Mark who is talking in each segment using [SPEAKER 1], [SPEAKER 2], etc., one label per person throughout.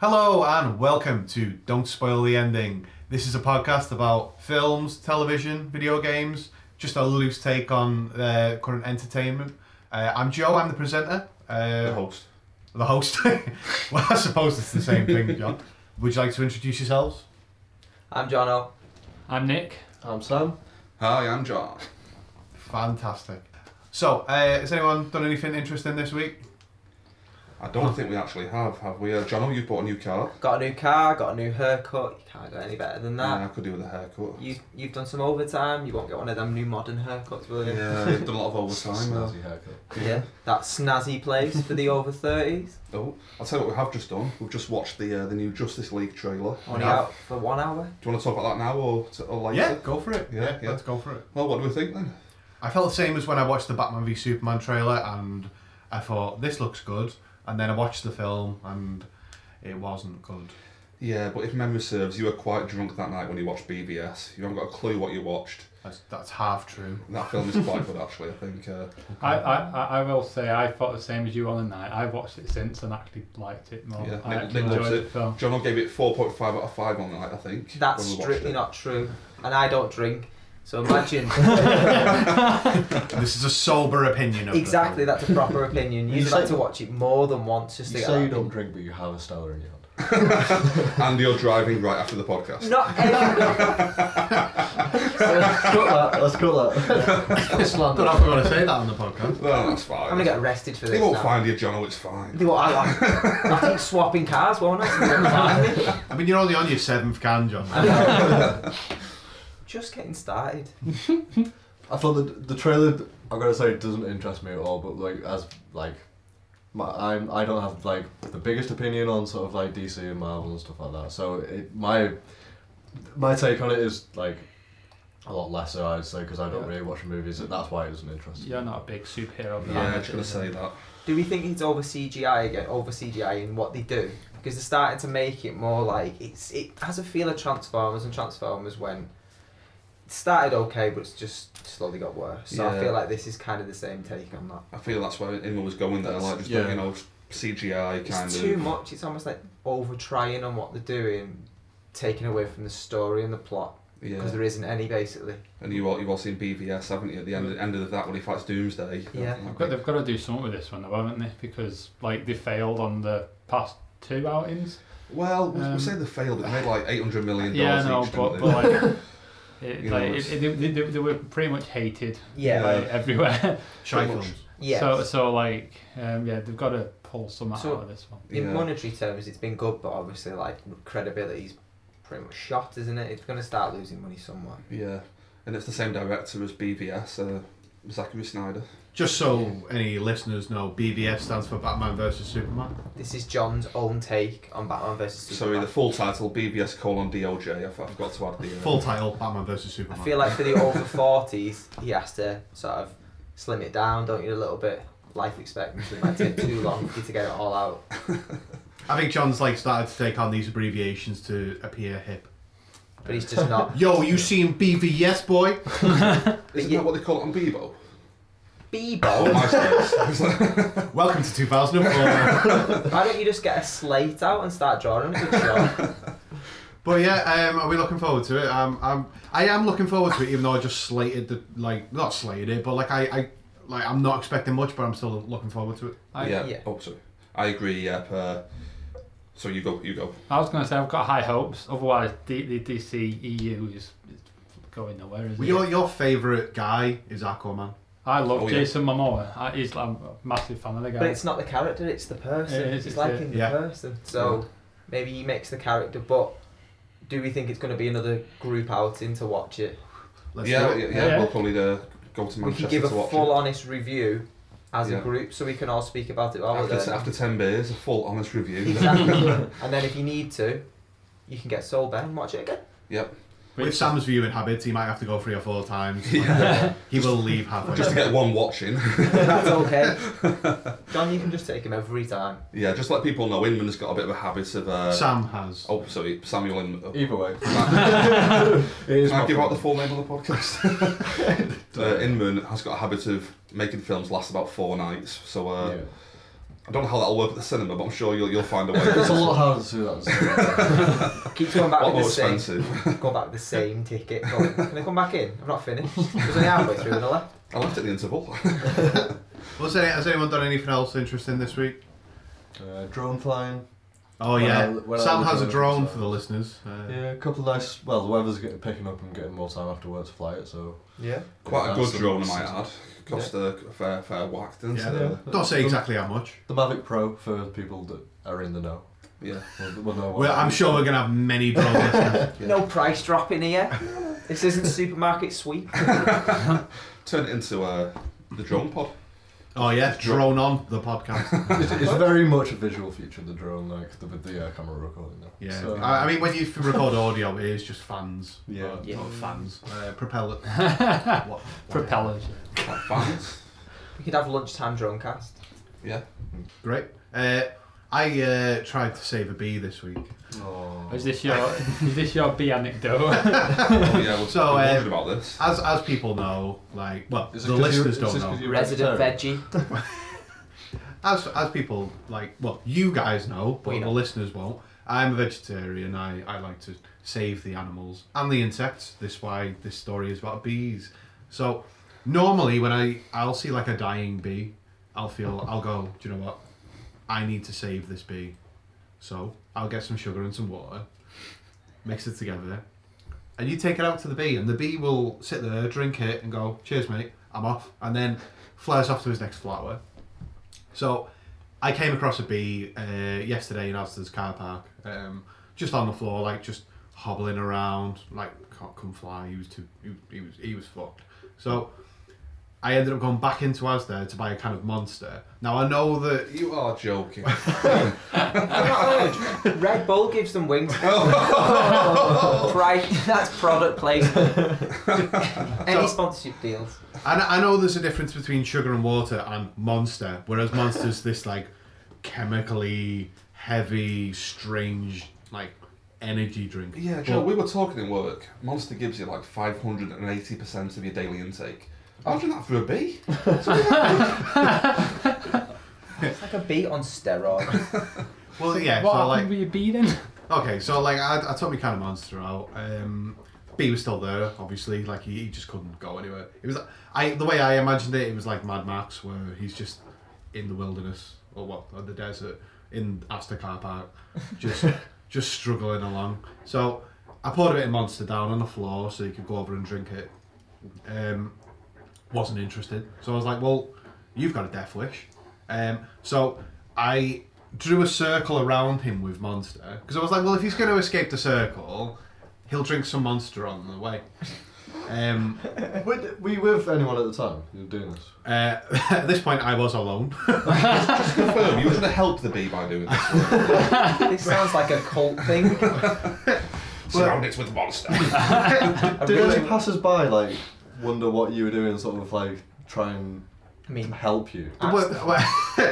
[SPEAKER 1] Hello and welcome to Don't Spoil the Ending. This is a podcast about films, television, video games, just a loose take on uh, current entertainment. Uh, I'm Joe, I'm the presenter,
[SPEAKER 2] the
[SPEAKER 1] uh,
[SPEAKER 2] host.
[SPEAKER 1] the host. well, I suppose it's the same thing, John. Would you like to introduce yourselves?
[SPEAKER 3] I'm Jono.
[SPEAKER 4] I'm Nick.
[SPEAKER 3] I'm Sam.
[SPEAKER 2] Hi, I'm John.
[SPEAKER 1] Fantastic. So, uh, has anyone done anything interesting this week?
[SPEAKER 2] I don't think we actually have, have we? Uh, John, you've bought a new car.
[SPEAKER 3] Got a new car, got a new haircut. You can't get any better than
[SPEAKER 2] Yeah, I
[SPEAKER 3] that.
[SPEAKER 2] could do with a haircut.
[SPEAKER 3] You, you've done some overtime, you won't get one of them new modern haircuts, will you?
[SPEAKER 2] Yeah, you've done a lot of overtime. uh,
[SPEAKER 5] Snazzy haircut.
[SPEAKER 3] Yeah. That snazzy place for the over 30s.
[SPEAKER 2] Oh, I'll tell you what we have just done. We've just watched the uh, the new Justice League trailer.
[SPEAKER 3] Only
[SPEAKER 1] Yeah.
[SPEAKER 3] out for one hour.
[SPEAKER 2] Do you want to talk about that now or, t- or later?
[SPEAKER 1] Yeah, go for it.
[SPEAKER 2] Yeah, yeah.
[SPEAKER 1] let's go for it.
[SPEAKER 2] Well, what do we think then?
[SPEAKER 1] I felt the same as when I watched the Batman v Superman trailer, and I thought this looks good, and then I watched the film, and it wasn't good.
[SPEAKER 2] Yeah, but if memory serves, you were quite drunk that night when you watched BBS. You haven't got a clue what you watched.
[SPEAKER 1] That's that's half true.
[SPEAKER 2] And that film is quite good, actually, I think. Uh,
[SPEAKER 4] I, I, I- I will say I thought the same as you on the night. I've watched it since and actually liked it more.
[SPEAKER 2] Yeah,
[SPEAKER 4] I
[SPEAKER 2] Nick-
[SPEAKER 4] actually
[SPEAKER 2] Nick loves
[SPEAKER 4] enjoyed
[SPEAKER 2] it.
[SPEAKER 4] the film.
[SPEAKER 2] John gave it 4.5 out of 5 on the night, I think.
[SPEAKER 3] That's
[SPEAKER 2] when we watched
[SPEAKER 3] strictly
[SPEAKER 2] it.
[SPEAKER 3] not true. And I don't drink. So imagine.
[SPEAKER 1] this is a sober opinion of the
[SPEAKER 3] exactly,
[SPEAKER 1] film.
[SPEAKER 3] that's a proper opinion.
[SPEAKER 5] You
[SPEAKER 3] You'd like
[SPEAKER 5] say-
[SPEAKER 3] to watch it more than once just to
[SPEAKER 5] You
[SPEAKER 3] get
[SPEAKER 5] say
[SPEAKER 3] that
[SPEAKER 5] you don't
[SPEAKER 3] opinion.
[SPEAKER 5] drink, but you have a Stella in your hand.
[SPEAKER 2] And you're driving right after the podcast.
[SPEAKER 3] Not every,
[SPEAKER 5] let's cut that. Let's cut that.
[SPEAKER 1] I don't know if I'm going to say that on the podcast.
[SPEAKER 2] Well, that's fine.
[SPEAKER 3] I'm going to get arrested for this.
[SPEAKER 2] They won't
[SPEAKER 3] now.
[SPEAKER 2] find you, Jono, it's fine.
[SPEAKER 3] They won't- I like. I keep swapping cars, won't I? So they won't find me.
[SPEAKER 1] I mean, you're only on your seventh can, John.
[SPEAKER 3] Just getting started.
[SPEAKER 5] I thought the the trailer. I'm gonna say it doesn't interest me at all. But like as like, my, I'm I don't have like the biggest opinion on sort of like DC and Marvel and stuff like that. So it, my my take on it is like a lot lesser. I'd say because I don't
[SPEAKER 4] Yeah.
[SPEAKER 5] really watch movies. and That's why it doesn't interest me.
[SPEAKER 4] You're not a big superhero fan.
[SPEAKER 2] Yeah, I
[SPEAKER 4] are
[SPEAKER 2] was
[SPEAKER 4] you?
[SPEAKER 2] going to say that.
[SPEAKER 3] Do we think it's over CGI again? Over CGI in what they do because they're starting to make it more like it's. It has a feel of Transformers and Transformers when it started okay, but it's just slowly got worse. So I
[SPEAKER 2] Yeah.
[SPEAKER 3] feel like this is kind of the same take on that.
[SPEAKER 2] I feel that's where Inma was going there,
[SPEAKER 5] That's-
[SPEAKER 2] like just
[SPEAKER 5] yeah.
[SPEAKER 2] you know CGI kind
[SPEAKER 3] It's
[SPEAKER 2] of.
[SPEAKER 3] too much. It's almost like over trying on what they're doing, taking away from the story and the plot because
[SPEAKER 2] Yeah,
[SPEAKER 3] there isn't any basically.
[SPEAKER 2] and you all you've all seen BVS, haven't you? At the end, end of that, when he fights Doomsday.
[SPEAKER 3] Yeah.
[SPEAKER 2] I
[SPEAKER 4] They've
[SPEAKER 2] think-
[SPEAKER 4] got, they've got to do something with this one though, haven't they? Because like they failed on the past two outings.
[SPEAKER 2] Well, we we
[SPEAKER 4] Um,
[SPEAKER 2] say they failed. It made like eight hundred million
[SPEAKER 4] Yeah,
[SPEAKER 2] dollars
[SPEAKER 4] no,
[SPEAKER 2] each,
[SPEAKER 4] but,
[SPEAKER 2] didn't
[SPEAKER 4] but
[SPEAKER 2] they?
[SPEAKER 4] like, it,
[SPEAKER 2] You know,
[SPEAKER 4] like
[SPEAKER 2] it's-
[SPEAKER 4] it, it, they, they, they were pretty much hated
[SPEAKER 3] Yeah.
[SPEAKER 4] like, everywhere.
[SPEAKER 1] Shy
[SPEAKER 2] Pretty much.
[SPEAKER 1] films.
[SPEAKER 3] Yeah.
[SPEAKER 4] So so like um, yeah, they've got to pull some out
[SPEAKER 3] So-
[SPEAKER 4] of this one.
[SPEAKER 3] In
[SPEAKER 2] Yeah.
[SPEAKER 3] monetary terms, it's been good, but obviously, like credibility's pretty much shot, isn't it? It's going to start losing money somewhere.
[SPEAKER 2] Yeah, and it's the same director as BVS, uh, Zachary Snyder.
[SPEAKER 1] Just so any listeners know, BVS stands for Batman versus Superman.
[SPEAKER 3] This is John's own take on Batman versus
[SPEAKER 2] Sorry,
[SPEAKER 3] Superman.
[SPEAKER 2] the full title BVS colon DOJ. I, f- I forgot to add the uh,
[SPEAKER 1] Full title: Batman versus
[SPEAKER 3] I
[SPEAKER 1] Superman.
[SPEAKER 3] feel like for the over forties, he has to sort of slim it down, don't you, a little bit. Life expectancy might take too long for you to get it all out.
[SPEAKER 1] I think John's like started to take on these abbreviations to appear hip.
[SPEAKER 3] But he's just not.
[SPEAKER 1] Yo, you seen BVS, boy?
[SPEAKER 2] Isn't
[SPEAKER 3] yeah.
[SPEAKER 2] that what they call it on Bebo? Oh,
[SPEAKER 3] Bebo,
[SPEAKER 2] MySpace.
[SPEAKER 1] Welcome to 2004.
[SPEAKER 3] why don't you just get a slate out and start drawing a good show?
[SPEAKER 1] But yeah, um, are we looking forward to it? Um, I'm, I am looking forward to it, even though I just slated the like not slated it, but like I, I like I'm not expecting much, but I'm still looking forward to it.
[SPEAKER 4] I,
[SPEAKER 2] yeah.
[SPEAKER 3] yeah.
[SPEAKER 2] Oh, sorry. I agree. Yep. Uh, so you go. You go.
[SPEAKER 4] I was going to say I've got high hopes. Otherwise, D- the DC EU is is going nowhere. Is
[SPEAKER 1] Well,
[SPEAKER 4] it?
[SPEAKER 1] your your favorite guy is Aquaman.
[SPEAKER 4] I love
[SPEAKER 2] Oh, yeah.
[SPEAKER 4] Jason Momoa. I, he's I'm a massive fan of the guy.
[SPEAKER 3] But it's not the character, it's the person.
[SPEAKER 4] It
[SPEAKER 3] It's
[SPEAKER 4] is, it's
[SPEAKER 3] like
[SPEAKER 4] it.
[SPEAKER 3] in the
[SPEAKER 1] Yeah.
[SPEAKER 3] person. So maybe he makes the character, but do we think it's going to be another group outing to watch it?
[SPEAKER 1] Let's
[SPEAKER 2] yeah,
[SPEAKER 1] do
[SPEAKER 2] yeah,
[SPEAKER 1] it.
[SPEAKER 2] yeah,
[SPEAKER 4] Yeah.
[SPEAKER 2] We'll probably uh, go to
[SPEAKER 3] we can
[SPEAKER 2] Manchester
[SPEAKER 3] give a
[SPEAKER 2] to watch
[SPEAKER 3] full,
[SPEAKER 2] it.
[SPEAKER 3] honest review as
[SPEAKER 2] Yeah.
[SPEAKER 3] a group so we can all speak about it. While we're
[SPEAKER 2] After,
[SPEAKER 3] there.
[SPEAKER 2] after ten beers, a full honest review.
[SPEAKER 3] exactly. and then if you need to, you can get Soul Ben and watch it again.
[SPEAKER 2] Yep.
[SPEAKER 1] With Sam's viewing habits, he might have to go three or four times.
[SPEAKER 2] Yeah.
[SPEAKER 1] He will leave halfway.
[SPEAKER 2] just to get one watching.
[SPEAKER 3] That's okay. John, you can just take him every time.
[SPEAKER 2] yeah, just let people know. Inman's got a bit of a habit of. Uh,
[SPEAKER 1] Sam has.
[SPEAKER 2] oh, sorry, Samuel and. Uh,
[SPEAKER 5] Either way,
[SPEAKER 2] can
[SPEAKER 5] it is.
[SPEAKER 2] I
[SPEAKER 5] my
[SPEAKER 2] give out the
[SPEAKER 5] problem.
[SPEAKER 2] full name of the podcast? uh, Inman has got a habit of making films last about four nights, so uh,
[SPEAKER 5] Yeah.
[SPEAKER 2] I don't know how that'll work at the cinema, but I'm sure you'll you'll find a way.
[SPEAKER 5] It's a lot harder to do that. so-
[SPEAKER 3] Keeps going back
[SPEAKER 2] lot
[SPEAKER 3] with
[SPEAKER 2] more
[SPEAKER 3] the same.
[SPEAKER 2] expensive.
[SPEAKER 3] Go back with the same ticket. Going, Can I come back in? I'm not finished. It was only halfway through and I left.
[SPEAKER 2] I left at the interval.
[SPEAKER 1] Well, has any- has anyone done anything else interesting this week?
[SPEAKER 5] uh, drone flying.
[SPEAKER 1] Oh
[SPEAKER 5] When
[SPEAKER 1] yeah,
[SPEAKER 5] I- when I
[SPEAKER 1] Sam
[SPEAKER 5] was
[SPEAKER 1] has a
[SPEAKER 5] doing it,
[SPEAKER 1] drone
[SPEAKER 5] so-
[SPEAKER 1] for the listeners. Uh,
[SPEAKER 5] Yeah, a couple of nice. Well, the weather's getting picking up and getting more time after work to fly it, so
[SPEAKER 3] Yeah.
[SPEAKER 2] Quite a
[SPEAKER 5] Yeah,
[SPEAKER 2] good
[SPEAKER 5] that's
[SPEAKER 2] drone, I
[SPEAKER 5] the-
[SPEAKER 2] might add. Cost a fair fair whack, didn't
[SPEAKER 1] Yeah.
[SPEAKER 2] it?
[SPEAKER 1] Don't say exactly how much.
[SPEAKER 5] The Mavic Pro for people that are in the know.
[SPEAKER 2] Yeah.
[SPEAKER 5] Will, will know what
[SPEAKER 1] Well, I'm sure we're gonna have many drone listeners.
[SPEAKER 2] Yeah.
[SPEAKER 3] No price drop in here. this isn't supermarket sweep.
[SPEAKER 2] Turn it into uh, the drone pod.
[SPEAKER 1] Oh yeah, drone on the podcast.
[SPEAKER 5] It's, it's very much a visual feature of the drone, like the, with the uh, camera recording now.
[SPEAKER 1] Yeah,
[SPEAKER 5] So-
[SPEAKER 1] I, I mean when you f- record audio, it is just fans.
[SPEAKER 5] Yeah.
[SPEAKER 1] Uh,
[SPEAKER 3] Yeah.
[SPEAKER 1] not fans. Uh, propeller. what?
[SPEAKER 4] Propellers.
[SPEAKER 2] Like fans.
[SPEAKER 3] We could have lunchtime drone cast.
[SPEAKER 2] Yeah.
[SPEAKER 1] Great. Uh, I uh, tried to save a bee this week.
[SPEAKER 5] Oh.
[SPEAKER 4] Is this your is this your B anecdote?
[SPEAKER 2] Oh, yeah, we're
[SPEAKER 1] So,
[SPEAKER 2] so,
[SPEAKER 1] uh,
[SPEAKER 2] wondering about this.
[SPEAKER 1] As as people know, like well,
[SPEAKER 5] Is it
[SPEAKER 1] the
[SPEAKER 5] 'cause you-
[SPEAKER 1] listeners
[SPEAKER 5] is
[SPEAKER 1] don't
[SPEAKER 5] this
[SPEAKER 1] know.
[SPEAKER 5] 'cause you- You're
[SPEAKER 3] Resident veggie.
[SPEAKER 1] as as people like well you guys know but
[SPEAKER 3] We
[SPEAKER 1] the
[SPEAKER 3] know.
[SPEAKER 1] listeners won't i'm a vegetarian I, I like to save the animals and the insects this is why this story is about bees so normally when i i'll see like a dying bee i'll feel i'll go do you know what i need to save this bee so i'll get some sugar and some water mix it together and you take it out to the bee and the bee will sit there drink it and go cheers mate i'm off and then flares off to his next flower so I came across a bee uh, yesterday in Asda's car park, um, just on the floor, like just hobbling around, like can't come fly. He was too, he, he was he was fucked. So I ended up going back into Asda to buy a kind of monster. Now I know that
[SPEAKER 2] You are joking.
[SPEAKER 3] Red Bull gives them wings. Right, that's product placement. Any sponsorship deals?
[SPEAKER 1] I, kn- I know there's a difference between sugar and water and monster, whereas monster's this like chemically heavy, strange like energy drink.
[SPEAKER 2] yeah, Joe, we were talking in work. Monster gives you like 580% of your daily intake. Imagine that for a bee.
[SPEAKER 3] It's like a beat on steroids.
[SPEAKER 1] Well, yeah.
[SPEAKER 4] what
[SPEAKER 1] so,
[SPEAKER 4] happened
[SPEAKER 1] like,
[SPEAKER 4] with your B then?
[SPEAKER 1] Okay, so like I, I took my kind of monster out. Um, B was still there, obviously. Like he, he just couldn't go anywhere. It was I the way I imagined it. It was like Mad Max, where he's just in the wilderness or what, or the desert in Astor car park, just just struggling along. So I poured a bit of monster down on the floor so he could go over and drink it. Um, wasn't interested. So I was like, well, you've got a death wish. Um, so I drew a circle around him with Monster because I was like, well, if he's going to escape the circle, he'll drink some Monster on the way. Um,
[SPEAKER 5] Were, were you with anyone at the time? You were doing this.
[SPEAKER 1] uh, at this point, I was alone.
[SPEAKER 2] Just confirm, you were going to help the bee by doing this.
[SPEAKER 3] this sounds like a cult thing.
[SPEAKER 2] Surround it with monster.
[SPEAKER 3] A
[SPEAKER 5] Did
[SPEAKER 3] really-
[SPEAKER 5] any passers by like wonder what you were doing, sort of like try and
[SPEAKER 3] I mean,
[SPEAKER 5] help you?
[SPEAKER 1] The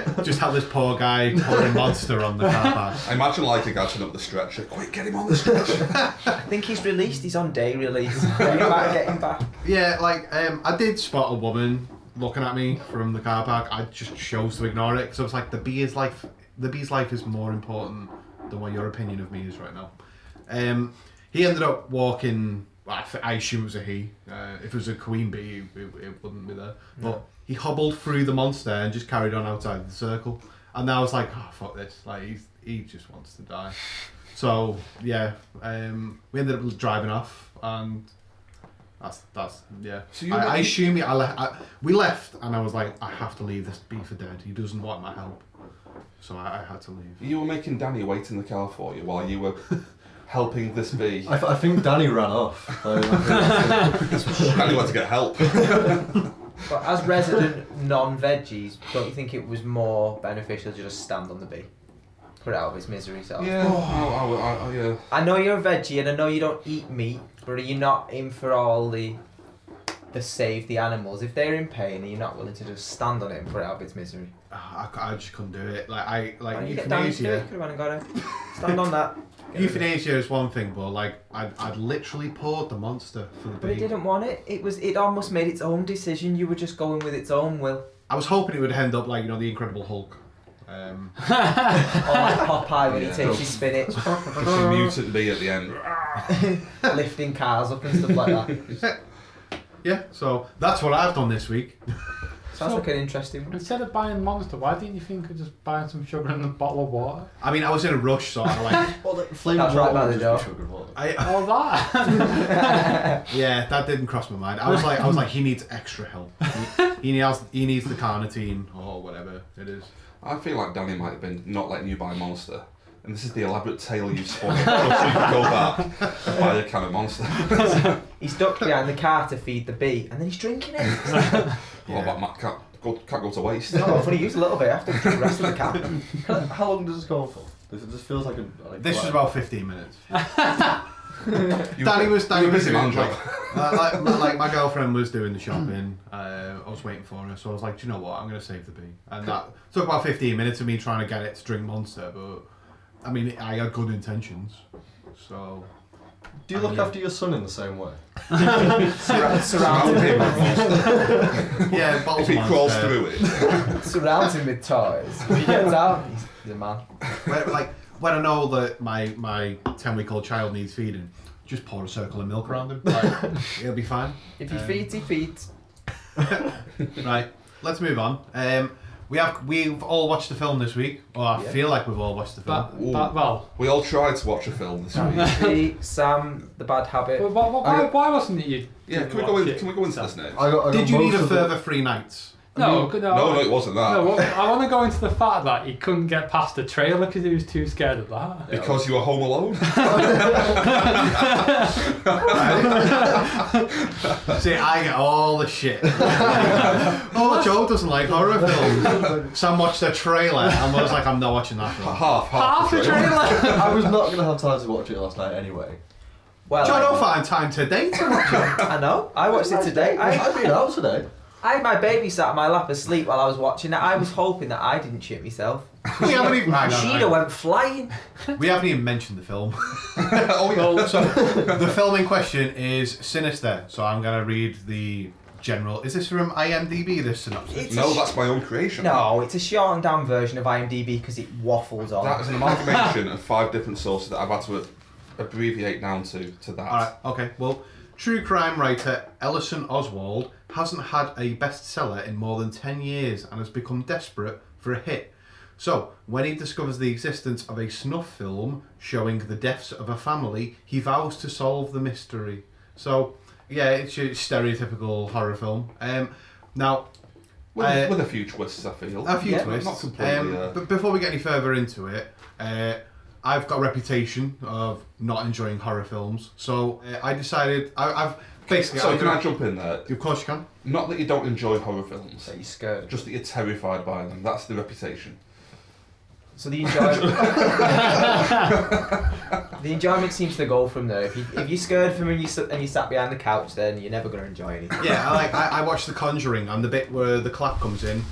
[SPEAKER 1] wor- Just had this poor guy pouring Monster on the car park.
[SPEAKER 2] I imagine like a guy sitting up the stretcher. Quick, get him on the stretcher.
[SPEAKER 3] I think he's released. He's on day release. Get him back. Get him back.
[SPEAKER 1] Yeah, like um, I did spot a woman looking at me from the car park. I just chose to ignore it because I was like, the bee is life. The bee's life is more important than what your opinion of me is right now. Um, he ended up walking. well, I, th- I assume it was a he. Uh, if it was a queen bee, it, it, it wouldn't be there. But he hobbled through the monster and just carried on outside the circle. And I was like, oh fuck this! Like he's, he just wants to die. So yeah, um, we ended up driving off, and that's that's yeah.
[SPEAKER 2] So you-
[SPEAKER 1] I, I assume he- I, le- I we left, and I was like, I have to leave this bee for dead. He doesn't want my help, so I, I had to leave.
[SPEAKER 2] You were making Danny wait in the car for you while you were helping this bee.
[SPEAKER 5] I, th- I think Danny ran off. Like, I think that's it.
[SPEAKER 2] Danny went to get help.
[SPEAKER 3] But as resident non-veggies, don't you think it was more beneficial to just stand on the bee, put it out of its misery self?
[SPEAKER 2] Yeah, Oh, I, I, I, I, yeah.
[SPEAKER 3] I know you're a veggie and I know you don't eat meat, but are you not in for all the the save the animals? If they're in pain and you're not willing to just stand on it and put it out of its misery.
[SPEAKER 1] Ah, I, c- I just couldn't do it. Like I
[SPEAKER 3] Why
[SPEAKER 1] like
[SPEAKER 3] don't you get down here,
[SPEAKER 1] euthanasia.
[SPEAKER 3] could have got it. Stand on that.
[SPEAKER 1] Euthanasia is one thing, but like I'd, I'd literally poured the monster for the bee.
[SPEAKER 3] But it didn't want it. It was it almost made its own decision. You were just going with its own will.
[SPEAKER 1] I was hoping it would end up like you know the Incredible Hulk. Um,
[SPEAKER 3] Or like Popeye when
[SPEAKER 2] Yeah.
[SPEAKER 3] he takes his spinach,
[SPEAKER 2] It's a mutant bee at the end.
[SPEAKER 3] lifting cars up and stuff like that.
[SPEAKER 1] yeah, so that's what I've done this week.
[SPEAKER 3] Sounds like an interesting one.
[SPEAKER 4] Instead of buying Monster, why didn't you think of just buying some sugar and a bottle of water?
[SPEAKER 1] I mean, I was in a rush, so I like,
[SPEAKER 5] Well, the flavour
[SPEAKER 3] That's right by the door.
[SPEAKER 1] I
[SPEAKER 4] All that.
[SPEAKER 1] yeah, that didn't cross my mind. I was like, I was like, he needs extra help. He, he needs, he needs the carnitine or whatever it is.
[SPEAKER 2] I feel like Danny might have been not letting you buy Monster. And this is the elaborate tale you've spun. so you can go back and buy a can of Monster.
[SPEAKER 3] He's ducked behind the car to feed the bee, and then he's drinking it.
[SPEAKER 2] What about Matt? Can't go, can't go to waste.
[SPEAKER 3] No, funny, use a little bit after the rest of the can.
[SPEAKER 5] How long does this go on for? This, this feels like a. Like
[SPEAKER 1] This was
[SPEAKER 5] like-
[SPEAKER 1] about 15 minutes.
[SPEAKER 2] You-
[SPEAKER 1] Danny was Danny
[SPEAKER 2] you're a
[SPEAKER 1] was
[SPEAKER 2] busy man,
[SPEAKER 1] doing,
[SPEAKER 2] Joe.
[SPEAKER 1] Like, like, my- like my girlfriend was doing the shopping. Uh, I was waiting for her, so I was like, "Do you know what? I'm gonna save the bee." And that took about 15 minutes of me trying to get it to drink Monster, but I mean, I had good intentions. So
[SPEAKER 5] Do you look
[SPEAKER 1] Yeah.
[SPEAKER 5] after your son in the same way?
[SPEAKER 3] Surra- surround
[SPEAKER 2] Surround him
[SPEAKER 3] him,
[SPEAKER 2] with Monster.
[SPEAKER 1] yeah, bottles
[SPEAKER 2] If he
[SPEAKER 1] of
[SPEAKER 2] crawls
[SPEAKER 1] Monster.
[SPEAKER 2] through it.
[SPEAKER 3] surround him with toys. When he gets out, he's the man.
[SPEAKER 1] When, like when I know that my my 10 week old child needs feeding, just pour a circle of milk around him. Like, it'll be fine.
[SPEAKER 3] If he
[SPEAKER 1] Um,
[SPEAKER 3] feeds, he feeds.
[SPEAKER 1] Right, let's move on. Um, we have we've all watched the film this week, or I
[SPEAKER 3] Yeah.
[SPEAKER 1] feel like we've all watched the film.
[SPEAKER 4] But, but, well,
[SPEAKER 2] We all tried to watch a film this week.
[SPEAKER 3] He, Sam, the bad habit.
[SPEAKER 4] but why, why, why wasn't it you?
[SPEAKER 2] Yeah,
[SPEAKER 4] didn't
[SPEAKER 2] can we go
[SPEAKER 4] watch
[SPEAKER 2] in?
[SPEAKER 4] it?
[SPEAKER 2] Can we go into this now?
[SPEAKER 5] I got, I got
[SPEAKER 1] Did you need
[SPEAKER 5] most
[SPEAKER 1] a
[SPEAKER 5] of the-
[SPEAKER 1] further three nights?
[SPEAKER 4] No, no,
[SPEAKER 2] No, no, it wasn't
[SPEAKER 4] No,
[SPEAKER 2] that.
[SPEAKER 4] well, I want to go into the fact that he couldn't get past the trailer because he was too scared of that.
[SPEAKER 2] Because you were home alone.
[SPEAKER 1] See, I get all the shit. oh, Joe doesn't like horror films. Sam watched the trailer and was like, I'm not watching that film.
[SPEAKER 2] half, half,
[SPEAKER 4] Half the trailer.
[SPEAKER 5] I was not going to have time to watch it last night anyway.
[SPEAKER 3] Well,
[SPEAKER 1] Joe don't
[SPEAKER 3] I,
[SPEAKER 1] find time today to watch it.
[SPEAKER 3] I know. I watched it today.
[SPEAKER 5] I,
[SPEAKER 3] I,
[SPEAKER 5] have been out today.
[SPEAKER 3] I had my baby sat on my lap asleep while I was watching it. I was hoping that I didn't shit myself.
[SPEAKER 1] We haven't even, hang on,
[SPEAKER 3] Sheena
[SPEAKER 1] hang
[SPEAKER 3] went flying.
[SPEAKER 1] on. we haven't even mentioned the film.
[SPEAKER 2] oh, yeah.
[SPEAKER 1] so, the film in question is Sinister. So I'm going to read the general. Is this from IMDb, this synopsis?
[SPEAKER 3] It's
[SPEAKER 2] No,
[SPEAKER 3] a sh-
[SPEAKER 2] that's my own creation.
[SPEAKER 3] No, it's a shortened down version of IMDb because it waffles on.
[SPEAKER 2] That is an amalgamation of five different sources that I've had to abbreviate down to to that.
[SPEAKER 1] Alright, okay. Well, true crime writer Ellison Oswald hasn't had a bestseller in more than 10 years and has become desperate for a hit. So, when he discovers the existence of a snuff film showing the deaths of a family, he vows to solve the mystery. So, yeah, it's your stereotypical horror film. Um, now,
[SPEAKER 2] With,
[SPEAKER 1] Uh,
[SPEAKER 2] with a few twists, I feel.
[SPEAKER 1] a few
[SPEAKER 3] Yeah,
[SPEAKER 1] twists.
[SPEAKER 2] not completely,
[SPEAKER 1] Um,
[SPEAKER 2] uh,
[SPEAKER 1] But before we get any further into it, uh, I've got a reputation of not enjoying horror films, so uh, I decided I, I've basically.
[SPEAKER 2] so
[SPEAKER 1] I'm
[SPEAKER 2] can
[SPEAKER 1] gonna-
[SPEAKER 2] I jump in there?
[SPEAKER 1] Of course you can.
[SPEAKER 2] Not that you don't enjoy horror films,
[SPEAKER 3] so you're scared.
[SPEAKER 2] just that you're terrified by them. That's the reputation.
[SPEAKER 3] So the enjoyment. the enjoyment seems to go from there. If, you, if you're scared from and you sit- and you sat behind the couch, then you're never going to enjoy anything.
[SPEAKER 1] Yeah, I, like I, I watched The Conjuring, and the bit where the clap comes in,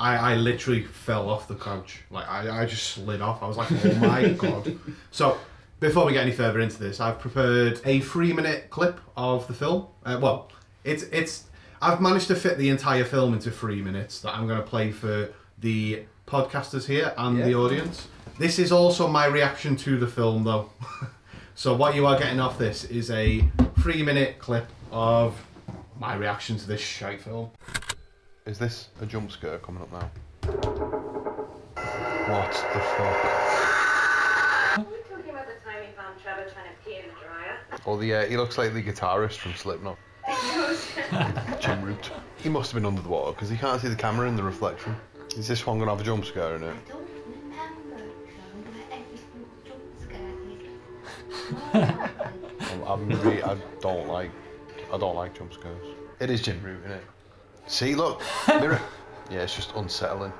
[SPEAKER 1] I, I literally fell off the couch. Like I, I just slid off. I was like, oh my god. So before we get any further into this, I've prepared a three-minute clip of the film. Uh, well, it's it's I've managed to fit the entire film into three minutes that I'm going to play for the podcasters here and the
[SPEAKER 3] Yeah.
[SPEAKER 1] audience. This is also my reaction to the film, though. so what you are getting off this is a three-minute clip of my reaction to this shite film.
[SPEAKER 6] Is this a jump scare coming up now? What the fuck?
[SPEAKER 7] We were talking about the time he found Trevor trying to pee in the dryer.
[SPEAKER 6] Oh, the uh, he looks like the guitarist from Slipknot, Jim Root. He must have been under the water because he can't see the camera in the reflection. Is this one gonna have a jump scare in it?
[SPEAKER 7] I don't remember John, but every single jump scare
[SPEAKER 6] I'm, I'm re- I don't like. I don't like jump scares. It is Jim Root, isn't it? See, look, mirror. Yeah, it's just unsettling.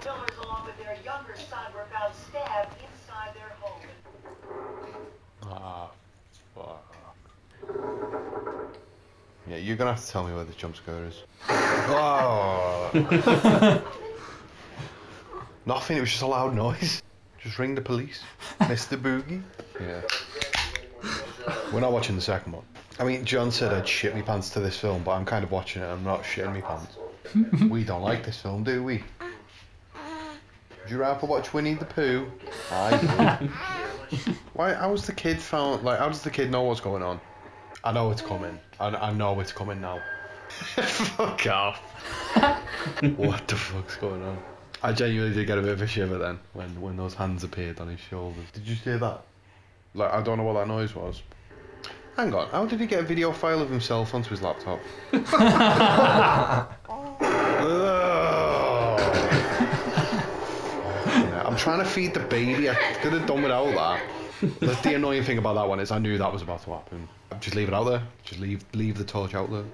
[SPEAKER 7] Killers along with their younger son were found stabbed inside their home.
[SPEAKER 6] Ah, fuck. Yeah, you're gonna have to tell me where the jump scare is. Oh. Nothing, it was just a loud noise. Just ring the police. Mr. Boogie. Yeah. We're not watching the second one. I mean, John said I'd shit my pants to this film, but I'm kind of watching it and I'm not shitting my pants. we don't like this film, do we? Giraffe watch Winnie the Pooh. I. Why? How was the kid found? Like, how does the kid know what's going on? I know it's coming. I, I know it's coming now. Fuck off. what the fuck's going on? I genuinely did get a bit of a shiver then when when those hands appeared on his shoulders. Did you hear that? Like, I don't know what that noise was. Hang on. How did he get a video file of himself onto his laptop? Ugh. Yeah, I'm trying to feed the baby. I could have done without that. But the annoying thing about that one is I knew that was about to happen. Just leave it out there. Just leave leave the torch out there.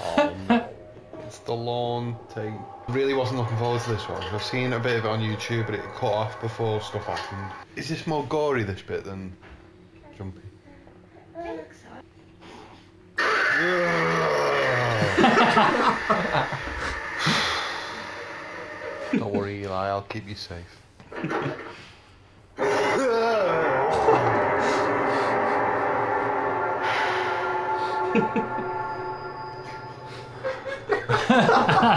[SPEAKER 6] Oh no. It's the long take. Really wasn't looking forward to this one. I've seen a bit of it on YouTube, but it cut off before stuff happened. Is this more gory, this bit, than Jumpy? Don't worry, Eli. I'll keep you safe.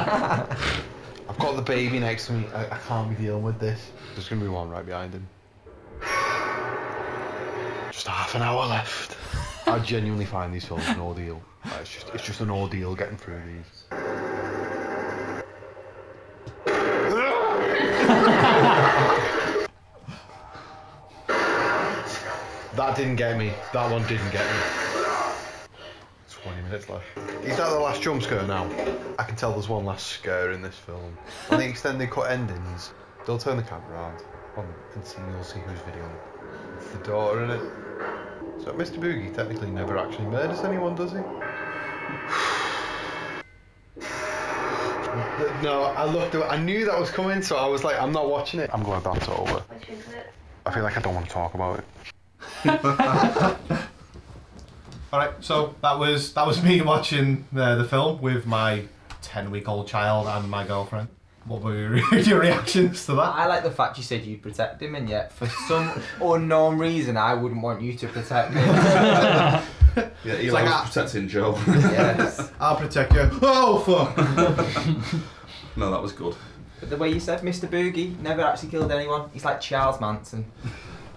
[SPEAKER 6] I've got the baby next to me. I, I can't be dealing with this. There's gonna be one right behind him. Just half an hour left. I genuinely find these films an ordeal. Like, It's just, it's just an ordeal getting through these. That didn't get me. That one didn't get me. 20 minutes left. Is that the last jump scare now? I can tell there's one last scare in this film. On the extended cut endings, they'll turn the camera around on, and see, you'll see who's videoing it. It's the daughter in it. So Mr. Boogie technically never actually murders anyone, does he? No, I looked. I knew that was coming, so I was like, I'm not watching it. I'm glad that's over. I feel like I don't want to talk about it.
[SPEAKER 1] All right, so that was that was me watching the, the film with my ten week old child and my girlfriend. What were your, your reactions to that?
[SPEAKER 3] I like the fact you said you'd protect him, and yet for some unknown reason, I wouldn't want you to protect me.
[SPEAKER 2] Yeah, Eli
[SPEAKER 1] like
[SPEAKER 2] was
[SPEAKER 1] that.
[SPEAKER 2] protecting Joe.
[SPEAKER 3] yes.
[SPEAKER 1] I'll protect you. Oh fuck!
[SPEAKER 2] no, that was good.
[SPEAKER 3] But the way you said Mr. Boogie never actually killed anyone, he's like Charles Manson.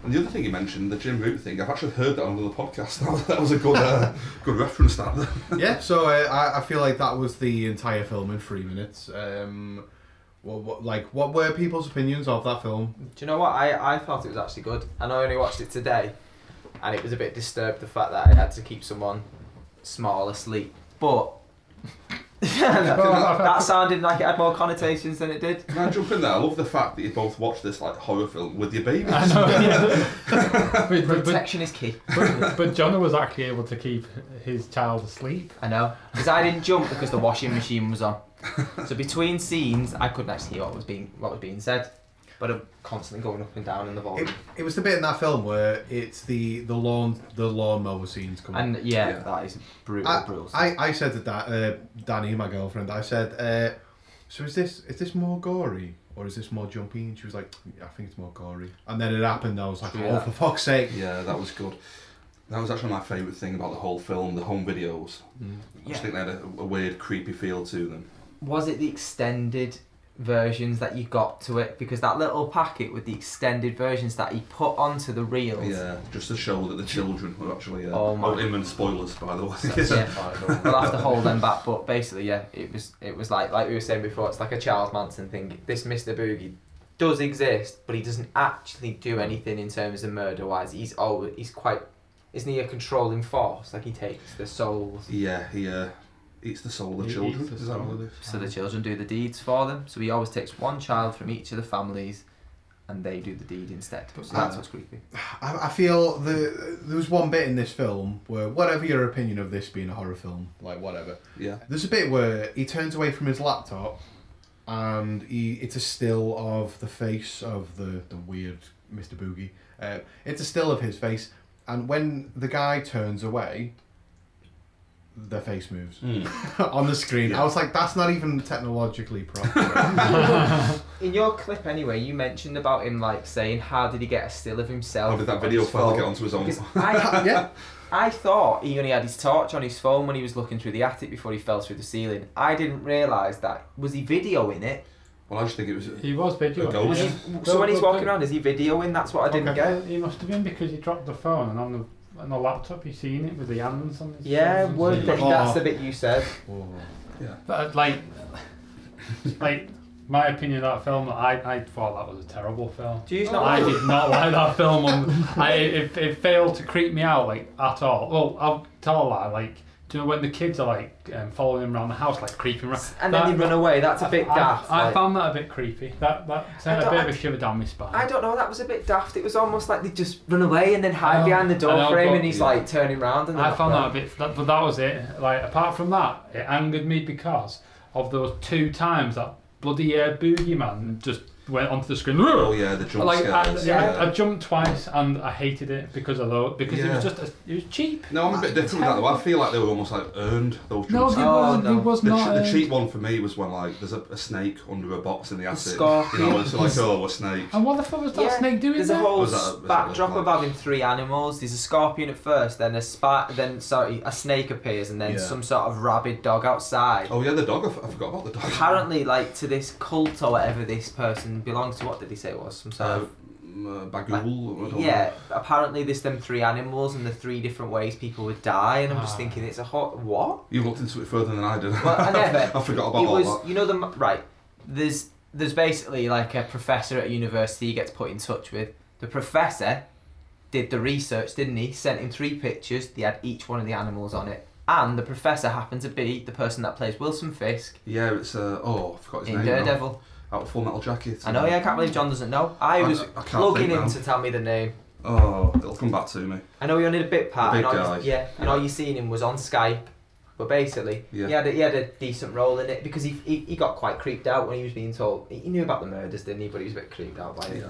[SPEAKER 2] And the other thing you mentioned, the Jim Root thing, I've actually heard that on another podcast. That was, that was a good uh, good reference, that.
[SPEAKER 1] yeah, so uh, I I feel like that was the entire film in three minutes. Um, what, what like what were people's opinions of that film?
[SPEAKER 3] Do you know what? I, I felt it was actually good, and I only watched it today, and it was a bit disturbed the fact that I had to keep someone small asleep. But that, that sounded like it had more connotations than it did.
[SPEAKER 2] Can I jump in there? I love the fact that you both watched this like horror film with your babies.
[SPEAKER 4] I know, yeah. but, but, but,
[SPEAKER 3] Protection is key.
[SPEAKER 4] but, but Jonah was actually able to keep his child asleep.
[SPEAKER 3] I know. Because I didn't jump because the washing machine was on. So between scenes, I couldn't actually hear what was being what was being said, but I'm constantly going up and down in the volume.
[SPEAKER 1] It, it was the bit in that film where it's the the lawn the lawnmower scenes coming.
[SPEAKER 3] and yeah,
[SPEAKER 2] Yeah.
[SPEAKER 3] that is brutal, brutal.
[SPEAKER 1] I, I, I said to da- uh, Danny, my girlfriend, I said, uh, so is this is this more gory or is this more jumpy? And she was like, I think it's more gory. And then it happened. I was like,
[SPEAKER 3] Yeah.
[SPEAKER 1] oh for fuck's sake!
[SPEAKER 2] Yeah, that was good. That was actually my favourite thing about the whole film, the home videos. I
[SPEAKER 3] Yeah.
[SPEAKER 2] just think they had a, a weird, creepy feel to them.
[SPEAKER 3] was it the extended versions that you got to it because that little packet with the extended versions that he put onto the reels
[SPEAKER 2] Yeah, just to show that the children were actually. Uh,
[SPEAKER 3] Oh,
[SPEAKER 2] oh,
[SPEAKER 3] my-
[SPEAKER 2] imminent spoilers, by the way.
[SPEAKER 3] yeah. we'll have to hold them back but basically yeah it was it was like like we were saying before it's like a Charles Manson thing this Mr Boogie does exist but he doesn't actually do anything in terms of murder wise he's always he's quite isn't he a controlling force like he takes the souls
[SPEAKER 2] Yeah, he uh, eats the soul of the
[SPEAKER 4] He
[SPEAKER 2] children.
[SPEAKER 4] eats the
[SPEAKER 2] Is that
[SPEAKER 4] soul.
[SPEAKER 2] what it is?
[SPEAKER 3] so the children do the deeds for them so he always takes one child from each of the families and they do the deed instead so that's what's creepy
[SPEAKER 1] I, I feel the there was one bit in this film where whatever your opinion of this being a horror film, like whatever,
[SPEAKER 2] Yeah.
[SPEAKER 1] There's a bit where he turns away from his laptop, and he it's a still of the face of the the weird Mr. Boogie. Uh, it's a still of his face, and when the guy turns away, the face moves on the screen. I was like, that's not even technologically proper.
[SPEAKER 3] In your clip, anyway, you mentioned about him like saying, "How did he get a still of
[SPEAKER 4] Oh,
[SPEAKER 3] himself?"
[SPEAKER 2] How did
[SPEAKER 3] on
[SPEAKER 2] that video
[SPEAKER 3] his
[SPEAKER 2] file
[SPEAKER 3] phone?"
[SPEAKER 2] get onto his own?
[SPEAKER 3] Because I,
[SPEAKER 1] yeah,
[SPEAKER 3] I thought he only had his torch on his phone when he was looking through the attic before he fell through the ceiling. I didn't realise that was he videoing it
[SPEAKER 2] Well, I just think it was.
[SPEAKER 4] He was videoing.
[SPEAKER 2] A ghost.
[SPEAKER 4] yeah.
[SPEAKER 3] So when he's
[SPEAKER 4] Well,
[SPEAKER 3] walking around, is he videoing? That's what I didn't
[SPEAKER 1] Okay.
[SPEAKER 3] get.
[SPEAKER 4] He must have been because he dropped the phone and on the on the laptop he's seen it with the hands on. His
[SPEAKER 3] Yeah,
[SPEAKER 4] hands.
[SPEAKER 3] word.
[SPEAKER 1] Oh.
[SPEAKER 3] That's the bit you said.
[SPEAKER 4] But, like, like my opinion of that film, I, I thought that was a terrible film.
[SPEAKER 3] Do you not
[SPEAKER 4] I
[SPEAKER 3] like
[SPEAKER 4] did not like that film. and I, it, it failed to creep me out like at all. Well, I'll tell a lie. Like, do you know when the kids are like um, following him around the house, like creeping around?
[SPEAKER 3] And then they run away. That's a
[SPEAKER 4] I-
[SPEAKER 3] bit
[SPEAKER 4] I,
[SPEAKER 3] daft.
[SPEAKER 4] I,
[SPEAKER 3] like.
[SPEAKER 4] found that a bit creepy. That that sent
[SPEAKER 3] I
[SPEAKER 4] a bit
[SPEAKER 3] don't-
[SPEAKER 4] of a shiver down my spine.
[SPEAKER 3] I don't know, that was a bit daft. It was almost like they just run away and then hide
[SPEAKER 4] I know,
[SPEAKER 3] behind the
[SPEAKER 4] Oh. I
[SPEAKER 3] door
[SPEAKER 4] know,
[SPEAKER 3] frame
[SPEAKER 4] but-
[SPEAKER 3] and he's
[SPEAKER 2] yeah.
[SPEAKER 3] like turning round. And
[SPEAKER 4] I
[SPEAKER 3] they're
[SPEAKER 4] found
[SPEAKER 3] not
[SPEAKER 4] that a bit, that, but that was it. Like apart from that, it angered me because of those two times that bloody uh, boogeyman just went onto the screen.
[SPEAKER 2] Oh yeah, the jump
[SPEAKER 4] like I,
[SPEAKER 2] scares.
[SPEAKER 4] yeah,
[SPEAKER 2] yeah.
[SPEAKER 4] I, I jumped twice and I hated it because of those because it was
[SPEAKER 2] Yeah.
[SPEAKER 4] just a, it was cheap.
[SPEAKER 2] no, I'm a bit different with that though. I feel like they were almost like earned those jump
[SPEAKER 4] No,
[SPEAKER 2] scares.
[SPEAKER 4] there
[SPEAKER 3] Oh,
[SPEAKER 4] was,
[SPEAKER 3] no.
[SPEAKER 4] there was
[SPEAKER 2] The,
[SPEAKER 4] not.
[SPEAKER 2] che- the
[SPEAKER 4] uh,
[SPEAKER 2] cheap one for me was when like there's a, a snake under a box in the attic. You know,
[SPEAKER 3] scorpion.
[SPEAKER 2] it's like oh a snake.
[SPEAKER 4] And what the fuck was that
[SPEAKER 3] Yeah,
[SPEAKER 4] snake doing
[SPEAKER 3] There's a
[SPEAKER 4] there?
[SPEAKER 3] whole
[SPEAKER 2] Was that- was that
[SPEAKER 3] backdrop
[SPEAKER 2] like-
[SPEAKER 3] of having three animals. There's a scorpion at first, then a spa- then sorry, a snake appears, and then
[SPEAKER 5] Yeah.
[SPEAKER 3] some sort of rabid dog outside.
[SPEAKER 2] Oh yeah, the dog. I, f- I forgot about the dog.
[SPEAKER 3] Apparently, like to this cult or whatever this person belongs to. What did he say it was? Some sort
[SPEAKER 2] Uh,
[SPEAKER 3] of
[SPEAKER 2] mm, uh, Bagul. I don't
[SPEAKER 3] yeah. Apparently, there's them three animals and the three different ways people would die. And I'm just
[SPEAKER 4] Ah.
[SPEAKER 3] thinking, it's a hot what?
[SPEAKER 2] You looked into it further than I did.
[SPEAKER 3] Well, I never.
[SPEAKER 2] I forgot about
[SPEAKER 3] It
[SPEAKER 2] all
[SPEAKER 3] was
[SPEAKER 2] that.
[SPEAKER 3] you know the m- right. There's there's basically like a professor at university he gets put in touch with. The professor did the research, didn't he? Sent him three pictures. They had each one of the animals on it, and the professor happened to be the person that plays Wilson Fisk
[SPEAKER 2] Yeah, it's uh, oh, I forgot his
[SPEAKER 3] in
[SPEAKER 2] name. now.
[SPEAKER 3] Daredevil.
[SPEAKER 2] Out of Full Metal Jacket.
[SPEAKER 3] I know. Yeah, I can't believe John doesn't know. I
[SPEAKER 2] I-
[SPEAKER 3] was
[SPEAKER 2] I can't
[SPEAKER 3] plugging
[SPEAKER 2] think
[SPEAKER 3] him
[SPEAKER 2] now.
[SPEAKER 3] to tell me the name.
[SPEAKER 2] Oh, it'll come back to me.
[SPEAKER 3] I know he only did a bit part.
[SPEAKER 2] The big
[SPEAKER 3] and all
[SPEAKER 2] guy.
[SPEAKER 3] You, yeah, and all you seen him was on Skype. But basically,
[SPEAKER 2] Yeah.
[SPEAKER 3] he, had a, he had a decent role in it because he, he, he got quite creeped out when he was being told. He he knew about the murders, didn't he? But he was a bit creeped out by it.
[SPEAKER 2] Yeah.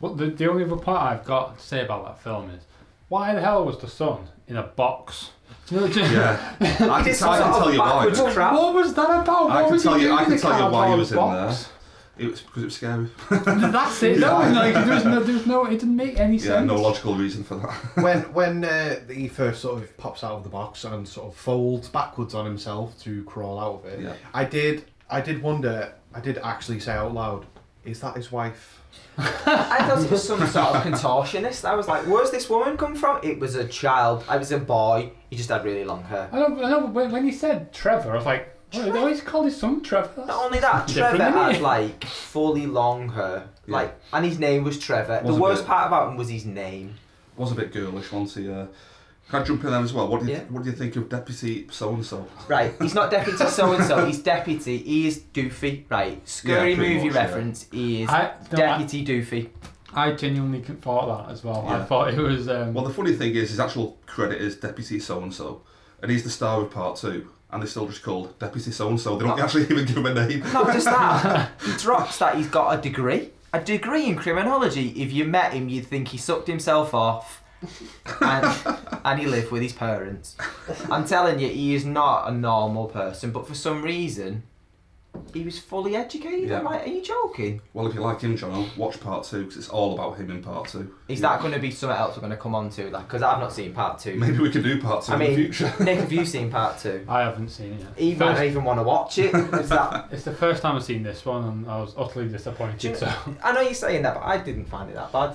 [SPEAKER 4] What the, the only other part I've got to say about that film is why the hell was the sun in a box?
[SPEAKER 2] Yeah. I can, I
[SPEAKER 3] He
[SPEAKER 2] can
[SPEAKER 3] did some sort of
[SPEAKER 2] tell you why.
[SPEAKER 3] backwards
[SPEAKER 2] but
[SPEAKER 3] crap.
[SPEAKER 4] What was that about?
[SPEAKER 2] I
[SPEAKER 4] What
[SPEAKER 2] can
[SPEAKER 4] was
[SPEAKER 2] tell
[SPEAKER 4] he
[SPEAKER 2] you.
[SPEAKER 4] doing
[SPEAKER 2] I
[SPEAKER 4] in
[SPEAKER 2] can
[SPEAKER 4] the
[SPEAKER 2] tell you why he
[SPEAKER 4] cardboard
[SPEAKER 2] was in there.
[SPEAKER 4] box?
[SPEAKER 2] It was because it was scary.
[SPEAKER 4] That's it. No,
[SPEAKER 2] Yeah.
[SPEAKER 4] like, there was no, there was no, it didn't make any
[SPEAKER 2] Yeah,
[SPEAKER 4] sense.
[SPEAKER 2] no logical reason for that.
[SPEAKER 1] when when uh, he first sort of pops out of the box and sort of folds backwards on himself to crawl out of it,
[SPEAKER 2] Yeah.
[SPEAKER 1] I did I did wonder. I did actually say out loud, "Is that his wife?"
[SPEAKER 3] I thought it was some sort of contortionist. I was like, where's this woman come from? It was a child. I was a boy. He just had really long hair.
[SPEAKER 4] I don't, I know, but when, when he said Trevor, I was like, oh, they always called his son Trevor. That's-
[SPEAKER 3] Not only that,
[SPEAKER 4] Different,
[SPEAKER 3] Trevor
[SPEAKER 4] isn't
[SPEAKER 3] had
[SPEAKER 4] it?
[SPEAKER 3] like fully long hair.
[SPEAKER 2] Yeah.
[SPEAKER 3] Like, and his name was Trevor.
[SPEAKER 2] Was
[SPEAKER 3] the
[SPEAKER 2] a
[SPEAKER 3] worst
[SPEAKER 2] bit-
[SPEAKER 3] part about him was his name.
[SPEAKER 2] was a bit girlish once he. Uh, can I jump in there as well? What do you
[SPEAKER 3] Yeah.
[SPEAKER 2] What do you think of Deputy So and So?
[SPEAKER 3] Right, he's not deputy so and so. He's deputy. He is Doofy. Right, scary
[SPEAKER 2] Yeah, pretty
[SPEAKER 3] movie
[SPEAKER 2] much, yeah.
[SPEAKER 3] reference. He is
[SPEAKER 4] I, no, I,
[SPEAKER 3] deputy Doofy.
[SPEAKER 4] I genuinely thought that as well. I
[SPEAKER 2] Yeah.
[SPEAKER 4] thought it was. Um,
[SPEAKER 2] Well, the funny thing is, his actual credit is Deputy So and So, and he's the star of Part Two, and they still just called Deputy So and So. They don't actually even give him a name.
[SPEAKER 3] Not just that, he drops that he's got a degree. A degree in criminology. If you met him, you'd think he sucked himself off and, and he lived with his parents. I'm telling you, he is not a normal person, but for some reason, he was fully educated.
[SPEAKER 2] Yeah.
[SPEAKER 3] I'm like, are you joking?
[SPEAKER 2] Well, if you like him, John, watch Part Two because it's all about him in Part Two.
[SPEAKER 3] Is that going to be something else we're going to come on to? Because I've not seen part two.
[SPEAKER 2] Maybe we can do Part Two
[SPEAKER 3] I
[SPEAKER 2] in the
[SPEAKER 3] mean,
[SPEAKER 2] future.
[SPEAKER 3] Nick, have you seen part two?
[SPEAKER 4] I haven't seen it yet.
[SPEAKER 3] He might not
[SPEAKER 4] First-
[SPEAKER 3] even want to watch it. Is that,
[SPEAKER 4] it's the first time I've seen this one, and I was utterly
[SPEAKER 3] Do you-
[SPEAKER 4] disappointed. So
[SPEAKER 3] I know you're saying that, but I didn't find it that bad.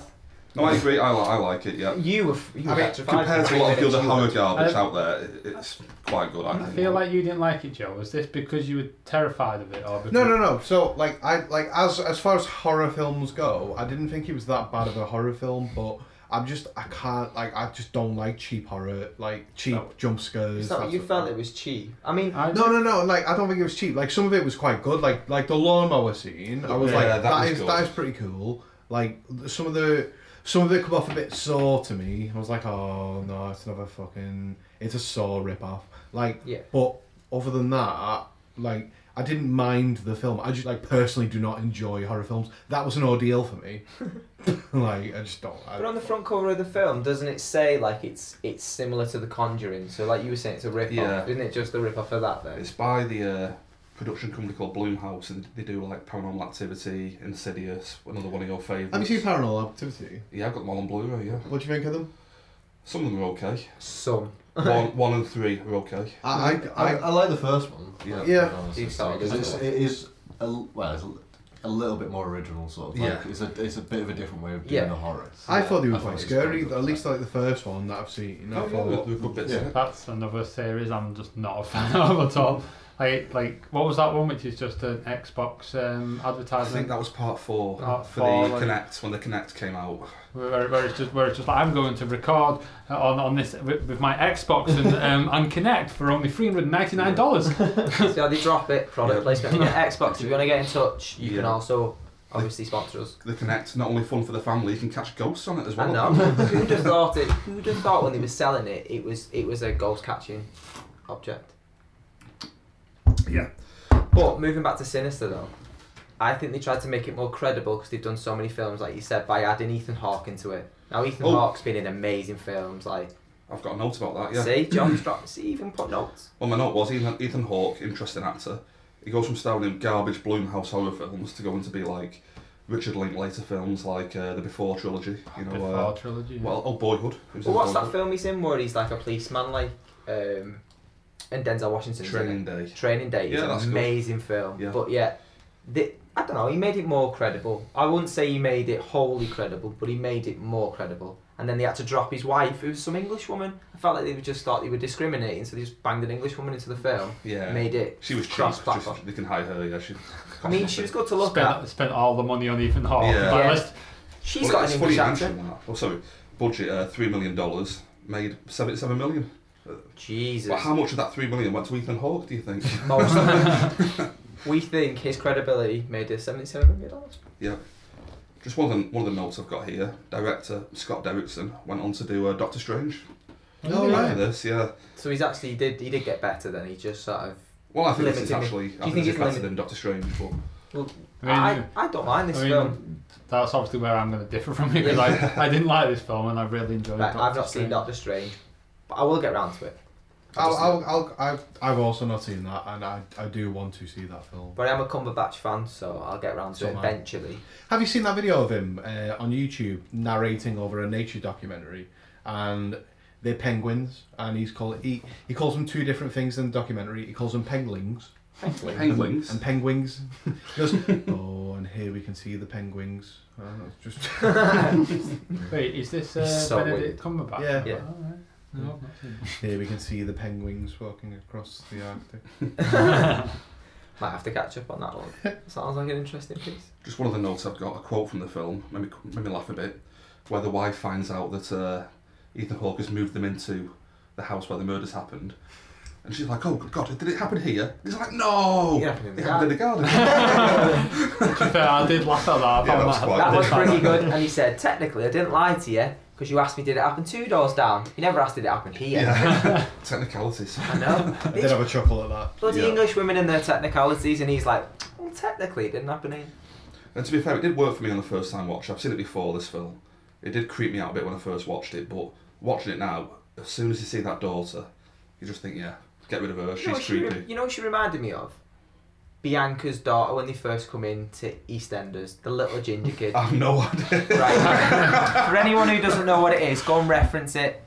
[SPEAKER 2] No, I agree. I, li- I like it. Yeah.
[SPEAKER 3] You were, you were
[SPEAKER 1] I mean,
[SPEAKER 3] petrified
[SPEAKER 2] Compared
[SPEAKER 3] for
[SPEAKER 2] to
[SPEAKER 3] three
[SPEAKER 2] a lot of the
[SPEAKER 3] minutes,
[SPEAKER 2] other
[SPEAKER 3] you were.
[SPEAKER 2] horror garbage
[SPEAKER 4] I-
[SPEAKER 2] out there, it- it's quite good. I
[SPEAKER 4] I
[SPEAKER 2] think.
[SPEAKER 4] feel like you didn't like it, Joe. Was this because you were terrified of it, or because
[SPEAKER 1] No, no, no. So like I like as as far as horror films go, I didn't think it was that bad of a horror film, but. I'm just I can't like I just don't like cheap horror like cheap
[SPEAKER 4] No.
[SPEAKER 1] jump scares.
[SPEAKER 3] It's not
[SPEAKER 1] that
[SPEAKER 3] you
[SPEAKER 1] sort of
[SPEAKER 3] felt
[SPEAKER 1] thing.
[SPEAKER 3] it was cheap. I mean,
[SPEAKER 4] I,
[SPEAKER 1] No, no, no. Like I don't think it was cheap. Like some of it was quite good. Like like the lawnmower scene. I was
[SPEAKER 2] Yeah,
[SPEAKER 1] like,
[SPEAKER 2] that
[SPEAKER 1] that
[SPEAKER 2] was
[SPEAKER 1] is
[SPEAKER 2] good.
[SPEAKER 1] that is pretty cool. Like th- some of the some of it come off a bit sore to me. I was like, oh no, it's another fucking it's a saw rip off. Like
[SPEAKER 3] Yeah.
[SPEAKER 1] But other than that, like I didn't mind the film. I just like personally do not enjoy horror films. That was an ordeal for me. like I just don't. I,
[SPEAKER 3] but on the front cover of the film, doesn't it say like it's it's similar to The Conjuring? So like you were saying, it's a rip off,
[SPEAKER 2] Yeah.
[SPEAKER 3] isn't it? Just a rip off of that then.
[SPEAKER 2] It's by the uh, production company called Bloomhouse, and they do like Paranormal Activity, Insidious, another one of your favourites.
[SPEAKER 1] have you seen Paranormal Activity?
[SPEAKER 2] Yeah, I've got them all on Blu-ray. Yeah,
[SPEAKER 1] What do you think of them?
[SPEAKER 2] some of them are okay.
[SPEAKER 3] Some.
[SPEAKER 2] one, one and three are okay.
[SPEAKER 1] I I,
[SPEAKER 5] I, I like the first one.
[SPEAKER 2] Yeah.
[SPEAKER 1] Yeah.
[SPEAKER 5] Because
[SPEAKER 3] It's-
[SPEAKER 5] it's, it is a, well, it's, a little bit more original, sort of. Like,
[SPEAKER 1] Yeah.
[SPEAKER 5] It's a it's a bit of a different way of doing
[SPEAKER 3] Yeah.
[SPEAKER 5] the horror.
[SPEAKER 1] I thought they were
[SPEAKER 5] I thought
[SPEAKER 1] quite
[SPEAKER 5] it was
[SPEAKER 1] scary.
[SPEAKER 5] quite good.
[SPEAKER 1] At least like the first one that I've seen. I
[SPEAKER 2] No,
[SPEAKER 1] thought-
[SPEAKER 2] Oh, yeah, there were good bits in
[SPEAKER 5] Yeah.
[SPEAKER 2] it.
[SPEAKER 4] That's another series I'm just not a fan of at all. Like, like what was that one which is just an Xbox um,
[SPEAKER 2] I think
[SPEAKER 4] advertisement?
[SPEAKER 2] that was part four
[SPEAKER 4] Part
[SPEAKER 2] for
[SPEAKER 4] four,
[SPEAKER 2] the
[SPEAKER 4] like-
[SPEAKER 2] Connect when the Connect came out.
[SPEAKER 4] Where, where it's just where it's just like I'm going to record uh, on, on this with, with my Xbox and um, and Connect for only three hundred ninety nine dollars.
[SPEAKER 3] See how they drop it, product
[SPEAKER 2] Yeah.
[SPEAKER 3] placement. If you get Xbox, if you want to get in touch, you can
[SPEAKER 2] Yeah.
[SPEAKER 3] also obviously sponsor us.
[SPEAKER 2] The Connect not only fun for the family, you can catch ghosts on it as
[SPEAKER 3] I
[SPEAKER 2] well.
[SPEAKER 3] know. who'd have thought it? Who'd have thought when they were selling it, it was it was a ghost catching object.
[SPEAKER 2] Yeah.
[SPEAKER 3] But moving back to Sinister though, I think they tried to make it more credible because they've done so many films, like you said, by adding Ethan Hawke into it. Now Ethan
[SPEAKER 2] Oh.
[SPEAKER 3] Hawke's been in amazing films, like
[SPEAKER 2] I've got a note about that. Yeah.
[SPEAKER 3] see, John's dropped, see, even put notes.
[SPEAKER 2] Well, my note was Ethan, Ethan Hawke, interesting actor. He goes from starring in garbage Bloomhouse horror films to going to be like Richard Linklater films, like uh, the Before trilogy. You know,
[SPEAKER 4] Before
[SPEAKER 2] uh,
[SPEAKER 4] trilogy.
[SPEAKER 2] well, oh, Boyhood. He was
[SPEAKER 3] But
[SPEAKER 2] in
[SPEAKER 3] what's that
[SPEAKER 2] Boyhood.
[SPEAKER 3] film he's in where he's like a policeman, like um, and Denzel Washington's in it?
[SPEAKER 2] Training Day.
[SPEAKER 3] Training Day
[SPEAKER 2] Yeah,
[SPEAKER 3] is
[SPEAKER 2] that's
[SPEAKER 3] an
[SPEAKER 2] good.
[SPEAKER 3] amazing film.
[SPEAKER 2] Yeah.
[SPEAKER 3] But yeah, the, I don't know, he made it more credible. I wouldn't say he made it wholly credible, but he made it more credible. And then they had to drop his wife, who was some English woman. I felt like they were just thought they were discriminating, so they just banged an English woman into the film.
[SPEAKER 2] Yeah.
[SPEAKER 3] Made it.
[SPEAKER 2] She was cheap.
[SPEAKER 3] cross platform.
[SPEAKER 2] Just, they can hire her. Yeah, she.
[SPEAKER 3] I mean, she was good to look
[SPEAKER 4] spent,
[SPEAKER 3] at.
[SPEAKER 4] spent all the money on Ethan Hawke.
[SPEAKER 2] Yeah.
[SPEAKER 4] But
[SPEAKER 3] Yeah.
[SPEAKER 4] let's-
[SPEAKER 3] She's
[SPEAKER 2] Well,
[SPEAKER 3] got
[SPEAKER 2] it's
[SPEAKER 3] an
[SPEAKER 2] funny
[SPEAKER 3] English
[SPEAKER 2] you
[SPEAKER 3] accent.
[SPEAKER 2] mention that. Oh, sorry. Budget uh, three million dollars. Made seventy-seven million.
[SPEAKER 3] Jesus.
[SPEAKER 2] But how much of that three million went to Ethan Hawke? Do you think?
[SPEAKER 3] Most of them. we think his credibility made it seventy-seven million dollars.
[SPEAKER 2] Just one of the, one of the notes I've got here. Director Scott Derrickson went on to do uh, Doctor Strange.
[SPEAKER 1] Oh,
[SPEAKER 2] After
[SPEAKER 1] right.
[SPEAKER 2] this, yeah.
[SPEAKER 3] So he's actually he did he did get better then. He just sort of
[SPEAKER 2] Well, I think this is
[SPEAKER 3] Limited.
[SPEAKER 2] actually.
[SPEAKER 3] Do
[SPEAKER 2] I
[SPEAKER 3] you
[SPEAKER 2] think,
[SPEAKER 3] think
[SPEAKER 2] this
[SPEAKER 3] it's
[SPEAKER 2] is better
[SPEAKER 3] limited?
[SPEAKER 2] than Doctor Strange, but
[SPEAKER 4] I mean,
[SPEAKER 3] I, I don't mind this
[SPEAKER 4] I mean,
[SPEAKER 3] film.
[SPEAKER 4] that's obviously where I'm going to differ from you because I, I didn't like this film and I really enjoyed
[SPEAKER 3] Right,
[SPEAKER 4] it.
[SPEAKER 3] I've not seen Doctor Strange, but I will get round to it.
[SPEAKER 1] I'll, I'll, I'll, I've, I've also not seen that, and I, I do want to see that film.
[SPEAKER 3] But I'm a Cumberbatch fan, so I'll get round to
[SPEAKER 1] So am
[SPEAKER 3] it
[SPEAKER 1] I.
[SPEAKER 3] eventually.
[SPEAKER 1] Have you seen that video of him uh, on YouTube narrating over a nature documentary? And they're penguins, and he's called he, he calls them two different things in the documentary. He calls them penglings
[SPEAKER 2] Penguins.
[SPEAKER 1] and penguins. He goes, oh, and here we can see the penguins. I don't know, it's just
[SPEAKER 4] Wait, is this uh,
[SPEAKER 3] So
[SPEAKER 4] Benedict Cumberbatch?
[SPEAKER 1] Yeah.
[SPEAKER 3] Yeah.
[SPEAKER 4] Oh, right. No, I've not seen it.
[SPEAKER 1] here we can see the penguins walking across the Arctic.
[SPEAKER 3] Might have to catch up on that one. Sounds like an interesting piece.
[SPEAKER 2] Just one of the notes I've got, a quote from the film, made me, made me laugh a bit, where the wife finds out that uh, Ethan Hawke has moved them into the house where the murders happened. And she's like, oh god, did it happen here? He's like, no!
[SPEAKER 3] It happened in the
[SPEAKER 2] it happened in the garden.
[SPEAKER 4] To be fair, I did laugh at that. I
[SPEAKER 2] Yeah, that
[SPEAKER 4] found
[SPEAKER 2] was
[SPEAKER 4] that,
[SPEAKER 2] quite
[SPEAKER 4] I
[SPEAKER 3] That
[SPEAKER 4] did
[SPEAKER 3] was
[SPEAKER 4] find
[SPEAKER 3] pretty good. And he said, technically, I didn't lie to you because you asked me did it happen two doors down. You never asked did it happen here.
[SPEAKER 2] yeah. Technicalities.
[SPEAKER 3] I know.
[SPEAKER 1] I did have a chuckle at that.
[SPEAKER 3] Bloody
[SPEAKER 2] Yeah.
[SPEAKER 3] English women and their technicalities, and he's like, well, technically, it didn't happen here.
[SPEAKER 2] And to be fair, it did work for me on the first time watch. I've seen it before, this film. It did creep me out a bit when I first watched it, but watching it now, as soon as you see that daughter, you just think, yeah, get rid of her,
[SPEAKER 3] you know,
[SPEAKER 2] she's
[SPEAKER 3] what she re-
[SPEAKER 2] creepy.
[SPEAKER 3] you know what she reminded me of? Bianca's daughter when they first come into EastEnders, the little ginger kid.
[SPEAKER 2] I have no idea.
[SPEAKER 3] Right. For anyone who doesn't know what it is, go and reference it.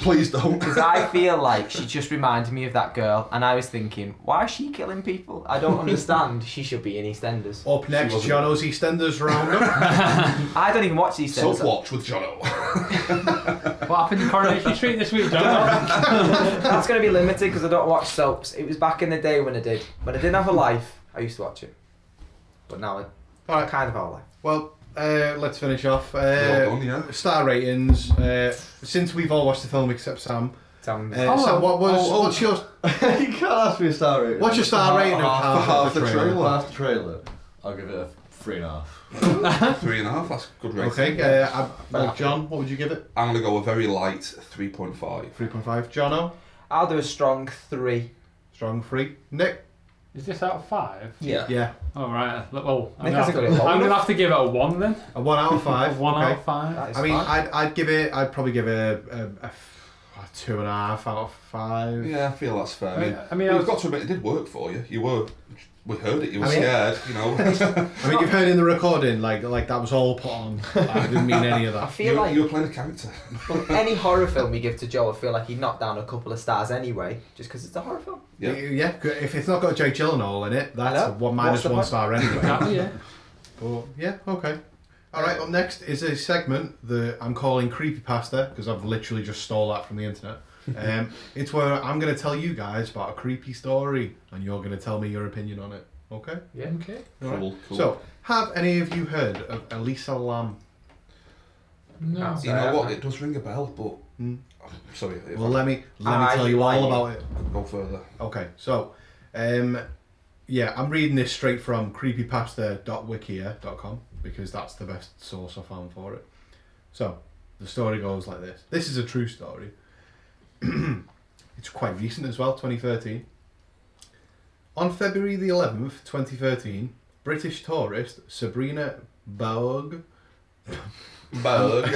[SPEAKER 2] Please don't.
[SPEAKER 3] Because I feel like she just reminded me of that girl, and I was thinking, why is she killing people? I don't understand. she should be in EastEnders.
[SPEAKER 1] Up next,
[SPEAKER 2] wasn't-
[SPEAKER 1] Jono's EastEnders roundup.
[SPEAKER 3] I don't even watch EastEnders.
[SPEAKER 2] Soap watch with Jono.
[SPEAKER 4] that. What happened in Coronation Street this week, John?
[SPEAKER 3] That's going to be limited because I don't watch soaps. It was back in the day when I did. When I didn't have a life, I used to watch it. But now I
[SPEAKER 1] All
[SPEAKER 3] I
[SPEAKER 1] right,
[SPEAKER 3] kind of have a life.
[SPEAKER 1] well, uh, let's finish off. Uh,
[SPEAKER 2] well done, yeah.
[SPEAKER 1] Star ratings. Uh, since we've all watched the film except Sam,
[SPEAKER 3] Tell me.
[SPEAKER 1] Uh, so what was what's your
[SPEAKER 5] you can't ask me a star rating.
[SPEAKER 1] what's your star
[SPEAKER 5] Half-
[SPEAKER 1] rating of
[SPEAKER 5] half-
[SPEAKER 1] half,
[SPEAKER 2] half
[SPEAKER 1] the
[SPEAKER 2] the
[SPEAKER 1] trailer?
[SPEAKER 2] trailer?
[SPEAKER 5] Half the trailer. I'll give it a three and a half.
[SPEAKER 2] Three and a half, that's a good rating.
[SPEAKER 1] Okay, uh, I'm- well, John, what would you give it?
[SPEAKER 2] I'm going to go a very light 3.5.
[SPEAKER 1] Three point five. Jono,
[SPEAKER 3] I'll do a strong three.
[SPEAKER 1] strong three. Nick,
[SPEAKER 4] Is this out of five?
[SPEAKER 3] Yeah.
[SPEAKER 1] yeah,
[SPEAKER 4] All right. L- Well, I'm
[SPEAKER 3] Nick
[SPEAKER 4] gonna have
[SPEAKER 3] hasn't got it
[SPEAKER 4] to-
[SPEAKER 3] long
[SPEAKER 4] I'm going to
[SPEAKER 3] enough.
[SPEAKER 4] have to give it a one then.
[SPEAKER 1] a one out of
[SPEAKER 4] A
[SPEAKER 1] five.
[SPEAKER 4] one
[SPEAKER 1] okay.
[SPEAKER 4] out of five.
[SPEAKER 3] That is
[SPEAKER 1] I mean,
[SPEAKER 3] fine.
[SPEAKER 1] I'd, I'd give it. I'd probably give it a, a, a f- two and a half out of five.
[SPEAKER 2] Yeah, I feel that's fair. I mean,
[SPEAKER 4] I mean, I
[SPEAKER 2] you've
[SPEAKER 4] was-
[SPEAKER 2] got to admit it did work for you. You were, we heard it. You were
[SPEAKER 1] I mean-
[SPEAKER 2] scared. You know,
[SPEAKER 1] I mean, you've heard in the recording, like like that was all put on. I didn't mean any of
[SPEAKER 3] I
[SPEAKER 1] that.
[SPEAKER 3] feel
[SPEAKER 2] you,
[SPEAKER 3] like
[SPEAKER 2] you were playing a character.
[SPEAKER 3] from any horror film we give to Joe, I feel like he'd knock down a couple of stars anyway, just because it's a horror film.
[SPEAKER 2] Yeah.
[SPEAKER 1] yeah. good- If it's not got Jake Gyllenhaal in it, that's
[SPEAKER 3] Hello?
[SPEAKER 1] a one
[SPEAKER 3] What's
[SPEAKER 1] minus
[SPEAKER 3] the
[SPEAKER 1] one
[SPEAKER 3] point?
[SPEAKER 1] star anyway.
[SPEAKER 4] Exactly, yeah.
[SPEAKER 1] but yeah, okay. All right. Up next is a segment that I'm calling creepy pasta because I've literally just stole that from the internet. Um, it's where I'm going to tell you guys about a creepy story, and you're going to tell me your opinion on it. Okay.
[SPEAKER 4] Yeah, okay.
[SPEAKER 1] All right.
[SPEAKER 2] Cool, cool.
[SPEAKER 1] So, have any of you heard of Elisa Lam?
[SPEAKER 4] No.
[SPEAKER 2] you
[SPEAKER 3] uh,
[SPEAKER 2] know what? It does ring a bell, but
[SPEAKER 1] um, Hmm.
[SPEAKER 2] I'm sorry. If
[SPEAKER 1] Well, let me let me
[SPEAKER 3] I
[SPEAKER 1] tell you all
[SPEAKER 3] like
[SPEAKER 1] about it.
[SPEAKER 2] I could go further.
[SPEAKER 1] Okay, so um, yeah, I'm reading this straight from creepypasta.wikia.com because that's the best source I found for it. So the story goes like this. This is a true story. it's quite recent as well, 2013. On February the 11th, 2013, British tourist Sabrina Baug
[SPEAKER 2] Bug.
[SPEAKER 1] and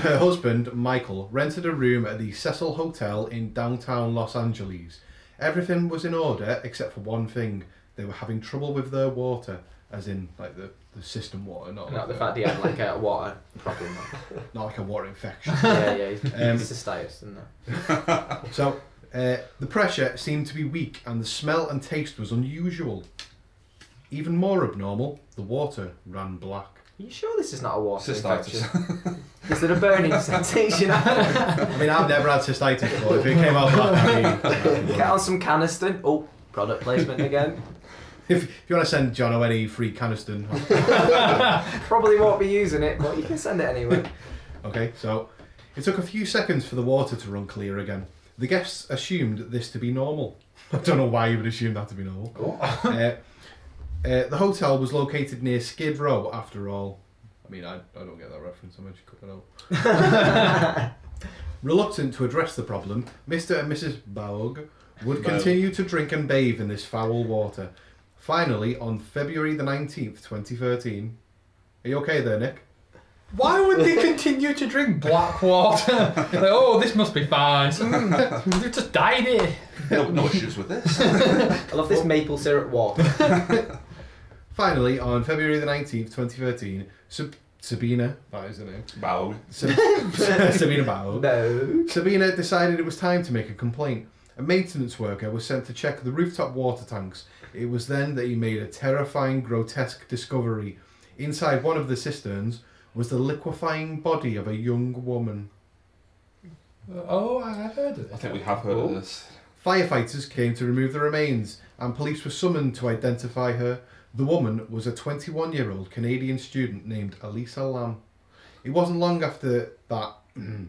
[SPEAKER 1] her husband Michael rented a room at the Cecil Hotel in downtown Los Angeles. Everything was in order except for one thing: they were having trouble with their water, as in like the, the system water, not
[SPEAKER 3] Not
[SPEAKER 1] like
[SPEAKER 3] the
[SPEAKER 1] a-
[SPEAKER 3] fact he had like a water problem.
[SPEAKER 1] not like a water infection.
[SPEAKER 3] yeah, yeah, he's,
[SPEAKER 1] Um,
[SPEAKER 3] he's cystitis, isn't there?
[SPEAKER 1] So, uh, the pressure seemed to be weak and the smell and taste was unusual. Even more abnormal, the water ran black.
[SPEAKER 3] Are you sure this is not a water infection?
[SPEAKER 2] Cystitis.
[SPEAKER 3] Is there a burning sensation?
[SPEAKER 1] I mean, I've never had cystitis, but if it came out black, I'd be-
[SPEAKER 3] Get on some Caniston. Oh, product placement again.
[SPEAKER 1] If, if you want to send John any free caniston,
[SPEAKER 3] Probably won't be using it, but you can send it anyway.
[SPEAKER 1] Okay, so it took a few seconds for the water to run clear again. The guests assumed this to be normal. I don't know why you would assume that to be normal. uh, uh, the hotel was located near Skid Row, after all. I mean, I, I don't get that reference. I'm actually cooking out. Reluctant to address the problem, Mr. and Mrs. Baug would continue to drink and bathe in this foul water. Finally, on February the 19th, 2013. Are you okay there, Nick?
[SPEAKER 4] Why would they continue to drink black water? like, oh, this must be fine. They've just died here.
[SPEAKER 2] no, no issues with this.
[SPEAKER 3] I love this maple syrup walk.
[SPEAKER 1] Finally, on February the 19th, 2013, Sab- Sabina, that is the name,
[SPEAKER 2] Bow.
[SPEAKER 1] Sab- Sabina Bao,
[SPEAKER 3] No.
[SPEAKER 1] Sabina decided it was time to make a complaint. A maintenance worker was sent to check the rooftop water tanks. It was then that he made a terrifying, grotesque discovery. Inside one of the cisterns was the liquefying body of a young woman.
[SPEAKER 4] Oh, I- I've heard of
[SPEAKER 2] I
[SPEAKER 4] this.
[SPEAKER 2] think we have heard
[SPEAKER 1] Oh.
[SPEAKER 2] of this.
[SPEAKER 1] Firefighters came to remove the remains, and police were summoned to identify her. The woman was a 21 year old Canadian student named Elisa Lam. It wasn't long after that.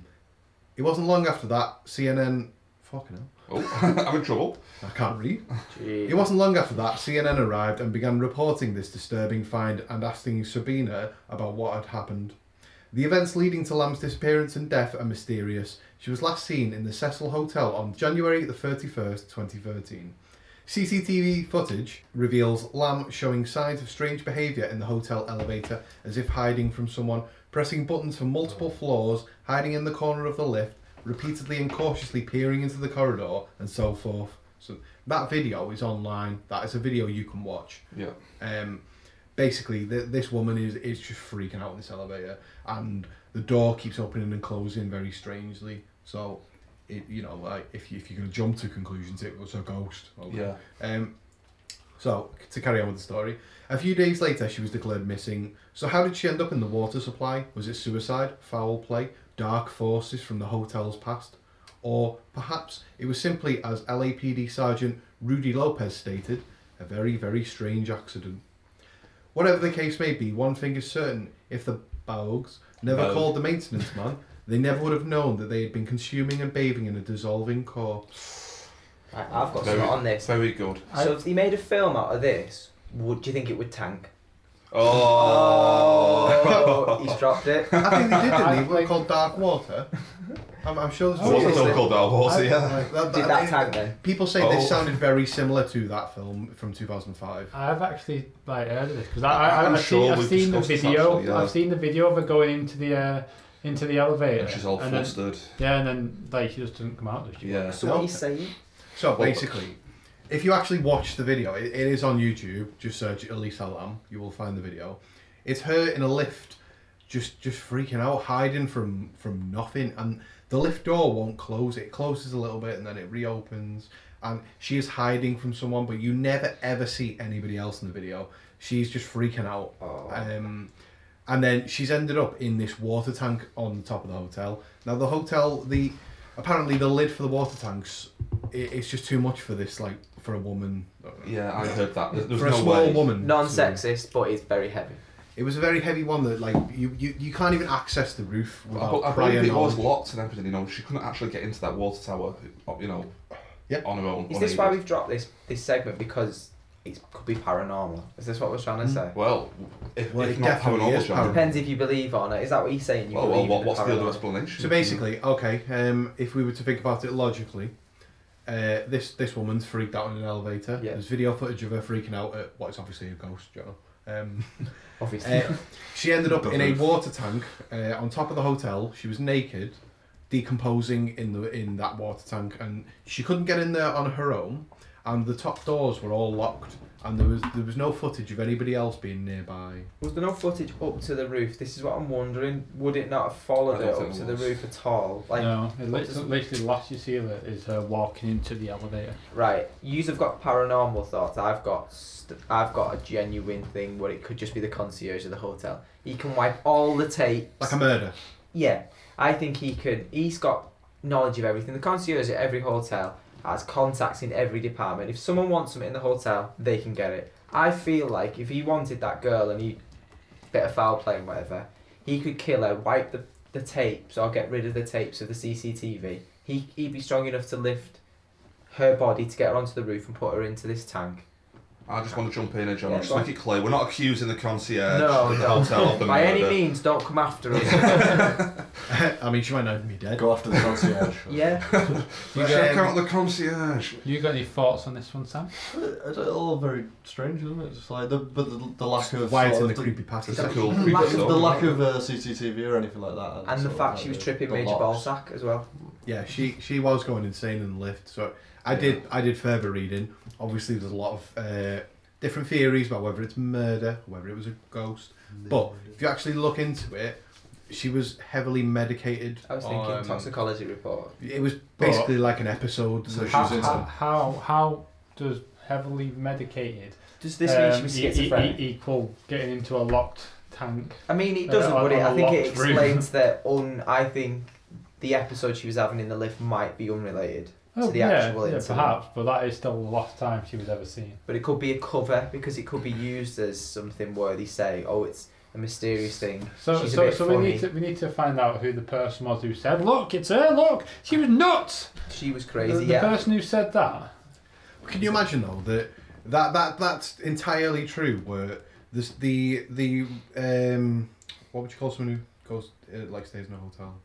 [SPEAKER 1] it wasn't long after that, CNN. Fucking hell.
[SPEAKER 2] Oh, I'm in trouble.
[SPEAKER 1] I can't read.
[SPEAKER 3] Gee.
[SPEAKER 1] It wasn't long after that, CNN arrived and began reporting this disturbing find and asking Sabina about what had happened. The events leading to Lamb's disappearance and death are mysterious. She was last seen in the Cecil Hotel on January the 31st, 2013. CCTV footage reveals Lamb showing signs of strange behaviour in the hotel elevator, as if hiding from someone, pressing buttons for multiple floors, hiding in the corner of the lift, repeatedly and cautiously peering into the corridor, and so forth. So that video is online. That is a video you can watch.
[SPEAKER 2] Yeah.
[SPEAKER 1] Um, basically, th- this woman is is just freaking out in this elevator, and the door keeps opening and closing very strangely. So, it you know like if you, if you're gonna jump to conclusions, it was a ghost. Okay?
[SPEAKER 2] Yeah.
[SPEAKER 1] Um, so to carry on with the story, a few days later she was declared missing. So how did she end up in the water supply? Was it suicide, foul play, dark forces from the hotel's past, or perhaps it was simply, as LAPD Sergeant Rudy Lopez stated, a very very strange accident. Whatever the case may be, one thing is certain: if the Baugs never
[SPEAKER 2] Baug.
[SPEAKER 1] called the maintenance man, they never would have known that they had been consuming and bathing in a dissolving corpse.
[SPEAKER 3] Right, I've got
[SPEAKER 2] Very-
[SPEAKER 3] something on this.
[SPEAKER 2] Very good.
[SPEAKER 3] So if they made a film out of this, would do you think it would tank?
[SPEAKER 2] Oh.
[SPEAKER 3] he's dropped it.
[SPEAKER 1] I think they did,
[SPEAKER 4] I
[SPEAKER 1] didn't they? We're
[SPEAKER 4] think-
[SPEAKER 1] called Dark Water. I'm, I'm sure there's
[SPEAKER 2] It wasn't
[SPEAKER 3] Seriously?
[SPEAKER 2] so called Dark Horse,
[SPEAKER 1] Like,
[SPEAKER 2] yeah.
[SPEAKER 1] that-
[SPEAKER 3] Did
[SPEAKER 1] that-
[SPEAKER 3] that tank then?
[SPEAKER 1] People say
[SPEAKER 2] Oh.
[SPEAKER 1] this sounded very similar to that film from 2005.
[SPEAKER 4] I've actually like heard of this because I, I,
[SPEAKER 2] I'm
[SPEAKER 4] I've
[SPEAKER 2] sure
[SPEAKER 4] seen, I've
[SPEAKER 2] we've
[SPEAKER 4] seen the
[SPEAKER 2] discussed this
[SPEAKER 4] video.
[SPEAKER 2] actually, yeah.
[SPEAKER 4] I've seen the video of her going into the uh, into the elevator.
[SPEAKER 2] And she's all
[SPEAKER 4] and then-
[SPEAKER 2] flustered.
[SPEAKER 4] yeah, and then like she just doesn't come out. Does she?
[SPEAKER 2] Yeah.
[SPEAKER 3] So what are
[SPEAKER 1] No.
[SPEAKER 3] you saying?
[SPEAKER 1] So
[SPEAKER 2] Well-
[SPEAKER 1] basically, if you actually watch the video, it, it is on YouTube. Just search Elise Lam, you will find the video. It's her in a lift, just just freaking out, hiding from from nothing, and the lift door won't close. It closes a little bit and then it reopens, and she is hiding from someone, but you never ever see anybody else in the video. She's just freaking out.
[SPEAKER 3] Oh.
[SPEAKER 1] Um, and then she's ended up in this water tank on the top of the hotel. Now the hotel, the apparently the lid for the water tanks, it, it's just too much for this like for a woman.
[SPEAKER 2] Yeah, I heard that. There, there was
[SPEAKER 1] for a
[SPEAKER 2] no
[SPEAKER 1] small
[SPEAKER 2] way.
[SPEAKER 1] woman.
[SPEAKER 3] Non-sexist, but it's very heavy.
[SPEAKER 1] It was a very heavy one that like you, you, you can't even access the roof
[SPEAKER 2] I,
[SPEAKER 1] without
[SPEAKER 2] bu- I
[SPEAKER 1] prior
[SPEAKER 2] believe it was
[SPEAKER 1] knowledge.
[SPEAKER 2] locked and everything. You know, she couldn't actually get into that water tower. You know,
[SPEAKER 1] Yeah.
[SPEAKER 2] on her own.
[SPEAKER 3] Is this why
[SPEAKER 2] unaided.
[SPEAKER 3] we've dropped this this segment because it could be paranormal? Is this what we're trying to say?
[SPEAKER 2] Well, if,
[SPEAKER 1] Well,
[SPEAKER 2] if
[SPEAKER 1] it
[SPEAKER 2] not
[SPEAKER 1] definitely
[SPEAKER 2] paranormal,
[SPEAKER 1] is
[SPEAKER 2] genre,
[SPEAKER 1] paranormal.
[SPEAKER 3] Depends if you believe or not. Is that what you're saying? You
[SPEAKER 2] Well, well
[SPEAKER 3] believe
[SPEAKER 2] what,
[SPEAKER 3] in
[SPEAKER 2] what's the other
[SPEAKER 3] paranormal?
[SPEAKER 2] explanation?
[SPEAKER 1] So basically, okay, um, if we were to think about it logically, uh, this this woman's freaked out in an elevator.
[SPEAKER 3] Yeah.
[SPEAKER 1] There's video footage of her freaking out at what is obviously a ghost, John. Um,
[SPEAKER 3] Obviously.
[SPEAKER 1] Uh, she ended up in a water tank uh, on top of the hotel. She was naked, decomposing in the in that water tank, and she couldn't get in there on her own. And the top doors were all locked, and there was there was no footage of anybody else being nearby.
[SPEAKER 3] Was there no footage up to the roof? This is what I'm wondering. Would it not have followed
[SPEAKER 2] I don't
[SPEAKER 3] it
[SPEAKER 2] think
[SPEAKER 3] up to
[SPEAKER 2] it
[SPEAKER 3] the
[SPEAKER 2] was.
[SPEAKER 3] roof at all? Like,
[SPEAKER 4] no,
[SPEAKER 3] what
[SPEAKER 4] it lit-
[SPEAKER 3] does-
[SPEAKER 4] literally last you see of her is her walking into the elevator.
[SPEAKER 3] right, yous have got paranormal thoughts. I've got, st- I've got a genuine thing where it could just be the concierge of the hotel. He can wipe all the tapes.
[SPEAKER 1] Like a murder.
[SPEAKER 3] Yeah, I think he could. He's got knowledge of everything. The concierge at every hotel has contacts in every department. If someone wants something in the hotel, they can get it. I feel like if he wanted that girl and he bit of foul play and whatever, he could kill her, wipe the, the tapes, or get rid of the tapes of the CCTV. He he'd be strong enough to lift her body to get her onto the roof and put her into this tank.
[SPEAKER 2] I just want to jump in here, John.
[SPEAKER 3] Yeah,
[SPEAKER 2] just
[SPEAKER 3] go
[SPEAKER 2] make it clear, we're not accusing the concierge,
[SPEAKER 3] No,
[SPEAKER 2] Uh, the
[SPEAKER 3] no.
[SPEAKER 2] hotel, of the
[SPEAKER 3] By
[SPEAKER 2] murder.
[SPEAKER 3] any means, don't come after us.
[SPEAKER 1] I mean, she might not even be dead.
[SPEAKER 5] Go after the concierge.
[SPEAKER 3] yeah.
[SPEAKER 1] But,
[SPEAKER 2] Check
[SPEAKER 1] um,
[SPEAKER 2] out the concierge.
[SPEAKER 4] You got any thoughts on this one, Sam?
[SPEAKER 5] It's all very strange, isn't it? It's like the but the, the lack of
[SPEAKER 1] why it's in
[SPEAKER 5] sort
[SPEAKER 1] the
[SPEAKER 5] of the,
[SPEAKER 1] creepy past.
[SPEAKER 2] It's a cool
[SPEAKER 3] The
[SPEAKER 2] creepy
[SPEAKER 3] lack-
[SPEAKER 5] the
[SPEAKER 2] song.
[SPEAKER 5] lack of uh, CCTV or anything like that,
[SPEAKER 3] And the
[SPEAKER 5] sort of
[SPEAKER 3] fact
[SPEAKER 5] like
[SPEAKER 3] she was
[SPEAKER 5] the-
[SPEAKER 3] tripping
[SPEAKER 5] the
[SPEAKER 3] Major
[SPEAKER 5] locks.
[SPEAKER 3] Ballsack as well.
[SPEAKER 1] Yeah, she she was going insane in the lift. So I did I did further reading. Obviously, there's a lot of uh, different theories about whether it's murder, whether it was a ghost. But if you actually look into it, she was heavily medicated.
[SPEAKER 3] I was thinking
[SPEAKER 1] um,
[SPEAKER 3] toxicology report.
[SPEAKER 1] It was basically like an episode.
[SPEAKER 5] So
[SPEAKER 1] that-
[SPEAKER 5] she
[SPEAKER 4] How,
[SPEAKER 5] was into-
[SPEAKER 4] how, how how does heavily medicated
[SPEAKER 3] Does this mean she was
[SPEAKER 4] um, e- e-
[SPEAKER 3] schizophrenic?
[SPEAKER 4] e- equal getting into a locked tank?
[SPEAKER 3] I mean, it doesn't,
[SPEAKER 4] Uh,
[SPEAKER 3] but it,
[SPEAKER 4] a
[SPEAKER 3] I think it
[SPEAKER 4] locked room.
[SPEAKER 3] explains that. Un, I think the episode she was having in the lift might be unrelated to the
[SPEAKER 4] Oh, yeah,
[SPEAKER 3] actual
[SPEAKER 4] yeah,
[SPEAKER 3] incident.
[SPEAKER 4] perhaps, but that is still the last time she was ever seen.
[SPEAKER 3] But it could be a cover because it could be used as something where they say, "Oh, it's a mysterious thing."
[SPEAKER 4] So,
[SPEAKER 3] She's a
[SPEAKER 4] so,
[SPEAKER 3] bit
[SPEAKER 4] so we
[SPEAKER 3] funny.
[SPEAKER 4] need to we need to find out who the person was who said, "Look, it's her! Look, she was nuts."
[SPEAKER 3] She was
[SPEAKER 4] The,
[SPEAKER 3] crazy.
[SPEAKER 4] the
[SPEAKER 3] yeah.
[SPEAKER 4] person who said that.
[SPEAKER 1] Can you imagine though that that that that's entirely true? Where this the the um, what would you call someone who goes uh, like stays in a hotel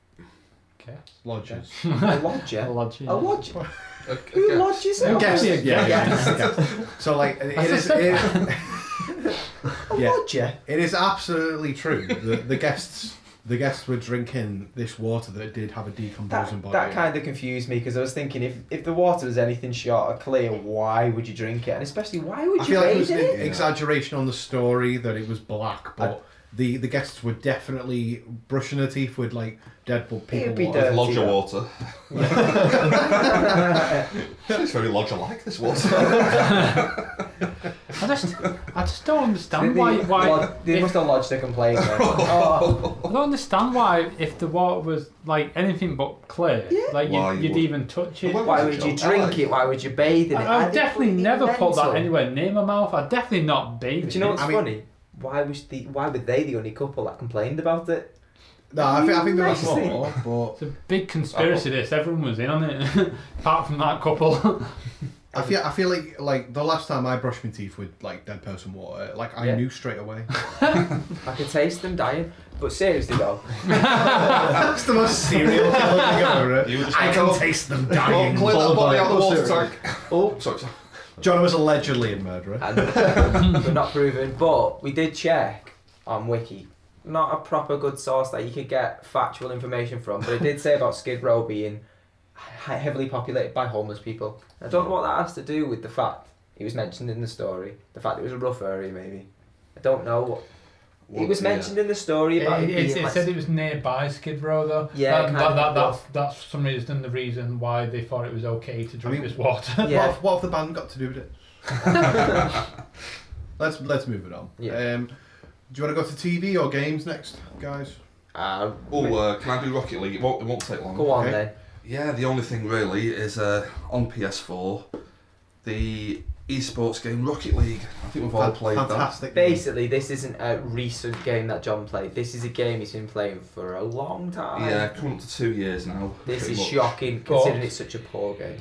[SPEAKER 4] Okay.
[SPEAKER 1] lodges?
[SPEAKER 3] a lodger.
[SPEAKER 4] Lodging.
[SPEAKER 3] A lodger.
[SPEAKER 2] A- a
[SPEAKER 3] Who
[SPEAKER 2] guest.
[SPEAKER 3] lodges?
[SPEAKER 4] Who
[SPEAKER 3] a
[SPEAKER 4] guessed?
[SPEAKER 3] lodger?
[SPEAKER 1] yeah,
[SPEAKER 3] Yes.
[SPEAKER 1] yeah, yeah. So like it
[SPEAKER 4] I
[SPEAKER 1] is.
[SPEAKER 4] said
[SPEAKER 1] It,
[SPEAKER 3] A
[SPEAKER 1] Yeah.
[SPEAKER 3] lodger.
[SPEAKER 1] It is absolutely true. The, the guests, the guests were drinking this water that did have a decomposing body.
[SPEAKER 3] That, that kind of confused me because I was thinking if, if the water was anything short of clear, why would you drink it? And especially, why would
[SPEAKER 1] I
[SPEAKER 3] you
[SPEAKER 1] feel like it was
[SPEAKER 3] raise
[SPEAKER 1] an
[SPEAKER 3] it?
[SPEAKER 1] exaggeration on the story that it was black, but the, the guests were definitely brushing their teeth with like Deadpool people.
[SPEAKER 3] It'd be
[SPEAKER 1] water.
[SPEAKER 3] dirty.
[SPEAKER 2] Lodger water. it's very lodger like this water.
[SPEAKER 4] I just, I just don't understand
[SPEAKER 3] They-
[SPEAKER 4] why.
[SPEAKER 3] they-
[SPEAKER 4] Why
[SPEAKER 3] lod- they
[SPEAKER 4] if-
[SPEAKER 3] must have lodged a complaint. then. oh,
[SPEAKER 4] I don't understand why, if the water was like anything but clear, like
[SPEAKER 2] Why
[SPEAKER 4] you,
[SPEAKER 2] you
[SPEAKER 4] you'd
[SPEAKER 2] would-
[SPEAKER 4] even touch it.
[SPEAKER 2] Why
[SPEAKER 4] I,
[SPEAKER 3] why would you drink it? Why would you bathe in it?
[SPEAKER 4] I would
[SPEAKER 3] think
[SPEAKER 4] definitely
[SPEAKER 3] it's
[SPEAKER 4] never put that
[SPEAKER 3] mental.
[SPEAKER 4] anywhere near my mouth. I'd definitely not bathe.
[SPEAKER 3] But do you know
[SPEAKER 4] it.
[SPEAKER 3] what's
[SPEAKER 1] I mean-
[SPEAKER 3] funny? Why was the why were they the only couple that complained about it?
[SPEAKER 1] No, I think, I think there was
[SPEAKER 3] Nice thing.
[SPEAKER 1] more, but
[SPEAKER 4] It's a big
[SPEAKER 3] Oh.
[SPEAKER 4] conspiracy. This everyone was in on it, apart from that couple.
[SPEAKER 1] I feel I feel like like the last time I brushed my teeth with like dead person water, like I
[SPEAKER 3] Yeah.
[SPEAKER 1] knew straight away.
[SPEAKER 3] I could taste them dying. But seriously though,
[SPEAKER 1] That's the most serial killer thing ever.
[SPEAKER 2] You were just
[SPEAKER 1] I
[SPEAKER 2] like,
[SPEAKER 1] can
[SPEAKER 2] oh,
[SPEAKER 1] taste them
[SPEAKER 2] Oh,
[SPEAKER 1] dying.
[SPEAKER 2] clear that
[SPEAKER 5] Followed by
[SPEAKER 2] body out of the water
[SPEAKER 5] serious.
[SPEAKER 2] tank. Oh, sorry, sorry.
[SPEAKER 1] John was
[SPEAKER 3] Uh,
[SPEAKER 1] allegedly a murderer.
[SPEAKER 3] and we're not proven, but we did check on Wiki not a proper good source that you could get factual information from, but it did say about Skid Row being he- heavily populated by homeless people. I don't know what that has to do with the fact it was mentioned in the story. The fact it was a rough area, maybe. I don't know what.
[SPEAKER 2] Well,
[SPEAKER 3] it was
[SPEAKER 2] yeah.
[SPEAKER 3] mentioned in the story about it,
[SPEAKER 4] It, it,
[SPEAKER 3] being
[SPEAKER 4] it
[SPEAKER 3] like-
[SPEAKER 4] said it was nearby Skid Row though.
[SPEAKER 3] Yeah,
[SPEAKER 4] that,
[SPEAKER 3] kind
[SPEAKER 4] that,
[SPEAKER 3] of
[SPEAKER 4] that,
[SPEAKER 3] rough.
[SPEAKER 4] that's, that's for some reason the reason why they thought it was okay to drink
[SPEAKER 1] I mean-
[SPEAKER 4] this water.
[SPEAKER 1] What,
[SPEAKER 3] Yeah.
[SPEAKER 1] have, what have the band got to do with it? let's let's move it on.
[SPEAKER 3] Yeah.
[SPEAKER 1] Um, do you want to go to TV or games next, guys?
[SPEAKER 3] Ah,
[SPEAKER 2] Oh, uh, can I do Rocket League? It won't, it won't take long.
[SPEAKER 3] go on
[SPEAKER 1] okay.
[SPEAKER 3] then.
[SPEAKER 2] Yeah, the only thing really is uh, on PS4, the esports game Rocket League. I think we've all
[SPEAKER 1] Fan-
[SPEAKER 2] played that.
[SPEAKER 1] Fantastic.
[SPEAKER 3] Basically, this isn't a recent game that John played. This is a game he's been playing for a long time.
[SPEAKER 2] Yeah, coming up to two years now.
[SPEAKER 3] This
[SPEAKER 2] pretty
[SPEAKER 3] is
[SPEAKER 2] much.
[SPEAKER 3] shocking
[SPEAKER 4] But-
[SPEAKER 3] considering it's such a poor game.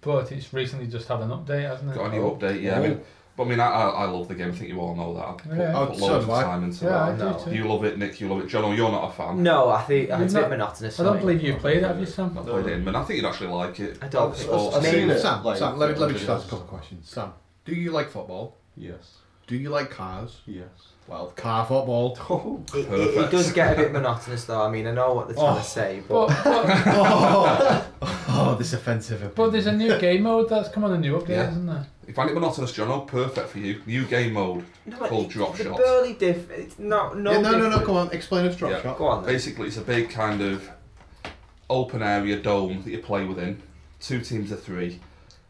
[SPEAKER 4] But it's recently just had an update, hasn't it?
[SPEAKER 2] Got a new update, yeah. I mean, but I mean, I, I, I love the game. I think you all know that. I put,
[SPEAKER 4] Yeah.
[SPEAKER 1] Oh,
[SPEAKER 2] put
[SPEAKER 1] so
[SPEAKER 2] loads
[SPEAKER 1] do
[SPEAKER 2] of
[SPEAKER 1] I.
[SPEAKER 2] time into
[SPEAKER 4] Yeah, I
[SPEAKER 2] that.
[SPEAKER 4] do
[SPEAKER 3] No.
[SPEAKER 4] too.
[SPEAKER 2] You love it, Nick. You love it, John. Oh, you're not a fan.
[SPEAKER 3] No, I think
[SPEAKER 4] You've
[SPEAKER 3] it's a
[SPEAKER 4] not-
[SPEAKER 3] bit monotonous.
[SPEAKER 4] I
[SPEAKER 3] for
[SPEAKER 4] don't
[SPEAKER 3] me.
[SPEAKER 4] believe you've played it, have you,
[SPEAKER 2] I've
[SPEAKER 4] Sam?
[SPEAKER 2] not played it, but I think you'd actually like it.
[SPEAKER 3] I don't think
[SPEAKER 5] I've- I've
[SPEAKER 3] it's-
[SPEAKER 5] seen it.
[SPEAKER 1] Oh, Sam,
[SPEAKER 5] like,
[SPEAKER 1] Sam, let me let me just
[SPEAKER 5] videos.
[SPEAKER 1] ask a couple of questions. Sam, do you like football?
[SPEAKER 5] Yes.
[SPEAKER 1] Do you like cars?
[SPEAKER 5] Yes.
[SPEAKER 1] Well, car football.
[SPEAKER 5] Oh.
[SPEAKER 3] It, it, it does get a bit monotonous, though. I mean, I know what they're trying
[SPEAKER 1] Oh.
[SPEAKER 3] to say, but,
[SPEAKER 4] But, but,
[SPEAKER 1] oh, this offensive.
[SPEAKER 4] but there's a new game mode that's come on a new update,
[SPEAKER 2] Yeah.
[SPEAKER 4] isn't there?
[SPEAKER 2] You find it monotonous, John? Oh, perfect for you. New game mode
[SPEAKER 3] no, but
[SPEAKER 2] called
[SPEAKER 3] it-
[SPEAKER 2] Drop
[SPEAKER 3] the
[SPEAKER 2] Shot.
[SPEAKER 3] barely diff. It's not no.
[SPEAKER 1] yeah, no, no, no.
[SPEAKER 3] different.
[SPEAKER 1] Come on, explain us drop
[SPEAKER 2] Yeah.
[SPEAKER 1] shot.
[SPEAKER 3] Go on. Then.
[SPEAKER 2] Basically, it's a big kind of open area dome that you play within. Two teams of three.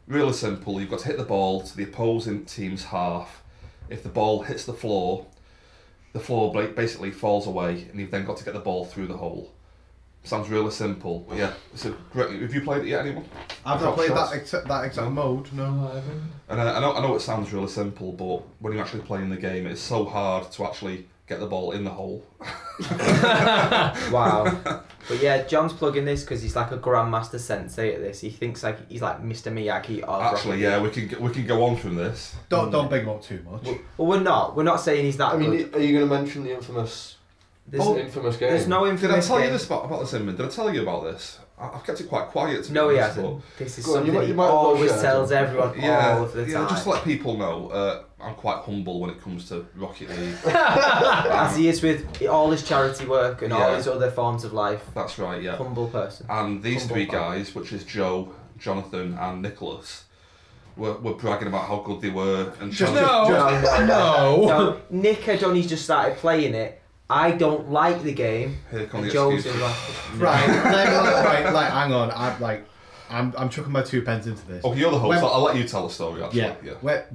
[SPEAKER 2] Really simple. You've got to hit the ball to the opposing team's half. If the ball hits the floor, the floor ba- basically falls away, and you've then got to get the ball through the hole. Sounds really simple. But yeah, it's a great. Have you played it yet, anyone?
[SPEAKER 1] I've not
[SPEAKER 2] Drop
[SPEAKER 1] played
[SPEAKER 2] shots.
[SPEAKER 1] that exact that exact mode. No.
[SPEAKER 4] No, I haven't.
[SPEAKER 2] And uh, I, I know I know it sounds really simple, but when you're actually playing the game, it's so hard to actually get the ball in the hole.
[SPEAKER 3] Wow. But yeah, John's plugging this because he's like a grandmaster sensei at this. He thinks like he's like Mr Miyagi. Of Rocket
[SPEAKER 2] actually, yeah, we can g- we can go on from this.
[SPEAKER 1] Don't
[SPEAKER 2] Mm.
[SPEAKER 1] don't big him up too much.
[SPEAKER 3] League. Well, we're not. We're not saying he's that
[SPEAKER 5] I mean, oh,
[SPEAKER 3] good.
[SPEAKER 5] are you going to mention the infamous,
[SPEAKER 3] There's,
[SPEAKER 5] infamous game?
[SPEAKER 3] Oh, there's no
[SPEAKER 2] Did I
[SPEAKER 3] infamous
[SPEAKER 2] tell you
[SPEAKER 3] game.
[SPEAKER 2] this about, about this, Inman? Did I tell you about this? I, I've kept it quite quiet. To be
[SPEAKER 3] No, he
[SPEAKER 2] honest,
[SPEAKER 3] hasn't. This is
[SPEAKER 5] Go on, you
[SPEAKER 3] something
[SPEAKER 5] might- you
[SPEAKER 3] he
[SPEAKER 5] might as well
[SPEAKER 3] always
[SPEAKER 5] share,
[SPEAKER 3] tells
[SPEAKER 5] John.
[SPEAKER 2] but-
[SPEAKER 3] everyone
[SPEAKER 2] Yeah,
[SPEAKER 3] all of the
[SPEAKER 2] yeah.
[SPEAKER 3] time.
[SPEAKER 2] Just to let people know, uh, I'm quite humble when it comes to Rocket League.
[SPEAKER 3] As he is with all his charity work and all
[SPEAKER 2] Yeah.
[SPEAKER 3] his other forms of life.
[SPEAKER 2] That's right, yeah.
[SPEAKER 3] Humble person.
[SPEAKER 2] And these
[SPEAKER 3] Humble
[SPEAKER 2] three
[SPEAKER 3] fan.
[SPEAKER 2] guys, which is Joe, Jonathan, and Nicholas, were, were bragging about how good they were. And
[SPEAKER 1] Just-
[SPEAKER 4] No,
[SPEAKER 2] Jonathan-
[SPEAKER 4] no.
[SPEAKER 3] No, Nick had only just started playing it. I don't like the game.
[SPEAKER 2] Here come
[SPEAKER 3] And
[SPEAKER 2] the
[SPEAKER 3] Joe's in
[SPEAKER 2] excuses.
[SPEAKER 3] Rocket.
[SPEAKER 1] Right, like, like, right, like, hang on. I'm like, I'm I'm chucking my two pence into this.
[SPEAKER 2] Oh, you're the host.
[SPEAKER 1] When-
[SPEAKER 2] I'll, I'll let you tell the story. Actually.
[SPEAKER 1] Yeah. Where-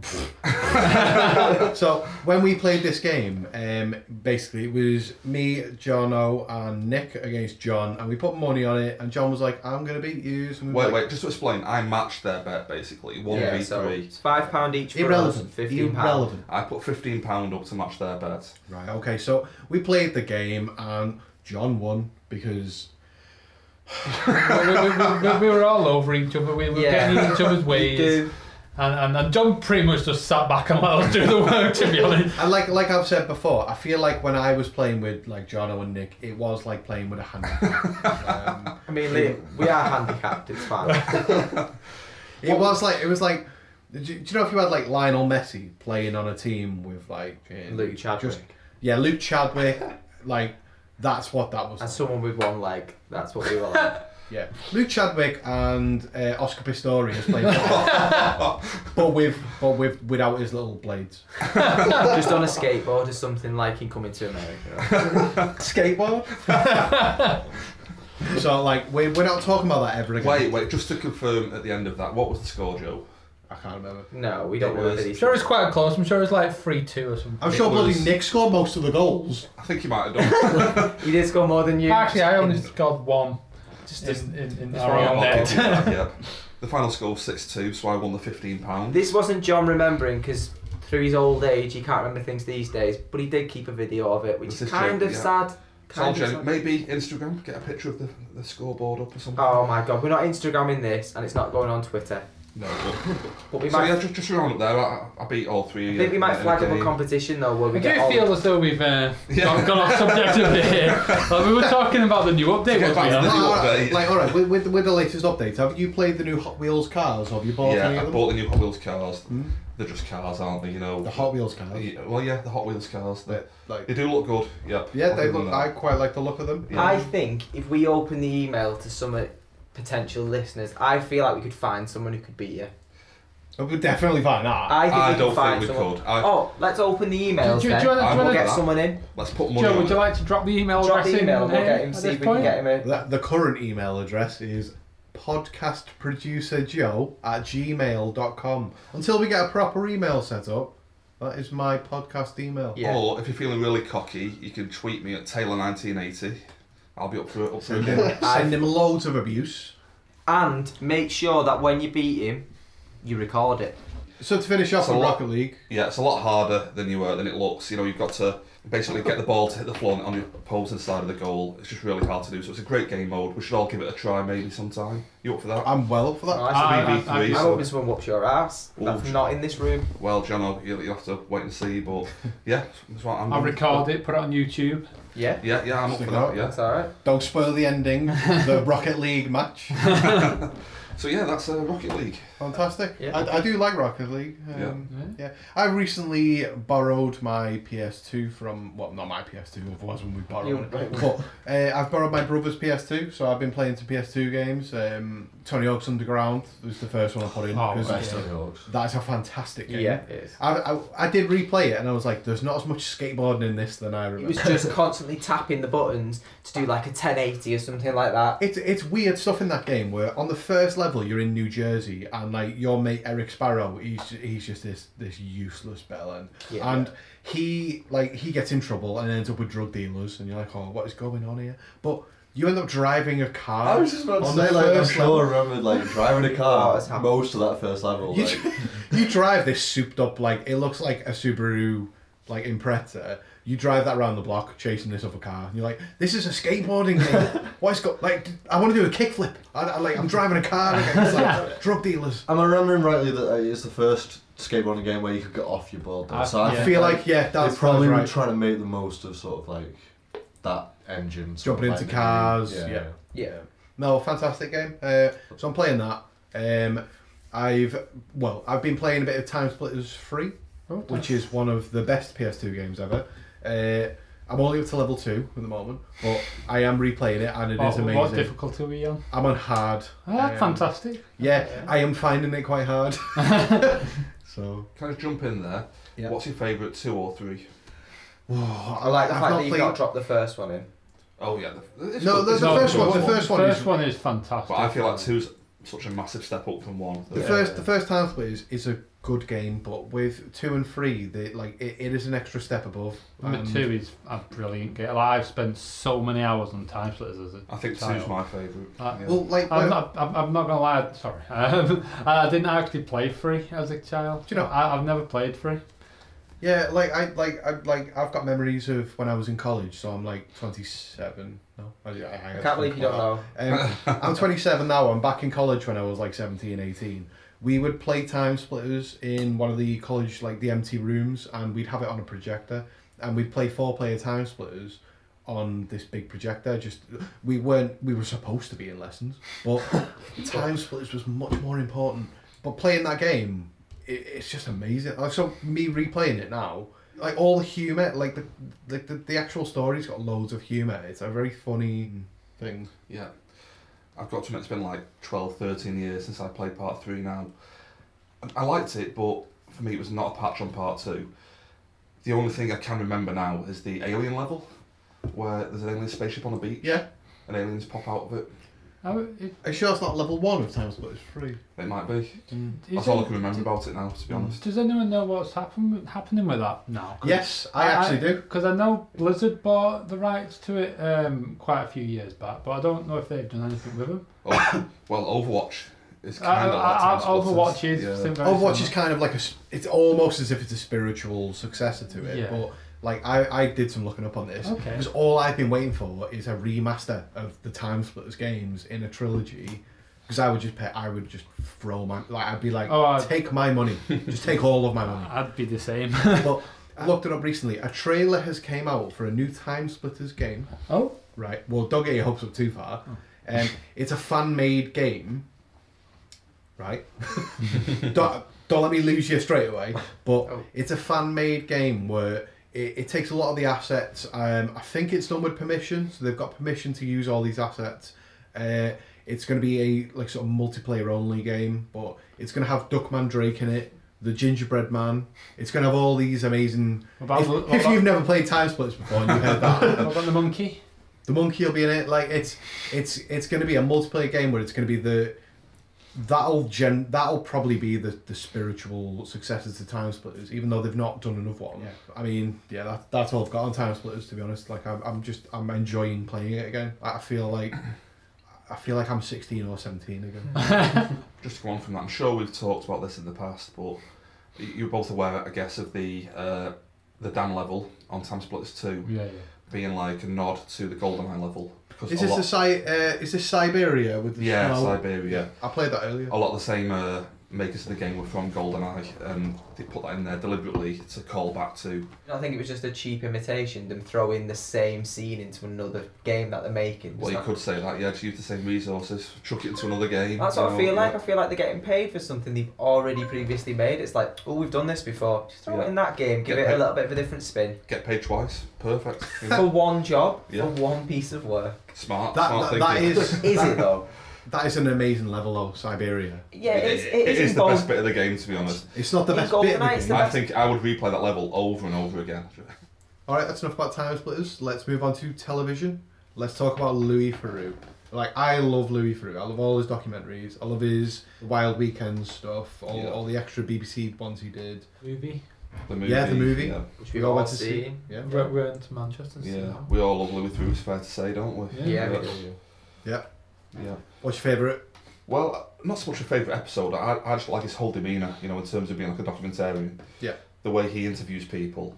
[SPEAKER 1] so when we played this game, um, basically it was me, John O, and Nick against John, and we put money on it. And John was like, "I'm gonna beat you." So we were
[SPEAKER 2] Wait,
[SPEAKER 1] like,
[SPEAKER 2] wait. Just to explain, I matched their bet basically. One
[SPEAKER 3] Yeah,
[SPEAKER 2] v
[SPEAKER 3] so
[SPEAKER 2] three.
[SPEAKER 3] it's five pound each for us and
[SPEAKER 1] Irrelevant.
[SPEAKER 3] fifteen pound.
[SPEAKER 1] Irrelevant.
[SPEAKER 2] I put fifteen pound up to match their bet.
[SPEAKER 1] Right. Okay. So we played the game, and John won because
[SPEAKER 4] we, we, we, we were all over each other. We were
[SPEAKER 3] Yeah.
[SPEAKER 4] getting in each other's
[SPEAKER 3] You
[SPEAKER 4] ways.
[SPEAKER 3] do.
[SPEAKER 4] And, and, and John pretty much just sat back and let us do the work, to be honest.
[SPEAKER 1] And like like I've said before, I feel like when I was playing with like Jono and Nick, it was like playing with a handicap. um,
[SPEAKER 3] I mean, li- we are handicapped. It's fine.
[SPEAKER 1] it was like it was like. Do you, do you know if you had like Lionel Messi playing on a team with like uh,
[SPEAKER 3] Luke Chadwick.
[SPEAKER 1] just- yeah, Luke Chadwick, like that's what that was. like.
[SPEAKER 3] As someone with one leg, that's what we were like.
[SPEAKER 1] Yeah, Luke Chadwick and uh, Oscar Pistorius played, football. but with but with without his little blades.
[SPEAKER 3] Just on a skateboard or something like in Coming to America.
[SPEAKER 1] Skateboard. so like we we're not talking about that ever again.
[SPEAKER 2] Wait, wait. Just to confirm at the end of that, what was the score, Joe?
[SPEAKER 1] I can't remember.
[SPEAKER 3] No, we don't
[SPEAKER 2] It
[SPEAKER 3] remember
[SPEAKER 2] was-
[SPEAKER 4] I'm
[SPEAKER 3] these.
[SPEAKER 4] sure it's quite close. I'm sure it's like 3 2 or something.
[SPEAKER 1] I'm sure
[SPEAKER 2] It was-
[SPEAKER 1] bloody Nick scored most of the goals.
[SPEAKER 2] I think you might have done.
[SPEAKER 3] You did score more than you.
[SPEAKER 4] Actually, I only scored one
[SPEAKER 3] Just as-
[SPEAKER 4] in, in, in
[SPEAKER 3] just
[SPEAKER 4] our
[SPEAKER 3] one
[SPEAKER 4] own
[SPEAKER 2] I'll
[SPEAKER 3] more.
[SPEAKER 4] net.
[SPEAKER 2] give you that, yeah. The final score was six two, so I won the fifteen pound.
[SPEAKER 3] This wasn't John remembering because through his old age he can't remember things these days, but he did keep a video of it, which
[SPEAKER 2] This
[SPEAKER 3] is
[SPEAKER 2] is
[SPEAKER 3] kind
[SPEAKER 2] true,
[SPEAKER 3] of
[SPEAKER 2] yeah.
[SPEAKER 3] sad. Kind of sad.
[SPEAKER 2] Maybe Instagram, get a picture of the, the scoreboard up or something.
[SPEAKER 3] Oh my god, we're not Instagramming this and it's not going on Twitter.
[SPEAKER 5] No. But
[SPEAKER 3] But we
[SPEAKER 2] so
[SPEAKER 3] might.
[SPEAKER 2] yeah, just, just round up there. I, I beat all three.
[SPEAKER 3] I think we might
[SPEAKER 2] uh,
[SPEAKER 3] flag up a
[SPEAKER 2] game.
[SPEAKER 3] competition though, where we
[SPEAKER 4] I
[SPEAKER 3] get
[SPEAKER 4] do
[SPEAKER 3] all
[SPEAKER 4] feel as though we've uh,
[SPEAKER 2] Yeah.
[SPEAKER 4] gone, gone off subject a bit here. Like, we were talking about the new update,
[SPEAKER 2] Yeah,
[SPEAKER 4] wasn't we?
[SPEAKER 2] back to
[SPEAKER 4] Alan?
[SPEAKER 2] the-
[SPEAKER 1] all right,
[SPEAKER 2] update.
[SPEAKER 1] like, all right, with, with, with the latest update, have you played the new Hot Wheels cars? Or have you bought any
[SPEAKER 2] Yeah,
[SPEAKER 1] of
[SPEAKER 2] I
[SPEAKER 1] them?
[SPEAKER 2] bought the new Hot Wheels cars.
[SPEAKER 3] Hmm?
[SPEAKER 2] They're just cars, aren't they? You know.
[SPEAKER 1] the Hot Wheels cars.
[SPEAKER 2] Yeah, well, yeah, the Hot Wheels cars. They,
[SPEAKER 1] That, like,
[SPEAKER 2] they do look good. Yep.
[SPEAKER 1] yeah,
[SPEAKER 2] I'll
[SPEAKER 1] they
[SPEAKER 2] give them
[SPEAKER 1] look.
[SPEAKER 2] that.
[SPEAKER 1] I quite like the look of them.
[SPEAKER 2] Yeah.
[SPEAKER 3] I think if we open the email to some uh, potential listeners, I feel like we could find someone who could beat you.
[SPEAKER 1] I would definitely find that.
[SPEAKER 3] I think
[SPEAKER 2] I
[SPEAKER 3] we
[SPEAKER 2] don't
[SPEAKER 3] could
[SPEAKER 2] think
[SPEAKER 3] find
[SPEAKER 2] we
[SPEAKER 3] someone.
[SPEAKER 2] could. I-
[SPEAKER 3] oh, let's open the emails
[SPEAKER 4] Do you- do you
[SPEAKER 3] then.
[SPEAKER 4] wanna-
[SPEAKER 2] do you
[SPEAKER 3] we'll
[SPEAKER 2] wanna-
[SPEAKER 3] get someone in.
[SPEAKER 2] Let's put money.
[SPEAKER 4] Joe,
[SPEAKER 2] on
[SPEAKER 4] would you
[SPEAKER 2] it.
[SPEAKER 4] like to drop the email
[SPEAKER 3] Drop
[SPEAKER 4] address
[SPEAKER 3] the email.
[SPEAKER 4] in?
[SPEAKER 3] We'll
[SPEAKER 4] uh,
[SPEAKER 3] get him.
[SPEAKER 4] at
[SPEAKER 3] See
[SPEAKER 4] this
[SPEAKER 3] if we
[SPEAKER 4] point?
[SPEAKER 3] can get him in.
[SPEAKER 1] That the current email address is podcastproducerjoe at gmail.com. Until we get a proper email set up, that is my podcast email.
[SPEAKER 3] Yeah.
[SPEAKER 2] Or if you're feeling really cocky, you can tweet me at Taylor1980. I'll be up for it. Up for
[SPEAKER 1] Send
[SPEAKER 2] it.
[SPEAKER 1] him, send him loads of abuse.
[SPEAKER 3] And make sure that when you beat him, you record it.
[SPEAKER 1] So to finish off
[SPEAKER 2] So
[SPEAKER 1] on
[SPEAKER 2] what-
[SPEAKER 1] Rocket League,
[SPEAKER 2] yeah, it's a lot harder than you uh, than it looks. You know, you've got to basically get the ball to hit the floor on the opposing side of the goal. It's just really hard to do. So it's a great game mode. We should all give it a try maybe sometime. You up for that?
[SPEAKER 1] I'm well up for that.
[SPEAKER 3] Oh,
[SPEAKER 4] Ah,
[SPEAKER 3] that's a
[SPEAKER 4] I-
[SPEAKER 2] BB3,
[SPEAKER 4] I-
[SPEAKER 3] I'm
[SPEAKER 2] so-
[SPEAKER 3] hoping someone whoops your ass.
[SPEAKER 2] Ooh.
[SPEAKER 3] That's not in this room.
[SPEAKER 2] Well, Jono, you'll, you'll have to wait and see. But yeah, that's what I'm.
[SPEAKER 4] I'll record it, put it on YouTube.
[SPEAKER 3] Yeah,
[SPEAKER 2] Yeah, yeah, I'm up for that. Yeah.
[SPEAKER 3] that's all right.
[SPEAKER 1] Don't spoil the ending, the Rocket League match.
[SPEAKER 2] So yeah, that's uh, Rocket League.
[SPEAKER 1] Fantastic.
[SPEAKER 3] Yeah.
[SPEAKER 1] I, I do like Rocket League. Um, yeah. I recently borrowed my PS2 from, well, not my PS2, it was when we borrowed
[SPEAKER 3] You-
[SPEAKER 1] it. But uh, I've borrowed my brother's PS2, so I've been playing some PS2 games. Um, Tony Hawk's Underground was the first one I put in.
[SPEAKER 4] Oh,
[SPEAKER 1] 'cause,
[SPEAKER 5] best
[SPEAKER 1] uh,
[SPEAKER 5] Tony Hawk's.
[SPEAKER 1] That's a fantastic game.
[SPEAKER 3] Yeah, it is.
[SPEAKER 1] I, I, I did replay it and I was like, there's not as much skateboarding in this than I
[SPEAKER 3] He
[SPEAKER 1] remember.
[SPEAKER 3] was just constantly tapping the buttons to do like a 1080 or something like that.
[SPEAKER 1] It's it's weird stuff in that game where on the first level you're in New Jersey and like your mate Eric Sparrow, he's he's just this this useless bellend,
[SPEAKER 3] Yeah.
[SPEAKER 1] and he like he gets in trouble and ends up with drug dealers, and you're like, oh, what is going on here? But you end up driving a car.
[SPEAKER 5] I was just about to
[SPEAKER 1] on
[SPEAKER 5] say,
[SPEAKER 1] the
[SPEAKER 5] like, I'm
[SPEAKER 1] first level.
[SPEAKER 5] sure I remember, like, driving a
[SPEAKER 3] Oh,
[SPEAKER 5] car
[SPEAKER 3] it's happened.
[SPEAKER 5] most of that first level.
[SPEAKER 1] You,
[SPEAKER 5] Like,
[SPEAKER 1] you drive this souped up like it looks like a Subaru like Impreza. You drive that around the block chasing this other car. And you're like, this is a skateboarding game. What's got like? I want to do a kickflip. I, I like I'm driving a car. Again. It's like drug dealers.
[SPEAKER 5] am I remembering rightly that uh, it's the first skateboarding game where you could get off your board?
[SPEAKER 4] I-
[SPEAKER 5] Though, so I
[SPEAKER 4] yeah.
[SPEAKER 1] I feel
[SPEAKER 5] like
[SPEAKER 1] like yeah,
[SPEAKER 5] they
[SPEAKER 1] that's
[SPEAKER 5] probably
[SPEAKER 1] probably
[SPEAKER 5] were
[SPEAKER 1] right.
[SPEAKER 5] trying to make the most of sort of like that engine. sort
[SPEAKER 1] Jumping
[SPEAKER 5] of,
[SPEAKER 1] into
[SPEAKER 5] like,
[SPEAKER 1] cars,
[SPEAKER 5] Yeah.
[SPEAKER 1] yeah.
[SPEAKER 3] Yeah.
[SPEAKER 1] no, fantastic game. Uh, so I'm playing that. Um, I've well, I've been playing a bit of Time Splitters Free, which is one of the best PS2 games ever. Uh, I'm only up to level two at the moment, but I am replaying it and it is
[SPEAKER 4] What,
[SPEAKER 1] amazing.
[SPEAKER 4] what difficulty are we on?
[SPEAKER 1] I'm on hard.
[SPEAKER 4] Ah,
[SPEAKER 1] Um,
[SPEAKER 4] fantastic.
[SPEAKER 1] Yeah, I am finding it quite hard. so
[SPEAKER 2] Can I just jump in there?
[SPEAKER 1] Yeah.
[SPEAKER 2] What's your favourite two or three?
[SPEAKER 3] I like the
[SPEAKER 1] I've
[SPEAKER 3] fact
[SPEAKER 1] not
[SPEAKER 3] that you've
[SPEAKER 1] played-
[SPEAKER 3] got to drop the first one in.
[SPEAKER 2] Oh yeah, the, it's
[SPEAKER 1] No,
[SPEAKER 2] good.
[SPEAKER 1] the-
[SPEAKER 2] It's
[SPEAKER 1] the
[SPEAKER 2] not
[SPEAKER 1] first
[SPEAKER 2] good.
[SPEAKER 1] one- the first one is-
[SPEAKER 4] first one is fantastic.
[SPEAKER 2] But I feel like two's such a massive step up from one.
[SPEAKER 1] The first, the first Time Splitters is a good game, but with two and three, they, like it, it is an extra step above.
[SPEAKER 4] Number
[SPEAKER 1] and-
[SPEAKER 4] two is a brilliant game. Like, I've spent so many hours on Time Splitters as a
[SPEAKER 2] I think
[SPEAKER 4] child.
[SPEAKER 2] two's my favourite.
[SPEAKER 4] Uh,
[SPEAKER 2] yeah.
[SPEAKER 1] Well, like
[SPEAKER 4] I'm
[SPEAKER 1] when-
[SPEAKER 4] not, I'm, I'm not gonna lie, sorry. Um, I didn't actually play free as a child.
[SPEAKER 1] Do you know-
[SPEAKER 4] I, I've never played free.
[SPEAKER 1] Yeah, like I like I like I've got memories of when I was in college, so I'm like 27. No, I, I,
[SPEAKER 3] I can't believe you don't know.
[SPEAKER 1] Um, I'm 27 now. I'm back in college when I was like 17, 18. We would play time splitters in one of the college like the empty rooms, and we'd have it on a projector, and we'd play four player time splitters on this big projector. Just we weren't we were supposed to be in lessons, but time splitters was much more important. But playing that game, it, it's just amazing. Like so, me replaying it now. Like all the humor, like the like the, the actual story's got loads of humor. It's a very funny thing.
[SPEAKER 2] Yeah. I've got to admit, it's been like 12, 13 years since I played part three now. And I liked it, but for me, it was not a patch on part two. The only thing I can remember now is the alien level, where there's an alien spaceship on a beach
[SPEAKER 1] Yeah.
[SPEAKER 2] and aliens pop out of it.
[SPEAKER 4] I, it,
[SPEAKER 1] Are you sure it's not level one of Time Splitters 3?
[SPEAKER 2] It might be.
[SPEAKER 4] is
[SPEAKER 2] That's all I
[SPEAKER 4] it-
[SPEAKER 2] can remember about it now, to
[SPEAKER 4] Mm.
[SPEAKER 2] be honest.
[SPEAKER 4] Does anyone know what's happen, happening with that now?
[SPEAKER 1] Yes, I actually do.
[SPEAKER 4] Because I know Blizzard bought the rights to it um, quite a few years back, but I don't know if they've done anything with them.
[SPEAKER 2] Oh, well, Overwatch is
[SPEAKER 4] I,
[SPEAKER 2] kind of like
[SPEAKER 4] I, I,
[SPEAKER 2] Time Splitters.
[SPEAKER 4] Overwatch is
[SPEAKER 2] Yeah.
[SPEAKER 4] something very
[SPEAKER 1] Overwatch is
[SPEAKER 4] similar.
[SPEAKER 1] kind of like a. s- It's almost as if it's a spiritual successor to it,
[SPEAKER 4] Yeah.
[SPEAKER 1] but. Like I, I did some looking up on this
[SPEAKER 4] Okay.
[SPEAKER 1] because all I've been waiting for is a remaster of the Time Splitters games in a trilogy, because I would just pay. I would just throw my like. I'd be like,
[SPEAKER 4] Oh, I-
[SPEAKER 1] take my money, just take all of my money.
[SPEAKER 4] I'd be the same.
[SPEAKER 1] But I looked it up recently. A trailer has came out for a new Time Splitters game.
[SPEAKER 4] Oh,
[SPEAKER 1] Right. Well, don't get your hopes up too far. Um, it's a fan made game. Right. don't, don't let me lose you straight away. But
[SPEAKER 3] Oh.
[SPEAKER 1] it's a fan made game where it, it takes a lot of the assets. Um, I think it's done with permission, so they've got permission to use all these assets. Uh, it's going to be a like sort of multiplayer only game, but it's going to have Duckman Drake in it, the Gingerbread Man. It's going to have all these amazing.
[SPEAKER 4] What about
[SPEAKER 1] if
[SPEAKER 4] the- what
[SPEAKER 1] if
[SPEAKER 4] about-
[SPEAKER 1] you've never played Time Splitters before and you heard that,
[SPEAKER 4] what about the monkey?
[SPEAKER 1] the monkey will be in it. Like it's it's it's going to be a multiplayer game where it's going to be the that'll gen that'll probably be the, the spiritual successor to Time Splitters, even though they've not done another one.
[SPEAKER 4] Yeah.
[SPEAKER 1] I mean, yeah, that, that's all I've got on Time Splitters to be honest. Like I'm, I'm just I'm enjoying playing it again. I I feel like I feel like I'm 16 or 17 again.
[SPEAKER 2] Just to go on from that, I'm sure we've talked about this in the past, but y- you're both aware, I guess, of the uh, the Dan level on Time Splitters 2
[SPEAKER 4] Yeah, yeah.
[SPEAKER 2] being like a nod to the GoldenEye level. Because
[SPEAKER 1] is
[SPEAKER 2] a
[SPEAKER 1] this
[SPEAKER 2] lot,
[SPEAKER 1] the si- uh, is this Siberia with the
[SPEAKER 2] Yeah,
[SPEAKER 1] snow?
[SPEAKER 2] Siberia.
[SPEAKER 1] I played that earlier.
[SPEAKER 2] A lot of the same uh, makers of the game were from GoldenEye, and they put that in there deliberately to call back to.
[SPEAKER 3] I think it was just a cheap imitation, them throwing the same scene into another game that they're making.
[SPEAKER 2] Well, you could say that, yeah, just use the same resources, chuck it into another game.
[SPEAKER 3] That's what
[SPEAKER 2] you
[SPEAKER 3] I
[SPEAKER 2] know,
[SPEAKER 3] feel like.
[SPEAKER 2] yeah.
[SPEAKER 3] I feel like they're getting paid for something they've already previously made. It's like, oh, we've done this before. Just throw
[SPEAKER 2] Yeah.
[SPEAKER 3] it in that game. Give
[SPEAKER 2] Get
[SPEAKER 3] it a
[SPEAKER 2] paid.
[SPEAKER 3] little bit of a different spin
[SPEAKER 2] Get paid twice, perfect. You know,
[SPEAKER 3] for one job,
[SPEAKER 2] Yeah.
[SPEAKER 3] for one piece of work.
[SPEAKER 2] smart,
[SPEAKER 1] That-
[SPEAKER 2] smart
[SPEAKER 1] that-
[SPEAKER 2] thinking.
[SPEAKER 1] that is-
[SPEAKER 3] Is it though?
[SPEAKER 1] That is an amazing level though, Siberia.
[SPEAKER 3] Yeah, it is. It,
[SPEAKER 2] it is the
[SPEAKER 3] involved.
[SPEAKER 2] best bit of the game, to be honest.
[SPEAKER 1] It's not the
[SPEAKER 3] In
[SPEAKER 1] best bit. Of
[SPEAKER 3] GoldenEye,
[SPEAKER 1] the
[SPEAKER 3] it's
[SPEAKER 1] game.
[SPEAKER 3] the
[SPEAKER 2] I
[SPEAKER 3] best-
[SPEAKER 2] think I would replay that level over and over again.
[SPEAKER 1] All right, that's enough about time splitters. Let's move on to television. Let's talk about Louis Theroux. Like I love Louis Theroux. I love all his documentaries. I love his Wild Weekend stuff. All,
[SPEAKER 2] Yeah.
[SPEAKER 1] all the extra BBC ones he did.
[SPEAKER 4] Movie.
[SPEAKER 2] The movie.
[SPEAKER 1] Yeah, the movie.
[SPEAKER 2] Yeah,
[SPEAKER 3] Which
[SPEAKER 1] We
[SPEAKER 3] we've
[SPEAKER 1] all
[SPEAKER 3] all
[SPEAKER 1] went to
[SPEAKER 3] seen.
[SPEAKER 1] see. Yeah.
[SPEAKER 4] We're, we're into Manchester. and
[SPEAKER 2] yeah.
[SPEAKER 4] stuff.
[SPEAKER 2] we all love Louis Theroux, it's fair to say, don't we?
[SPEAKER 4] Yeah.
[SPEAKER 3] Yeah,
[SPEAKER 2] yeah.
[SPEAKER 3] we
[SPEAKER 1] Yeah.
[SPEAKER 2] Yeah.
[SPEAKER 1] What's your favourite?
[SPEAKER 2] Well, not so much a favourite episode. I, I just like his whole demeanour, you know, in terms of being like a documentarian.
[SPEAKER 1] Yeah.
[SPEAKER 2] The way he interviews people.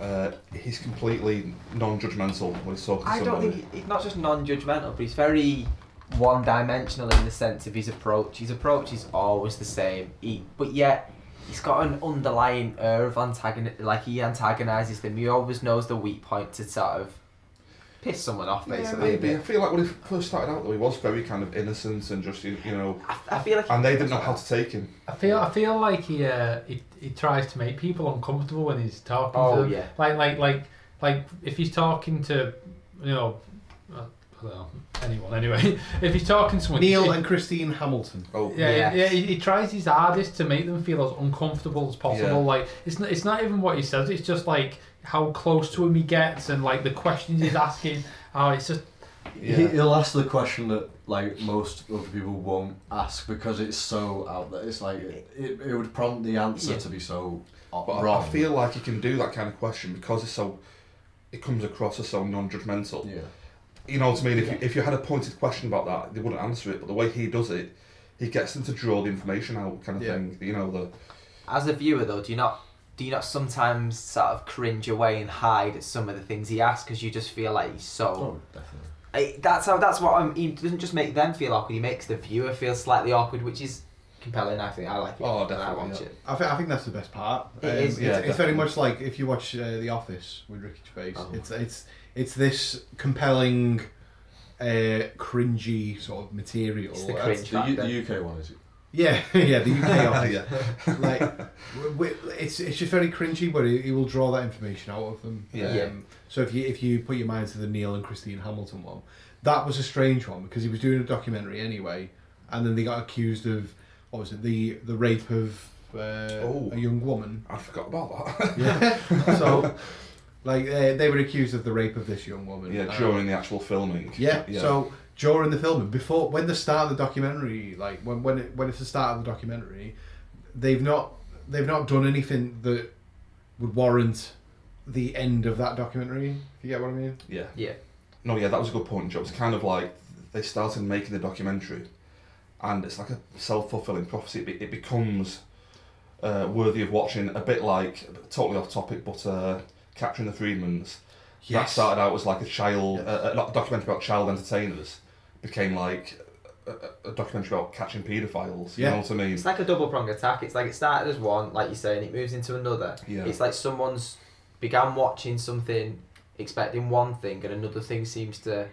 [SPEAKER 2] Uh, he's completely non-judgmental when he's talking to
[SPEAKER 3] I don't
[SPEAKER 2] somebody.
[SPEAKER 3] think he- he's not just non-judgmental, but he's very one-dimensional in the sense of his approach. His approach is always the same. He, but yet he's got an underlying air of antagon, like he antagonizes them. He always knows the weak point to sort of piss someone off,
[SPEAKER 2] yeah,
[SPEAKER 3] basically.
[SPEAKER 2] maybe. I feel like when he first started out, though, he was very kind of innocent and just, you you know,
[SPEAKER 3] I, I feel like.
[SPEAKER 2] and they didn't know how to take him.
[SPEAKER 4] I feel I feel like he, uh, he he tries to make people uncomfortable when he's talking
[SPEAKER 3] Oh,
[SPEAKER 4] to them.
[SPEAKER 3] yeah.
[SPEAKER 4] Like like like like if he's talking to you know uh, I don't know, anyone anyway. if he's talking to someone
[SPEAKER 1] Neil
[SPEAKER 4] he-
[SPEAKER 1] and Christine Hamilton.
[SPEAKER 2] Oh,
[SPEAKER 4] yeah, yeah,
[SPEAKER 3] Yes.
[SPEAKER 4] yeah. He, he tries his hardest to make them feel as uncomfortable as possible.
[SPEAKER 2] Yeah.
[SPEAKER 4] Like it's not, it's not even what he says. It's just like how close to him he gets and like the questions he's asking. Oh, it's just
[SPEAKER 5] He,
[SPEAKER 2] yeah.
[SPEAKER 5] he'll ask the question that like most other people won't ask because it's so out there. It's like it, it, it would prompt the answer
[SPEAKER 3] Yeah.
[SPEAKER 5] to be so
[SPEAKER 2] But
[SPEAKER 5] wrong.
[SPEAKER 2] I feel like he can do that kind of question because it's so, it comes across as so non-judgmental.
[SPEAKER 5] yeah.
[SPEAKER 2] you know what I mean? If, you, if you had a pointed question about that, they wouldn't answer it. But the way he does it, he gets them to draw the information out, kind of
[SPEAKER 1] Yeah.
[SPEAKER 2] thing. You know, the
[SPEAKER 3] As a viewer, though, do you not do you not sometimes sort of cringe away and hide at some of the things he asks because you just feel like he's so.
[SPEAKER 5] Oh, definitely.
[SPEAKER 3] I, that's how. That's what I'm. He doesn't just make them feel awkward. He makes the viewer feel slightly awkward, which is compelling. I think I like it.
[SPEAKER 2] Oh,
[SPEAKER 3] and I
[SPEAKER 2] definitely,
[SPEAKER 3] watch
[SPEAKER 2] yeah.
[SPEAKER 3] it.
[SPEAKER 1] I, th- I think that's the best part. Um,
[SPEAKER 3] It is,
[SPEAKER 1] It's,
[SPEAKER 2] yeah,
[SPEAKER 1] it's very
[SPEAKER 2] definitely.
[SPEAKER 1] much like if you watch uh, The Office with Ricky Gervais.
[SPEAKER 3] Oh.
[SPEAKER 1] It's it's it's this compelling, uh, cringy sort of material.
[SPEAKER 3] It's the
[SPEAKER 1] Uh,
[SPEAKER 3] cringe
[SPEAKER 5] The, U-
[SPEAKER 3] factor.
[SPEAKER 5] the UK one is
[SPEAKER 1] Yeah, yeah, the UK Office.
[SPEAKER 2] yeah,
[SPEAKER 1] like w- w- it's it's just very cringy but it, it will draw that information out of them Um,
[SPEAKER 2] Yeah.
[SPEAKER 3] Yeah.
[SPEAKER 1] so if you if you put your mind to the neil and christine hamilton one that was a strange one because he was doing a documentary anyway and then they got accused of what was it the the rape of uh,
[SPEAKER 2] Oh.
[SPEAKER 1] a young woman
[SPEAKER 2] I forgot about that.
[SPEAKER 1] yeah so like uh, they were accused of the rape of this young woman
[SPEAKER 2] yeah,
[SPEAKER 1] Um,
[SPEAKER 2] during the actual filming.
[SPEAKER 1] yeah, So during the filming, before when the start of the documentary, like when when it, when it's the start of the documentary, they've not they've not done anything that would warrant the end of that documentary. If you get what I mean?
[SPEAKER 2] yeah,
[SPEAKER 3] Yeah.
[SPEAKER 2] no, yeah, that was a good point, Joe. It's kind of like they started making the documentary, and it's like a self fulfilling prophecy. It, be- it becomes uh, worthy of watching. A bit like totally off topic, but uh, capturing the Freedmans. That started out as like a child, uh, a documentary about child entertainers, became like a, a documentary about catching paedophiles.
[SPEAKER 1] Yeah.
[SPEAKER 2] You know what I mean?
[SPEAKER 3] It's like a double pronged attack. It's like it started as one, like you say, and it moves into another.
[SPEAKER 2] Yeah.
[SPEAKER 3] It's like someone's began watching something, expecting one thing, and another thing seems to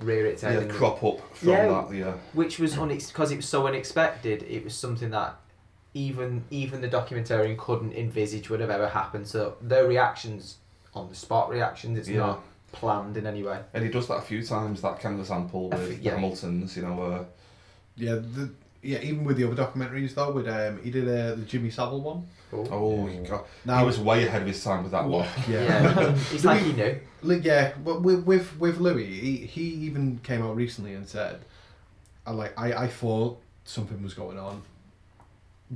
[SPEAKER 3] rear its head.
[SPEAKER 2] yeah,
[SPEAKER 3] and-
[SPEAKER 2] crop up from
[SPEAKER 3] Yeah.
[SPEAKER 2] that. Yeah.
[SPEAKER 3] Which was because it was so unexpected. It was something that even even the documentarian couldn't envisage would have ever happened. So their reactions on the spot reactions. It's
[SPEAKER 2] Yeah.
[SPEAKER 3] not planned in any way.
[SPEAKER 2] And he does that a few times. That kind of example
[SPEAKER 3] A
[SPEAKER 2] with
[SPEAKER 3] few- yeah.
[SPEAKER 2] the Hamiltons. You know. Uh,
[SPEAKER 1] Yeah, the, yeah. Even with the other documentaries though, with um, he did uh, the Jimmy Savile one.
[SPEAKER 3] Cool.
[SPEAKER 2] oh God,
[SPEAKER 1] Now
[SPEAKER 2] he was way ahead of his time with that one.
[SPEAKER 3] Yeah. it's like you know.
[SPEAKER 1] Li- Yeah, but with with, with Louis, he, he even came out recently and said, "I like I, I thought something was going on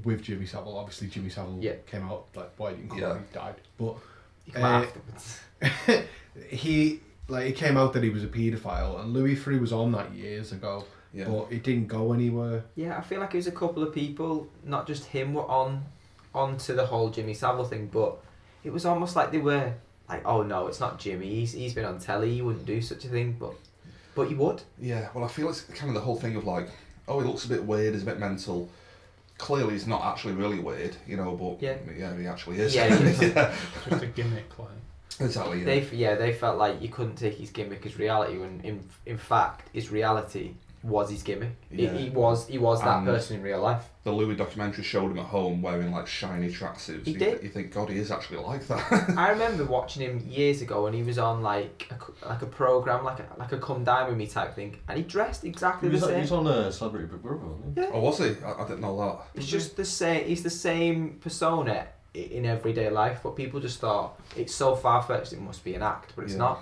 [SPEAKER 1] with Jimmy Savile. Obviously, Jimmy Savile
[SPEAKER 3] Yeah.
[SPEAKER 1] came out like why didn't come
[SPEAKER 2] Yeah.
[SPEAKER 1] out, he died, but
[SPEAKER 3] You come
[SPEAKER 1] Uh,
[SPEAKER 3] out afterwards.
[SPEAKER 1] he like it came out that he was a paedophile, and Louis Free was on that years ago,
[SPEAKER 2] Yeah.
[SPEAKER 1] but it didn't go anywhere.
[SPEAKER 3] Yeah, I feel like it was a couple of people, not just him, were on onto the whole Jimmy Savile thing, but it was almost like they were like, oh no, it's not Jimmy. He's he's been on telly. He wouldn't do such a thing, but but he would.
[SPEAKER 2] Yeah, well, I feel it's kind of the whole thing of like, oh, he looks a bit weird, he's a bit mental. Clearly, he's not actually really weird, you know, but
[SPEAKER 3] Yeah.
[SPEAKER 2] he actually is.
[SPEAKER 3] Yeah, he is.
[SPEAKER 2] Yeah,
[SPEAKER 4] Just a gimmick, like.
[SPEAKER 2] exactly. Yeah.
[SPEAKER 3] They f- yeah they felt like you couldn't take his gimmick as reality when in in fact his reality was his gimmick. He-
[SPEAKER 2] Yeah.
[SPEAKER 3] He, was he was that
[SPEAKER 2] And-
[SPEAKER 3] person in real life.
[SPEAKER 2] The Louis documentary showed him at home wearing like shiny tracksuits.
[SPEAKER 3] He
[SPEAKER 2] you,
[SPEAKER 3] did.
[SPEAKER 2] you think, God, he is actually like that.
[SPEAKER 3] I remember watching him years ago when he was on like a, c- like a program like a, like a come dine with me type thing, and he dressed exactly
[SPEAKER 5] He was,
[SPEAKER 3] the
[SPEAKER 5] he
[SPEAKER 3] same.
[SPEAKER 5] was on a Celebrity Big Brother, wasn't he?
[SPEAKER 2] oh, was he? I, I didn't know that.
[SPEAKER 3] It's just the same. He's the same persona i- in everyday life, but people just thought it's so far fetched. It must be an act, but it's
[SPEAKER 2] Yeah.
[SPEAKER 3] not.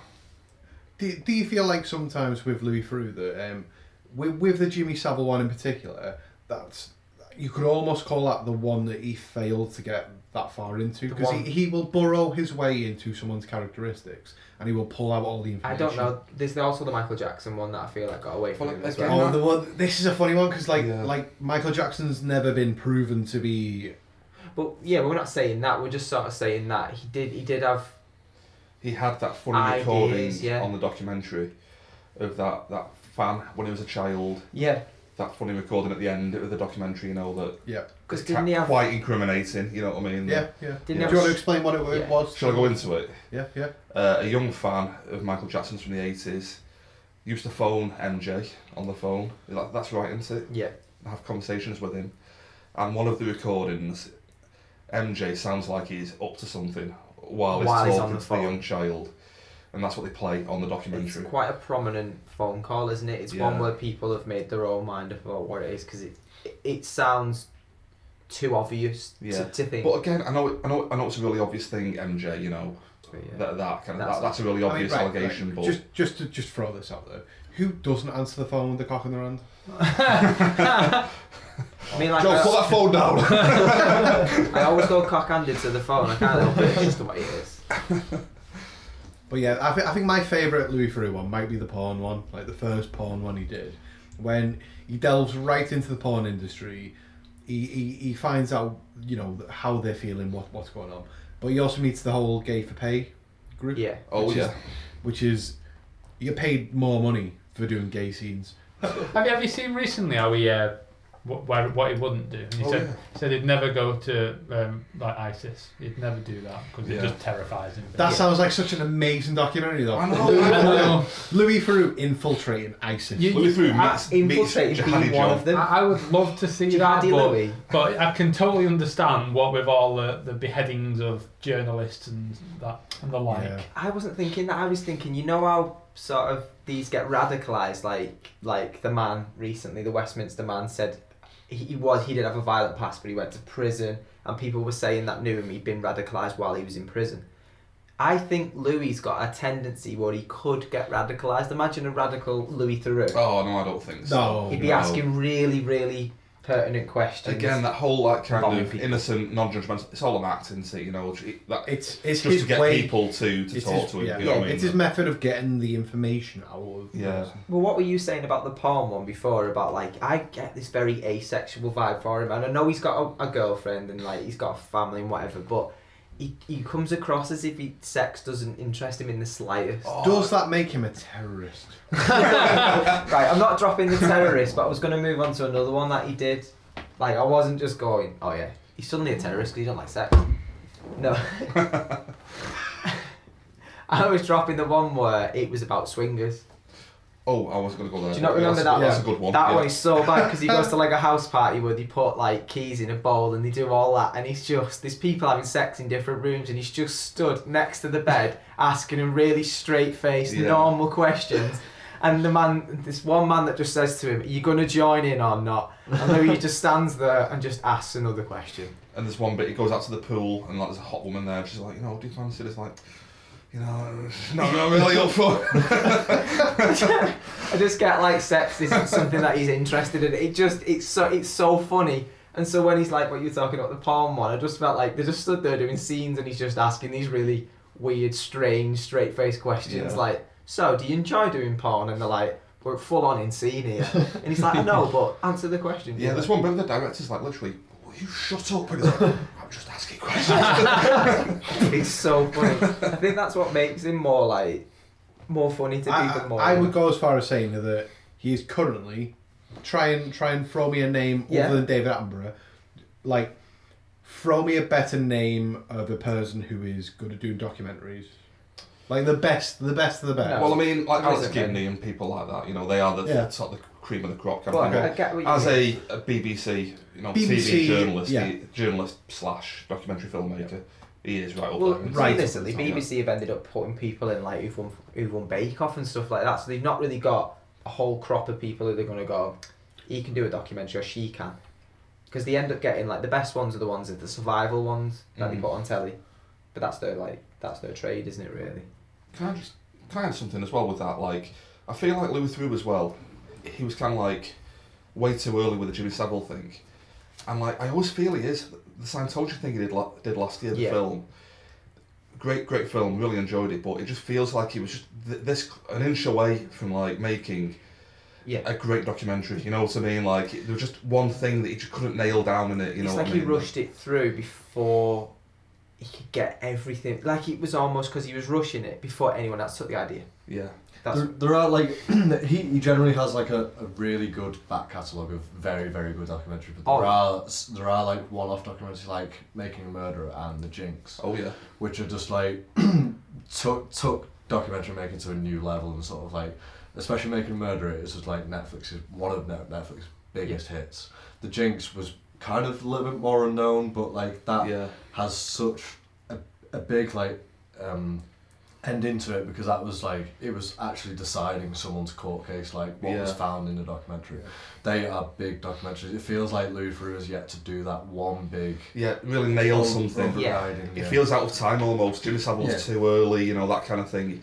[SPEAKER 1] Do, do you feel like sometimes with Louis Free that um, with, with the Jimmy Savile one in particular, that's you could almost call that the one that he failed to get that far into
[SPEAKER 3] The
[SPEAKER 1] because
[SPEAKER 3] one-
[SPEAKER 1] he, he will burrow his way into someone's characteristics and he will pull out all the
[SPEAKER 3] I
[SPEAKER 1] information.
[SPEAKER 3] don't know. There's also the Michael Jackson one that I feel like got away from
[SPEAKER 2] Well,
[SPEAKER 3] him as
[SPEAKER 2] again,
[SPEAKER 3] well.
[SPEAKER 1] Oh, the one. This is a funny one because like
[SPEAKER 2] Yeah.
[SPEAKER 1] like Michael Jackson's never been proven to be.
[SPEAKER 3] But yeah, we're not saying that. We're just sort of saying that he did. He did have.
[SPEAKER 2] He had that funny
[SPEAKER 3] Ideas,
[SPEAKER 2] recording
[SPEAKER 3] Ah, yeah.
[SPEAKER 2] on the documentary of that, that fan when he was a child.
[SPEAKER 3] Yeah,
[SPEAKER 2] That funny recording at the end of the documentary, you know, that
[SPEAKER 1] Yeah,
[SPEAKER 3] because
[SPEAKER 2] ca-
[SPEAKER 3] didn't he have?
[SPEAKER 2] quite incriminating, you know what I mean?
[SPEAKER 1] yeah, yeah.
[SPEAKER 3] Didn't
[SPEAKER 1] Do
[SPEAKER 3] have
[SPEAKER 1] you want to explain what it
[SPEAKER 3] Yeah.
[SPEAKER 1] was?
[SPEAKER 2] Shall I go into it?
[SPEAKER 1] Yeah, yeah.
[SPEAKER 2] uh, a young fan of Michael Jackson's from the 80s used to phone MJ on the phone. He's like, That's right, isn't it?
[SPEAKER 3] Yeah,
[SPEAKER 2] And Have conversations with him. And one of the recordings, MJ sounds like he's up to something while he's
[SPEAKER 3] While he's
[SPEAKER 2] talking
[SPEAKER 3] on the
[SPEAKER 2] to the
[SPEAKER 3] phone.
[SPEAKER 2] young child. And that's what they play on the
[SPEAKER 3] it's
[SPEAKER 2] documentary.
[SPEAKER 3] quite a prominent phone call, isn't it? It's one
[SPEAKER 2] Yeah.
[SPEAKER 3] where people have made their own mind about what it is because it, it it sounds too obvious to,
[SPEAKER 2] Yeah.
[SPEAKER 3] to think.
[SPEAKER 2] But again, I know, it- I know, I know it's a really obvious thing, MJ. You know
[SPEAKER 3] But yeah.
[SPEAKER 2] that that kind of
[SPEAKER 3] That's-
[SPEAKER 2] that, that's a really
[SPEAKER 1] I mean,
[SPEAKER 2] obvious
[SPEAKER 1] right,
[SPEAKER 2] allegation.
[SPEAKER 1] right.
[SPEAKER 2] But
[SPEAKER 1] Just, just to just throw this out there. Who doesn't answer the phone with the cock in their hand?
[SPEAKER 3] I mean, like
[SPEAKER 2] Joe,
[SPEAKER 3] I-
[SPEAKER 2] put that phone down.
[SPEAKER 3] I always go cock-handed to the phone. I can't help it. It's just the way it is.
[SPEAKER 1] But yeah, I, th- I think my favourite Louis Theroux one might be the porn one, like the first porn one he did, when he delves right into the porn industry. He, he, he finds out you know how they're feeling, what what's going on, but he also meets the whole gay for pay group.
[SPEAKER 3] Yeah.
[SPEAKER 2] oh
[SPEAKER 1] which is-
[SPEAKER 2] yeah,
[SPEAKER 1] which is you get paid more money for doing gay scenes.
[SPEAKER 4] Have you, have you seen recently how he uh, what, what, what he wouldn't do? And he
[SPEAKER 2] Oh,
[SPEAKER 4] said
[SPEAKER 2] yeah.
[SPEAKER 4] he said he'd never go to um, like ISIS. He'd never do that because
[SPEAKER 2] Yeah.
[SPEAKER 4] it just terrifies him.
[SPEAKER 1] That sounds like such an amazing documentary, though.
[SPEAKER 2] I know,
[SPEAKER 1] Louis,
[SPEAKER 2] I
[SPEAKER 4] know.
[SPEAKER 1] Louis Theroux infiltrating ISIS.
[SPEAKER 4] You-
[SPEAKER 2] Louis Theroux
[SPEAKER 3] Ah,
[SPEAKER 2] meets, meets
[SPEAKER 3] infiltrated
[SPEAKER 2] Jihadi
[SPEAKER 3] being one
[SPEAKER 2] John.
[SPEAKER 3] of them.
[SPEAKER 4] I, I would love to see that,
[SPEAKER 3] Jihadi
[SPEAKER 4] but,
[SPEAKER 3] Louis.
[SPEAKER 4] but I can totally understand what with all the, the beheadings of journalists and that and the like.
[SPEAKER 1] Yeah.
[SPEAKER 3] I wasn't thinking that. I was thinking, you know how sort of these get radicalised, like like the man recently, the Westminster man said he, he was he did have a violent past, but he went to prison, and people were saying that knew him. He'd been radicalised while he was in prison. I think Louis's got a tendency where he could get radicalised. Imagine a radical Louis Theroux.
[SPEAKER 2] Oh no, I don't think so.
[SPEAKER 1] No.
[SPEAKER 3] He'd be
[SPEAKER 2] no.
[SPEAKER 3] asking really, really pertinent questions.
[SPEAKER 2] Again, that whole like kind
[SPEAKER 3] Bombing
[SPEAKER 2] of
[SPEAKER 3] people.
[SPEAKER 2] innocent, non-judgmental. It's all an act, isn't it? You know, it- that,
[SPEAKER 1] It's it's
[SPEAKER 2] just
[SPEAKER 1] his
[SPEAKER 2] to get
[SPEAKER 1] way.
[SPEAKER 2] people to to
[SPEAKER 1] it's
[SPEAKER 2] talk
[SPEAKER 1] his,
[SPEAKER 2] to him.
[SPEAKER 1] yeah,
[SPEAKER 2] you know
[SPEAKER 1] yeah,
[SPEAKER 2] what I mean?
[SPEAKER 1] it's his method of getting the information out of. the
[SPEAKER 2] Yeah.
[SPEAKER 1] person.
[SPEAKER 3] Well, what were you saying about the palm one before? About like, I get this very asexual vibe for him, and I know he's got a, a girlfriend and like he's got a family and whatever, but he, he comes across as if he, sex doesn't interest him in the slightest.
[SPEAKER 1] Does that make him a terrorist?
[SPEAKER 3] right, I'm not dropping the terrorist, but I was going to move on to another one that he did. Like, I wasn't just going, oh yeah, he's suddenly a terrorist because he don't like sex. No. I was dropping the one where it was about swingers.
[SPEAKER 2] Oh, I was going to go there.
[SPEAKER 3] Do you not remember that
[SPEAKER 2] that's, That's
[SPEAKER 3] one?
[SPEAKER 2] a good one.
[SPEAKER 3] That
[SPEAKER 2] yeah.
[SPEAKER 3] one is so bad because he goes to like a house party where they put like keys in a bowl and they do all that, and he's just there's people having sex in different rooms, and he's just stood next to the bed asking him really straight faced,
[SPEAKER 2] Yeah.
[SPEAKER 3] normal questions. And the man, this one man that just says to him, "Are you gonna join in or not?" And then he just stands there and just asks another question.
[SPEAKER 2] And there's one bit, he goes out to the pool, and like there's a hot woman there, and she's like, you know, do you fancy this? Like, you know, no, no, really up for. it."
[SPEAKER 3] I just get like sex isn't something that he's interested in. It just it's so it's so funny. And so when he's like what you're talking about the palm one, I just felt like they just stood there doing scenes and he's just asking these really weird, strange, straight faced questions
[SPEAKER 2] Yeah.
[SPEAKER 3] like, So do you enjoy doing porn? And they're like, We're full on in scene here and he's like, I know, but answer the question.
[SPEAKER 2] yeah, this one bit with the director's like, literally, will you shut up? And he's like, I'm just asking questions.
[SPEAKER 3] It's so funny. I think that's what makes him more like more funny to
[SPEAKER 1] I,
[SPEAKER 3] people more.
[SPEAKER 1] I would go as far as saying that he is currently try and try and throw me a name
[SPEAKER 3] Yeah.
[SPEAKER 1] other than David Attenborough. Like, throw me a better name of a person who is good at doing documentaries. Like the best, the best of the best.
[SPEAKER 3] No.
[SPEAKER 2] Well, I mean, like
[SPEAKER 3] There
[SPEAKER 2] Alex
[SPEAKER 3] isn't any.
[SPEAKER 2] Gibney and people like that, you know, they are the,
[SPEAKER 1] Yeah.
[SPEAKER 2] sort of the cream of the crop.
[SPEAKER 3] Well,
[SPEAKER 2] can't they?
[SPEAKER 3] I get what you
[SPEAKER 2] As
[SPEAKER 3] mean.
[SPEAKER 2] a, a BBC, you know,
[SPEAKER 1] BBC,
[SPEAKER 2] TV journalist,
[SPEAKER 1] yeah.
[SPEAKER 2] he- journalist slash documentary filmmaker, he is right up
[SPEAKER 3] Well,
[SPEAKER 2] there.
[SPEAKER 1] Right.
[SPEAKER 3] recently, BBC have ended up putting people in like who've won, who've won Bake Off and stuff like that. So they've not really got a whole crop of people who they're going to go. He can do a documentary, or she can, because they end up getting like the best ones are the ones are the survival ones that they
[SPEAKER 2] Mm.
[SPEAKER 3] put on telly, but that's their like that's their trade, isn't it? Really.
[SPEAKER 2] Can I just can I add something as well with that? Like, I feel like Louis through as well. He was kind of like way too early with the Jimmy Savile thing, and like I always feel he is the Scientology thing he did la- did last year. The
[SPEAKER 3] Yeah.
[SPEAKER 2] film, great great film, really enjoyed it, but it just feels like he was just th- this an inch away from like making
[SPEAKER 3] Yeah.
[SPEAKER 2] a great documentary. You know what I mean? Like there was just one thing that he just couldn't nail down in it. You know
[SPEAKER 3] it's
[SPEAKER 2] what
[SPEAKER 3] like
[SPEAKER 2] I
[SPEAKER 3] he
[SPEAKER 2] mean?
[SPEAKER 3] rushed it through before he could get everything. Like it was almost because he was rushing it before anyone else took the idea.
[SPEAKER 2] Yeah.
[SPEAKER 3] That's
[SPEAKER 5] there, there are like he, he generally has like a, a really good back catalogue of very very good documentary but there
[SPEAKER 3] Oh.
[SPEAKER 5] are s- there are like one off documentaries like Making a Murderer and The Jinx
[SPEAKER 2] Oh yeah.
[SPEAKER 5] which are just like took took documentary making to a new level and sort of like especially Making a Murderer is just like Netflix's one of Net- Netflix's biggest hits. The Jinx was kind of a little bit more unknown but like
[SPEAKER 3] Uh,
[SPEAKER 5] that
[SPEAKER 2] Yeah.
[SPEAKER 5] has such a, a big like um, end into it because that was like it was actually deciding someone's court case like what was
[SPEAKER 2] Yeah.
[SPEAKER 5] found in the documentary they are big documentaries it feels like Louvre has yet to do that one big
[SPEAKER 2] Yeah. Really nail something.
[SPEAKER 3] oh, Yeah.
[SPEAKER 2] It feels out of time almost. Jimmy Savile's
[SPEAKER 5] Yeah.
[SPEAKER 2] too early, you know that kind of thing. It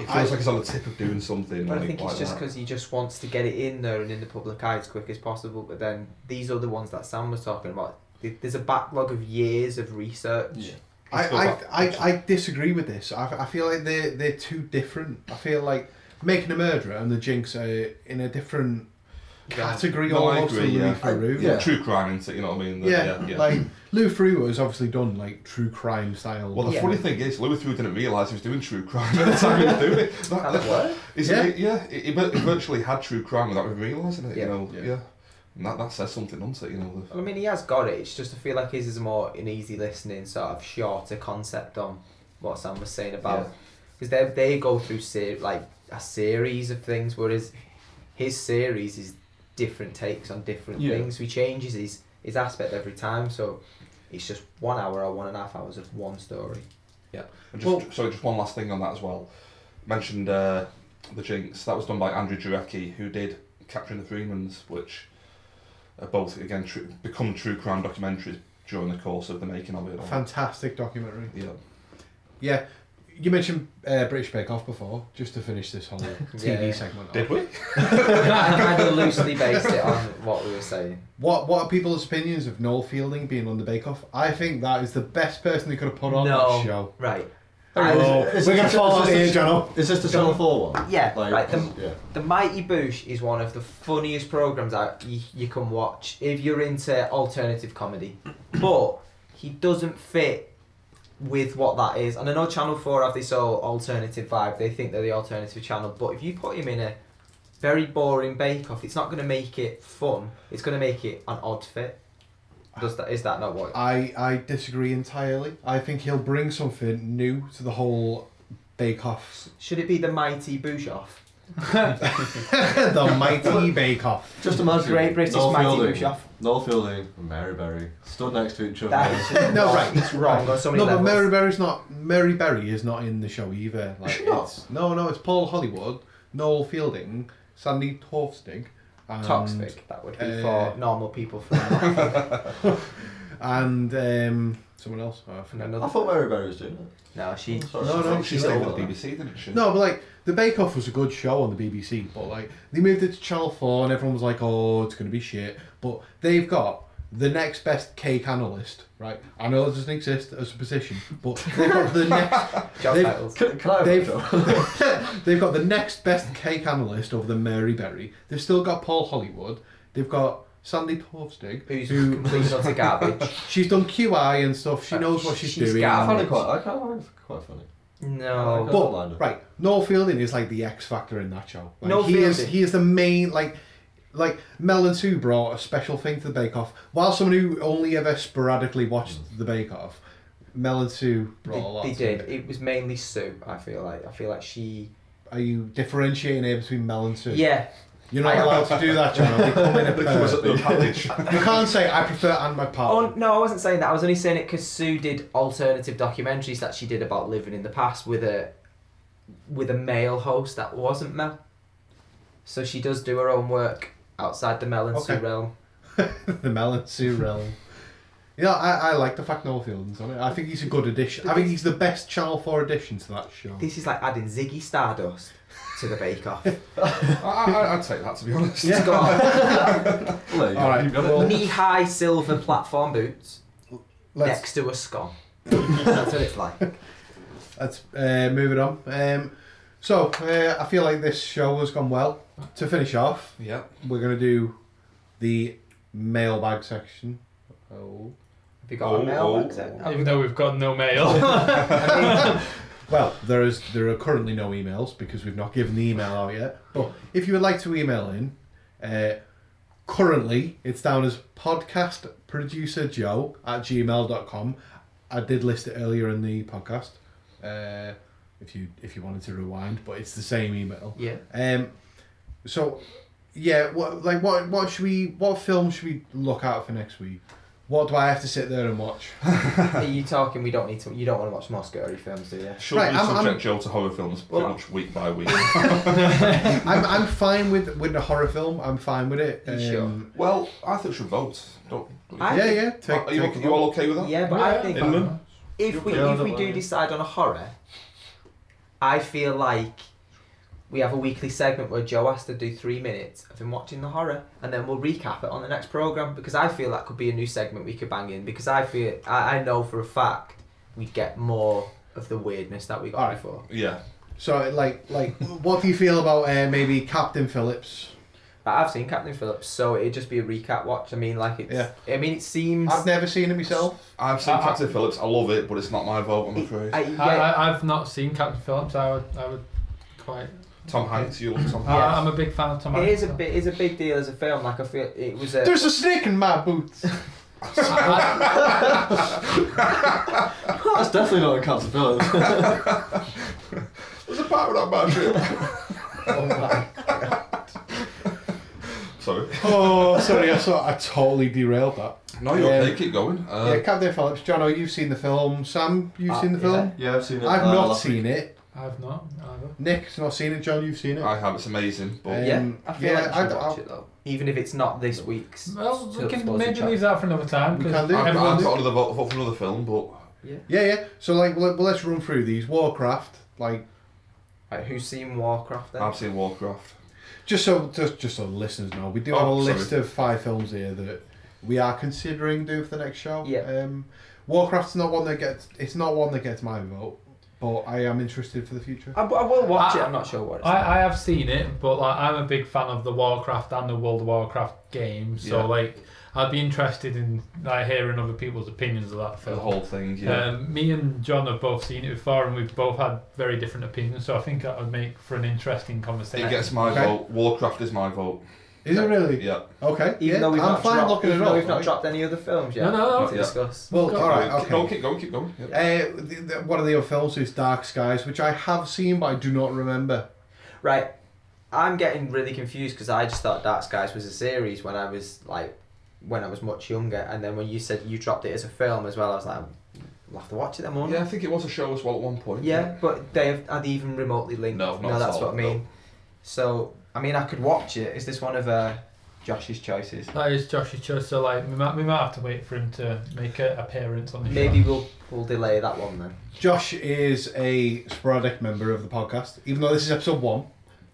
[SPEAKER 2] feels
[SPEAKER 1] I-
[SPEAKER 2] like he's on the tip of doing something.
[SPEAKER 3] But I
[SPEAKER 2] like-
[SPEAKER 3] think it's
[SPEAKER 2] like
[SPEAKER 3] just
[SPEAKER 2] that.
[SPEAKER 3] because he just wants to get it in there and in the public eye as quick as possible. But then these other ones that Sam was talking about, th- there's a backlog of years of research.
[SPEAKER 5] Yeah.
[SPEAKER 1] I,
[SPEAKER 2] Let's go
[SPEAKER 1] I,
[SPEAKER 2] back.
[SPEAKER 1] I, I disagree with this. I, I feel like they're, they're too different. I feel like Making a Murderer and The Jinx are in a different category
[SPEAKER 2] No, I
[SPEAKER 1] almost to
[SPEAKER 2] agree,
[SPEAKER 1] Louis
[SPEAKER 2] yeah.
[SPEAKER 1] Theroux.
[SPEAKER 5] yeah.
[SPEAKER 2] true crime, isn't it? You know what I mean? The-
[SPEAKER 1] Yeah, like Lou Ferrigno has obviously done like true crime style.
[SPEAKER 2] well, the
[SPEAKER 3] Yeah.
[SPEAKER 2] funny thing is, Louis Theroux didn't realise he was doing true crime at the time he was doing it. That,
[SPEAKER 3] And it worked.
[SPEAKER 2] is
[SPEAKER 1] Yeah.
[SPEAKER 2] it, yeah he, he vir- he virtually had true crime without even realising it.
[SPEAKER 3] Yeah.
[SPEAKER 2] You know,
[SPEAKER 1] Yeah.
[SPEAKER 2] yeah. And that, that says something, doesn't it? You know, the,
[SPEAKER 3] Well, I mean, he has got it. It's just I feel like his is more an easy listening, sort of shorter concept on what Sam was saying about because they they go through ser- like a series of things, whereas his series is different takes on different
[SPEAKER 5] Yeah.
[SPEAKER 3] things. So he changes his his aspect every time. So it's just one hour or one and a half hours of one story.
[SPEAKER 2] and just, sorry, just one last thing on that as well. Mentioned uh, the Jinx. That was done by Andrew Jarecki, who did Capturing the Freemans, which are both again true, become true crime documentaries during the course of the making of it. all.
[SPEAKER 1] fantastic documentary.
[SPEAKER 2] Yeah.
[SPEAKER 1] Yeah, you mentioned uh, British Bake Off before, just to finish this whole TV
[SPEAKER 3] Yeah.
[SPEAKER 1] segment. off.
[SPEAKER 2] Did we?
[SPEAKER 3] I kind of loosely based it on what we were saying.
[SPEAKER 1] What What are people's opinions of Noel Fielding being on the Bake Off? I think that is the best person they could have put on
[SPEAKER 3] No.
[SPEAKER 1] that show.
[SPEAKER 3] Right.
[SPEAKER 5] Is it-
[SPEAKER 1] Oh,
[SPEAKER 5] is
[SPEAKER 1] we're
[SPEAKER 5] it-
[SPEAKER 1] gonna
[SPEAKER 5] is
[SPEAKER 1] fall
[SPEAKER 5] it-
[SPEAKER 1] out
[SPEAKER 5] is it-
[SPEAKER 1] here, Jono.
[SPEAKER 5] Is this the Channel Four one?
[SPEAKER 3] Yeah, right, the-
[SPEAKER 5] yeah. um,
[SPEAKER 3] The Mighty Boosh is one of the funniest programs that you, you can watch if you're into alternative comedy. But he doesn't fit with what that is. And I know Channel 4 have this whole alternative vibe, they think they're the alternative channel, but if you put him in a very boring bake off, it's not going to make it fun, it's going to make it an odd fit. Does that, is that not what?
[SPEAKER 1] I, I disagree entirely. I think he'll bring something new to the whole Bake Off.
[SPEAKER 3] Should it be the mighty Bouchoff?
[SPEAKER 1] the mighty Bake Off.
[SPEAKER 5] Just imagine.
[SPEAKER 3] Great British
[SPEAKER 5] Noel
[SPEAKER 3] mighty
[SPEAKER 5] Fielding-
[SPEAKER 3] Bouchoff.
[SPEAKER 5] Noel Fielding and Mary Berry stood next to each other.
[SPEAKER 3] That-
[SPEAKER 1] No, right,
[SPEAKER 3] It's wrong on so many
[SPEAKER 1] No, but
[SPEAKER 3] levels.
[SPEAKER 1] Mary Berry's not. Mary Berry is not in the show either. Like
[SPEAKER 5] she not?
[SPEAKER 1] it's, no, no, it's Paul Hollywood, Noel Fielding, Sandy Torfstig, and,
[SPEAKER 3] Toxic, that would be
[SPEAKER 1] uh,
[SPEAKER 3] for normal people from
[SPEAKER 1] and um, someone else. Oh, I forgot.
[SPEAKER 5] I
[SPEAKER 3] another.
[SPEAKER 5] thought Mary Berry was doing it.
[SPEAKER 3] No, she.
[SPEAKER 5] Sorry.
[SPEAKER 1] No, no,
[SPEAKER 2] I think she
[SPEAKER 1] she's
[SPEAKER 2] stayed
[SPEAKER 1] over
[SPEAKER 2] with the
[SPEAKER 1] that.
[SPEAKER 2] BBC, didn't she?
[SPEAKER 1] No, but like the Bake Off was a good show on the BBC, but like they moved it to Channel Four and everyone was like, "Oh, it's gonna be shit." But they've got the next best cake analyst, right? I know it doesn't exist as a position, but they've got the next.
[SPEAKER 3] Job
[SPEAKER 1] they've-
[SPEAKER 3] titles.
[SPEAKER 5] Can, can I have
[SPEAKER 1] They've,
[SPEAKER 5] a job?
[SPEAKER 1] they've got the next best cake analyst over the Mary Berry. They've still got Paul Hollywood. They've got Sandy Torfstig,
[SPEAKER 3] Who's
[SPEAKER 1] who
[SPEAKER 3] complete lots of garbage.
[SPEAKER 1] she's done QI and stuff. She knows what she's,
[SPEAKER 3] Uh, She's
[SPEAKER 1] doing.
[SPEAKER 5] I
[SPEAKER 3] gaff.
[SPEAKER 5] found it quite. I kind of find it quite funny.
[SPEAKER 1] Oh,
[SPEAKER 3] No.
[SPEAKER 5] But-
[SPEAKER 1] But right, Noel Fielding is like the X factor in that show. Like,
[SPEAKER 3] Noel
[SPEAKER 1] he is
[SPEAKER 3] Fielding.
[SPEAKER 1] he is the main like like Mel and Sue brought a special thing to the Bake Off. While someone who only ever sporadically watched the Bake Off, Mel and Sue brought a lot.
[SPEAKER 3] Mm. They, they
[SPEAKER 1] to
[SPEAKER 3] did.
[SPEAKER 1] It.
[SPEAKER 3] It was mainly Sue. I feel like. I feel like she.
[SPEAKER 1] Are you differentiating here between Mel and Sue?
[SPEAKER 3] Yeah.
[SPEAKER 1] You're not allowed to do that, John. They come in a
[SPEAKER 2] It was
[SPEAKER 1] pair.
[SPEAKER 2] at the package.
[SPEAKER 1] You can't say I prefer and my partner.
[SPEAKER 3] Oh no, I wasn't saying that. I was only saying it because Sue did alternative documentaries that she did about living in the past with a, with a male host that wasn't Mel. So she does do her own work outside the Mel and Sue
[SPEAKER 1] Okay.
[SPEAKER 3] realm.
[SPEAKER 1] the Mel and Sue realm. Yeah, I, I like the fact Noel Fielding's on it. I think he's a good addition. I think he's the best Channel 4 addition to that show.
[SPEAKER 3] This is like adding Ziggy Stardust to the Bake Off.
[SPEAKER 2] I, I, I'd take that to be honest.
[SPEAKER 3] It's got
[SPEAKER 5] Well,
[SPEAKER 1] All right,
[SPEAKER 5] You've got
[SPEAKER 1] well-
[SPEAKER 5] it.
[SPEAKER 3] knee-high silver platform boots
[SPEAKER 1] Let's
[SPEAKER 3] next to a scone. That's what it's like.
[SPEAKER 1] Let's uh, move it on. Um, so uh, I feel like this show has gone well. To finish off,
[SPEAKER 2] Yeah.
[SPEAKER 1] we're gonna do the mailbag section. Oh.
[SPEAKER 3] Have you got
[SPEAKER 2] Oh,
[SPEAKER 3] a mail?
[SPEAKER 2] oh.
[SPEAKER 3] Like, is it-
[SPEAKER 4] Even though we've got no mail.
[SPEAKER 1] Well, there is there are currently no emails because we've not given the email out yet. But if you would like to email in, uh, currently it's down as podcastproducerjoe at gmail.com. I did list it earlier in the podcast. Uh, if you if you wanted to rewind, but it's the same email.
[SPEAKER 3] Yeah.
[SPEAKER 1] Um, so, yeah, what like what what should we what film should we look out for next week? What do I have to sit there and watch?
[SPEAKER 3] Are you talking? We don't need to. You don't want to watch more scary films, do you?
[SPEAKER 2] Should
[SPEAKER 1] Right,
[SPEAKER 2] we
[SPEAKER 1] I'm-
[SPEAKER 2] subject
[SPEAKER 1] I'm-
[SPEAKER 2] Joe to horror films pretty
[SPEAKER 3] Well,
[SPEAKER 2] much week by week?
[SPEAKER 1] I'm I'm fine with with the horror film. I'm fine with it. Um,
[SPEAKER 3] You sure?
[SPEAKER 2] well, I think we should vote. Don't. don't you
[SPEAKER 3] I-
[SPEAKER 1] Yeah, yeah.
[SPEAKER 2] think?
[SPEAKER 1] Take,
[SPEAKER 2] are you,
[SPEAKER 1] take
[SPEAKER 2] okay-
[SPEAKER 1] a
[SPEAKER 2] you all
[SPEAKER 1] vote.
[SPEAKER 2] okay with that?
[SPEAKER 3] Yeah, but I think
[SPEAKER 2] Inman?
[SPEAKER 3] if we
[SPEAKER 5] Yeah, I
[SPEAKER 3] if
[SPEAKER 5] don't
[SPEAKER 3] we do
[SPEAKER 5] mind.
[SPEAKER 3] decide on a horror, I feel like we have a weekly segment where Joe has to do three minutes of him watching the horror, and then we'll recap it on the next program because I feel that could be a new segment we could bang in because I feel I, I know for a fact we'd get more of the weirdness that we got
[SPEAKER 1] Alright.
[SPEAKER 3] before.
[SPEAKER 2] Yeah.
[SPEAKER 1] So like like what do you feel about uh, maybe Captain Phillips?
[SPEAKER 3] But I've seen Captain Phillips, so it'd just be a recap watch. I mean, like it's. I mean, it seems.
[SPEAKER 1] I've never seen him myself.
[SPEAKER 2] I've seen
[SPEAKER 4] I- I-
[SPEAKER 2] Captain Phillips. I love it, but it's not my vote. I'm afraid.
[SPEAKER 3] I-
[SPEAKER 4] I, I, I've not seen Captain Phillips. I would, I would quite.
[SPEAKER 2] Tom Hanks. You love Tom
[SPEAKER 4] I,
[SPEAKER 2] Hanks.
[SPEAKER 3] Yeah.
[SPEAKER 4] I'm a big fan of Tom
[SPEAKER 3] It
[SPEAKER 4] Hanks.
[SPEAKER 3] is a bit. It's a big deal as a film. Like I feel it was a.
[SPEAKER 1] There's a snake in my boots.
[SPEAKER 4] I-
[SPEAKER 5] That's definitely not a Captain Phillips.
[SPEAKER 2] There's a pirate on my ship.
[SPEAKER 3] oh,
[SPEAKER 2] Sorry.
[SPEAKER 1] oh, sorry, I saw I totally derailed that.
[SPEAKER 2] No, you're
[SPEAKER 1] Yeah.
[SPEAKER 2] okay. Keep going.
[SPEAKER 1] yeah,
[SPEAKER 2] Uh,
[SPEAKER 1] Captain Phillips. Jono, you've seen the film. Sam, you've
[SPEAKER 3] Uh,
[SPEAKER 1] seen the film.
[SPEAKER 5] yeah, I've seen it.
[SPEAKER 1] I've
[SPEAKER 5] uh,
[SPEAKER 1] not
[SPEAKER 5] last
[SPEAKER 1] seen
[SPEAKER 5] week.
[SPEAKER 1] it.
[SPEAKER 4] I've not either.
[SPEAKER 1] Nick's not seen it. John, you've seen it.
[SPEAKER 2] I have. It's amazing. But
[SPEAKER 1] Uh,
[SPEAKER 3] Yeah,
[SPEAKER 1] Um,
[SPEAKER 3] I feel
[SPEAKER 1] yeah,
[SPEAKER 3] like I
[SPEAKER 1] I'd-
[SPEAKER 3] should watch
[SPEAKER 1] I'll-
[SPEAKER 3] it though. Even if it's not this week's.
[SPEAKER 4] Well,
[SPEAKER 3] s-
[SPEAKER 4] we can
[SPEAKER 3] supposed
[SPEAKER 4] maybe
[SPEAKER 3] chat.
[SPEAKER 4] leave that for another time.
[SPEAKER 1] We
[SPEAKER 4] 'cause
[SPEAKER 1] can do.
[SPEAKER 2] I've,
[SPEAKER 4] everyone-
[SPEAKER 2] I've got another vote, vote for another film, but
[SPEAKER 1] Yeah, yeah. So like, well, let's run through these. Warcraft, like,
[SPEAKER 3] Right, who's seen Warcraft then?
[SPEAKER 2] I've seen Warcraft.
[SPEAKER 1] just so just just so the listeners know, we do
[SPEAKER 2] Oh,
[SPEAKER 1] have a
[SPEAKER 2] sorry.
[SPEAKER 1] list of five films here that we are considering doing for the next show.
[SPEAKER 3] Yeah.
[SPEAKER 1] Um, Warcraft's not one that gets. It's not one that gets my vote. but I am interested for the future.
[SPEAKER 3] I, I will watch it.
[SPEAKER 4] I-
[SPEAKER 3] I'm not sure what it's. like.
[SPEAKER 4] I, I have seen it, but like, I'm a big fan of the Warcraft and the World of Warcraft games, so
[SPEAKER 2] Yeah.
[SPEAKER 4] like I'd be interested in like hearing other people's opinions of that
[SPEAKER 2] for the
[SPEAKER 4] film.
[SPEAKER 2] whole thing. Yeah,
[SPEAKER 4] Um, me and John have both seen it before, and we've both had very different opinions. So I think that would make for an interesting conversation.
[SPEAKER 2] it gets my
[SPEAKER 1] Okay.
[SPEAKER 2] vote. Warcraft is my vote.
[SPEAKER 1] Is it really?
[SPEAKER 2] Yeah,
[SPEAKER 1] Okay.
[SPEAKER 3] even
[SPEAKER 1] yeah,
[SPEAKER 3] though we've
[SPEAKER 1] I'm
[SPEAKER 3] not
[SPEAKER 1] fine
[SPEAKER 3] dropped,
[SPEAKER 1] looking
[SPEAKER 3] even
[SPEAKER 1] it
[SPEAKER 3] though
[SPEAKER 1] up.
[SPEAKER 3] we've not
[SPEAKER 1] right?
[SPEAKER 3] dropped any other films yet
[SPEAKER 4] No, no, no.
[SPEAKER 3] to
[SPEAKER 2] Yeah.
[SPEAKER 3] discuss.
[SPEAKER 1] Well, all right.
[SPEAKER 2] Keep
[SPEAKER 1] Okay.
[SPEAKER 2] going, keep going, keep going. Yeah.
[SPEAKER 1] Uh, the, the, one of the other films is Dark Skies, which I have seen but I do not remember.
[SPEAKER 3] Right, I'm getting really confused because I just thought Dark Skies was a series when I was like, when I was much younger, and then when you said you dropped it as a film as well, I was like, we'll have to watch it then, won't we?
[SPEAKER 2] Yeah, I think it was a show as well at one point.
[SPEAKER 3] Yeah, but they have, are they even remotely linked?
[SPEAKER 2] No, not
[SPEAKER 3] no,
[SPEAKER 2] at
[SPEAKER 3] that's
[SPEAKER 2] all,
[SPEAKER 3] what I mean.
[SPEAKER 2] no.
[SPEAKER 3] So, I mean, I could watch it. Is this one of uh, Josh's choices?
[SPEAKER 4] That is Josh's choice. So like we might we might have to wait for him to make an appearance on the show.
[SPEAKER 3] Maybe we'll we'll delay that one then.
[SPEAKER 1] Josh is a sporadic member of the podcast, even though this is episode one.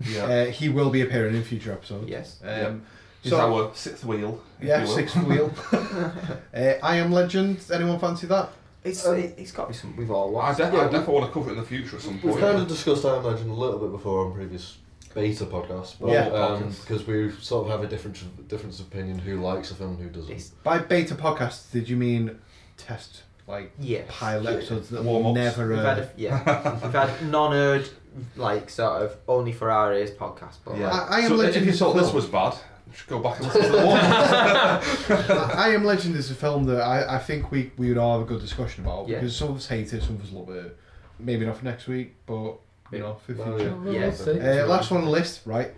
[SPEAKER 2] yeah.
[SPEAKER 1] Uh, he will be appearing in future episodes.
[SPEAKER 3] Yes.
[SPEAKER 1] Um,
[SPEAKER 2] It's
[SPEAKER 1] So,
[SPEAKER 2] our sixth wheel. if
[SPEAKER 1] yeah,
[SPEAKER 2] you will.
[SPEAKER 1] sixth wheel. uh, I am Legend. Anyone fancy that?
[SPEAKER 3] It's
[SPEAKER 5] Um,
[SPEAKER 3] it, it's got to be something we've all
[SPEAKER 2] I,
[SPEAKER 3] watched.
[SPEAKER 2] def- I
[SPEAKER 5] Yeah, we-
[SPEAKER 2] definitely want to cover it in the future at some
[SPEAKER 5] We've
[SPEAKER 2] point.
[SPEAKER 5] kind of discussed Iron Legend a little bit before on previous beta podcasts, but
[SPEAKER 1] Yeah.
[SPEAKER 5] um, because we sort of have a different difference of opinion who likes a film and who doesn't.
[SPEAKER 3] It's-
[SPEAKER 1] By beta podcast, did you mean test like
[SPEAKER 3] yeah.
[SPEAKER 1] pilot episodes that
[SPEAKER 2] Warm-ups.
[SPEAKER 1] never?
[SPEAKER 3] We've
[SPEAKER 1] Uh,
[SPEAKER 3] had a, yeah, we've had non-heard like sort of only for our ears podcast, but
[SPEAKER 2] Yeah.
[SPEAKER 1] I- I am
[SPEAKER 2] so
[SPEAKER 1] legend
[SPEAKER 2] If you
[SPEAKER 1] is
[SPEAKER 2] thought
[SPEAKER 1] full.
[SPEAKER 2] this was bad, you should go back and listen to the one.
[SPEAKER 1] I Am Legend is a film that I, I think we, we would all have a good discussion about
[SPEAKER 3] Yeah.
[SPEAKER 1] because some of us hate it, some of us love it. Maybe not for next week, but you know, for
[SPEAKER 5] Well,
[SPEAKER 1] future.
[SPEAKER 4] Well, we'll
[SPEAKER 3] Yeah.
[SPEAKER 4] see.
[SPEAKER 1] Uh, last one on the list, right?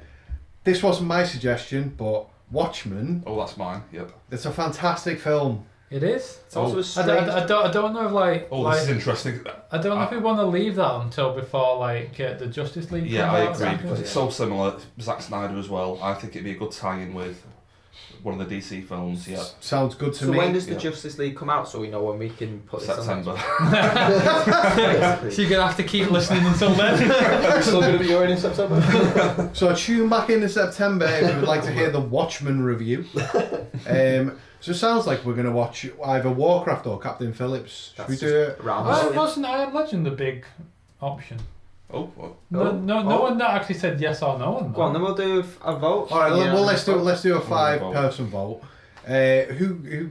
[SPEAKER 1] This wasn't my suggestion, but Watchmen.
[SPEAKER 2] Oh, that's mine. Yep.
[SPEAKER 1] It's a fantastic film.
[SPEAKER 4] It is.
[SPEAKER 3] it's also
[SPEAKER 2] Oh.
[SPEAKER 3] a
[SPEAKER 4] I
[SPEAKER 3] strange.
[SPEAKER 4] don't, I, don't, I don't know if like,
[SPEAKER 2] Oh,
[SPEAKER 4] like
[SPEAKER 2] this is interesting.
[SPEAKER 4] I don't know if we want to leave that until before like uh, the Justice League.
[SPEAKER 2] Yeah,
[SPEAKER 4] comes
[SPEAKER 2] I
[SPEAKER 4] out.
[SPEAKER 2] agree because it's so similar. Zack Snyder as well. I think it'd be a good tie-in with one of the DC films. Yeah,
[SPEAKER 1] S- sounds good to
[SPEAKER 3] so
[SPEAKER 1] me.
[SPEAKER 3] when does the
[SPEAKER 2] yeah.
[SPEAKER 3] Justice League come out so we know when we can put
[SPEAKER 2] September.
[SPEAKER 3] this
[SPEAKER 4] So
[SPEAKER 3] on?
[SPEAKER 4] you're gonna have to keep listening until then.
[SPEAKER 5] We're still going to be going in September.
[SPEAKER 1] So tune back in in September if you would like to hear the Watchmen review. Um, so it sounds like we're going to watch either Warcraft or Captain Phillips. Should
[SPEAKER 3] That's
[SPEAKER 1] we
[SPEAKER 3] just
[SPEAKER 1] do it?
[SPEAKER 3] round
[SPEAKER 4] I
[SPEAKER 3] robin.
[SPEAKER 4] wasn't I Am Legend the big option?
[SPEAKER 2] Oh, well,
[SPEAKER 4] No,
[SPEAKER 3] Oh.
[SPEAKER 4] no, no
[SPEAKER 3] Oh.
[SPEAKER 4] one that actually said yes or no on that.
[SPEAKER 3] Go on, then we'll do a vote.
[SPEAKER 1] All right,
[SPEAKER 3] Yeah.
[SPEAKER 1] well let's do let's do a
[SPEAKER 2] One
[SPEAKER 1] five
[SPEAKER 2] vote.
[SPEAKER 1] person vote. Uh, who who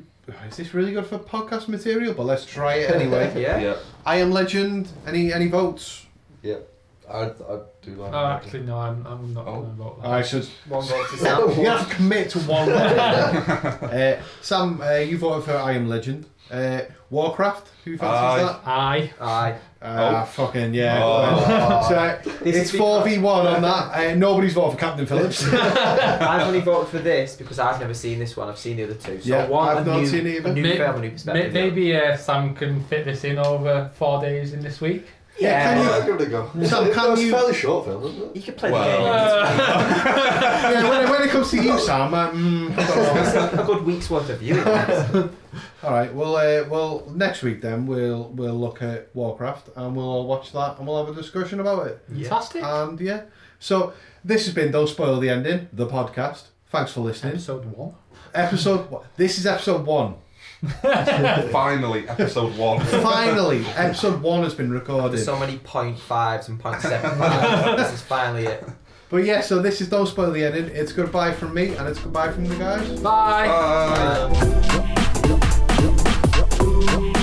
[SPEAKER 1] is this really good for podcast material? But let's try it anyway.
[SPEAKER 3] Yeah.
[SPEAKER 2] yeah.
[SPEAKER 1] I am Legend. Any any votes?
[SPEAKER 5] yeah, I, I do like.
[SPEAKER 4] Oh, actually, no, I'm, I'm not
[SPEAKER 2] Oh.
[SPEAKER 4] going to vote that.
[SPEAKER 1] I should.
[SPEAKER 3] One vote to
[SPEAKER 1] You're
[SPEAKER 3] Sam.
[SPEAKER 1] gonna have to commit to one. uh, Sam, uh, you voted for I am Legend. Uh, Warcraft. Who fancies
[SPEAKER 3] Uh,
[SPEAKER 2] Aye.
[SPEAKER 1] that?
[SPEAKER 4] Aye.
[SPEAKER 3] Aye.
[SPEAKER 1] Ah, fucking yeah.
[SPEAKER 2] Oh.
[SPEAKER 1] So,
[SPEAKER 3] This
[SPEAKER 1] it's
[SPEAKER 3] is
[SPEAKER 1] four v one on that. Uh, nobody's voted for Captain Phillips.
[SPEAKER 3] I've only voted for this because I've never seen this one. I've seen the other two. So
[SPEAKER 1] Yeah,
[SPEAKER 3] one,
[SPEAKER 1] I've
[SPEAKER 3] a
[SPEAKER 1] not
[SPEAKER 3] new,
[SPEAKER 1] seen either.
[SPEAKER 3] a new
[SPEAKER 4] May-
[SPEAKER 3] film, a new
[SPEAKER 4] May-
[SPEAKER 3] perspective.
[SPEAKER 4] maybe uh, Sam can fit this in over four days in this week.
[SPEAKER 1] Yeah, can you-
[SPEAKER 5] I'll give it a go.
[SPEAKER 1] Sam,
[SPEAKER 5] It
[SPEAKER 1] can
[SPEAKER 5] was
[SPEAKER 1] you-
[SPEAKER 5] a fairly short film, wasn't it?
[SPEAKER 3] You could play
[SPEAKER 2] Well.
[SPEAKER 1] yeah, when, it- when it comes to you, Sam. uh, mm, I don't know.
[SPEAKER 3] the game. a good week's worth of viewing.
[SPEAKER 1] All right. Well, uh, well, next week then we'll we'll look at Warcraft and we'll all watch that and we'll have a discussion about it.
[SPEAKER 4] Fantastic.
[SPEAKER 1] And yeah, so this has been don't spoil the ending, the podcast. Thanks for listening.
[SPEAKER 4] Episode one.
[SPEAKER 1] Episode one- this is episode one.
[SPEAKER 2] Finally, episode one.
[SPEAKER 1] Finally, episode one has been recorded.
[SPEAKER 3] There's so many point fives and point seven fives. this is finally it.
[SPEAKER 1] But yeah, so this is don't spoil the ending. It's goodbye from me and it's goodbye from the guys.
[SPEAKER 4] Bye.
[SPEAKER 2] Bye.
[SPEAKER 3] Uh,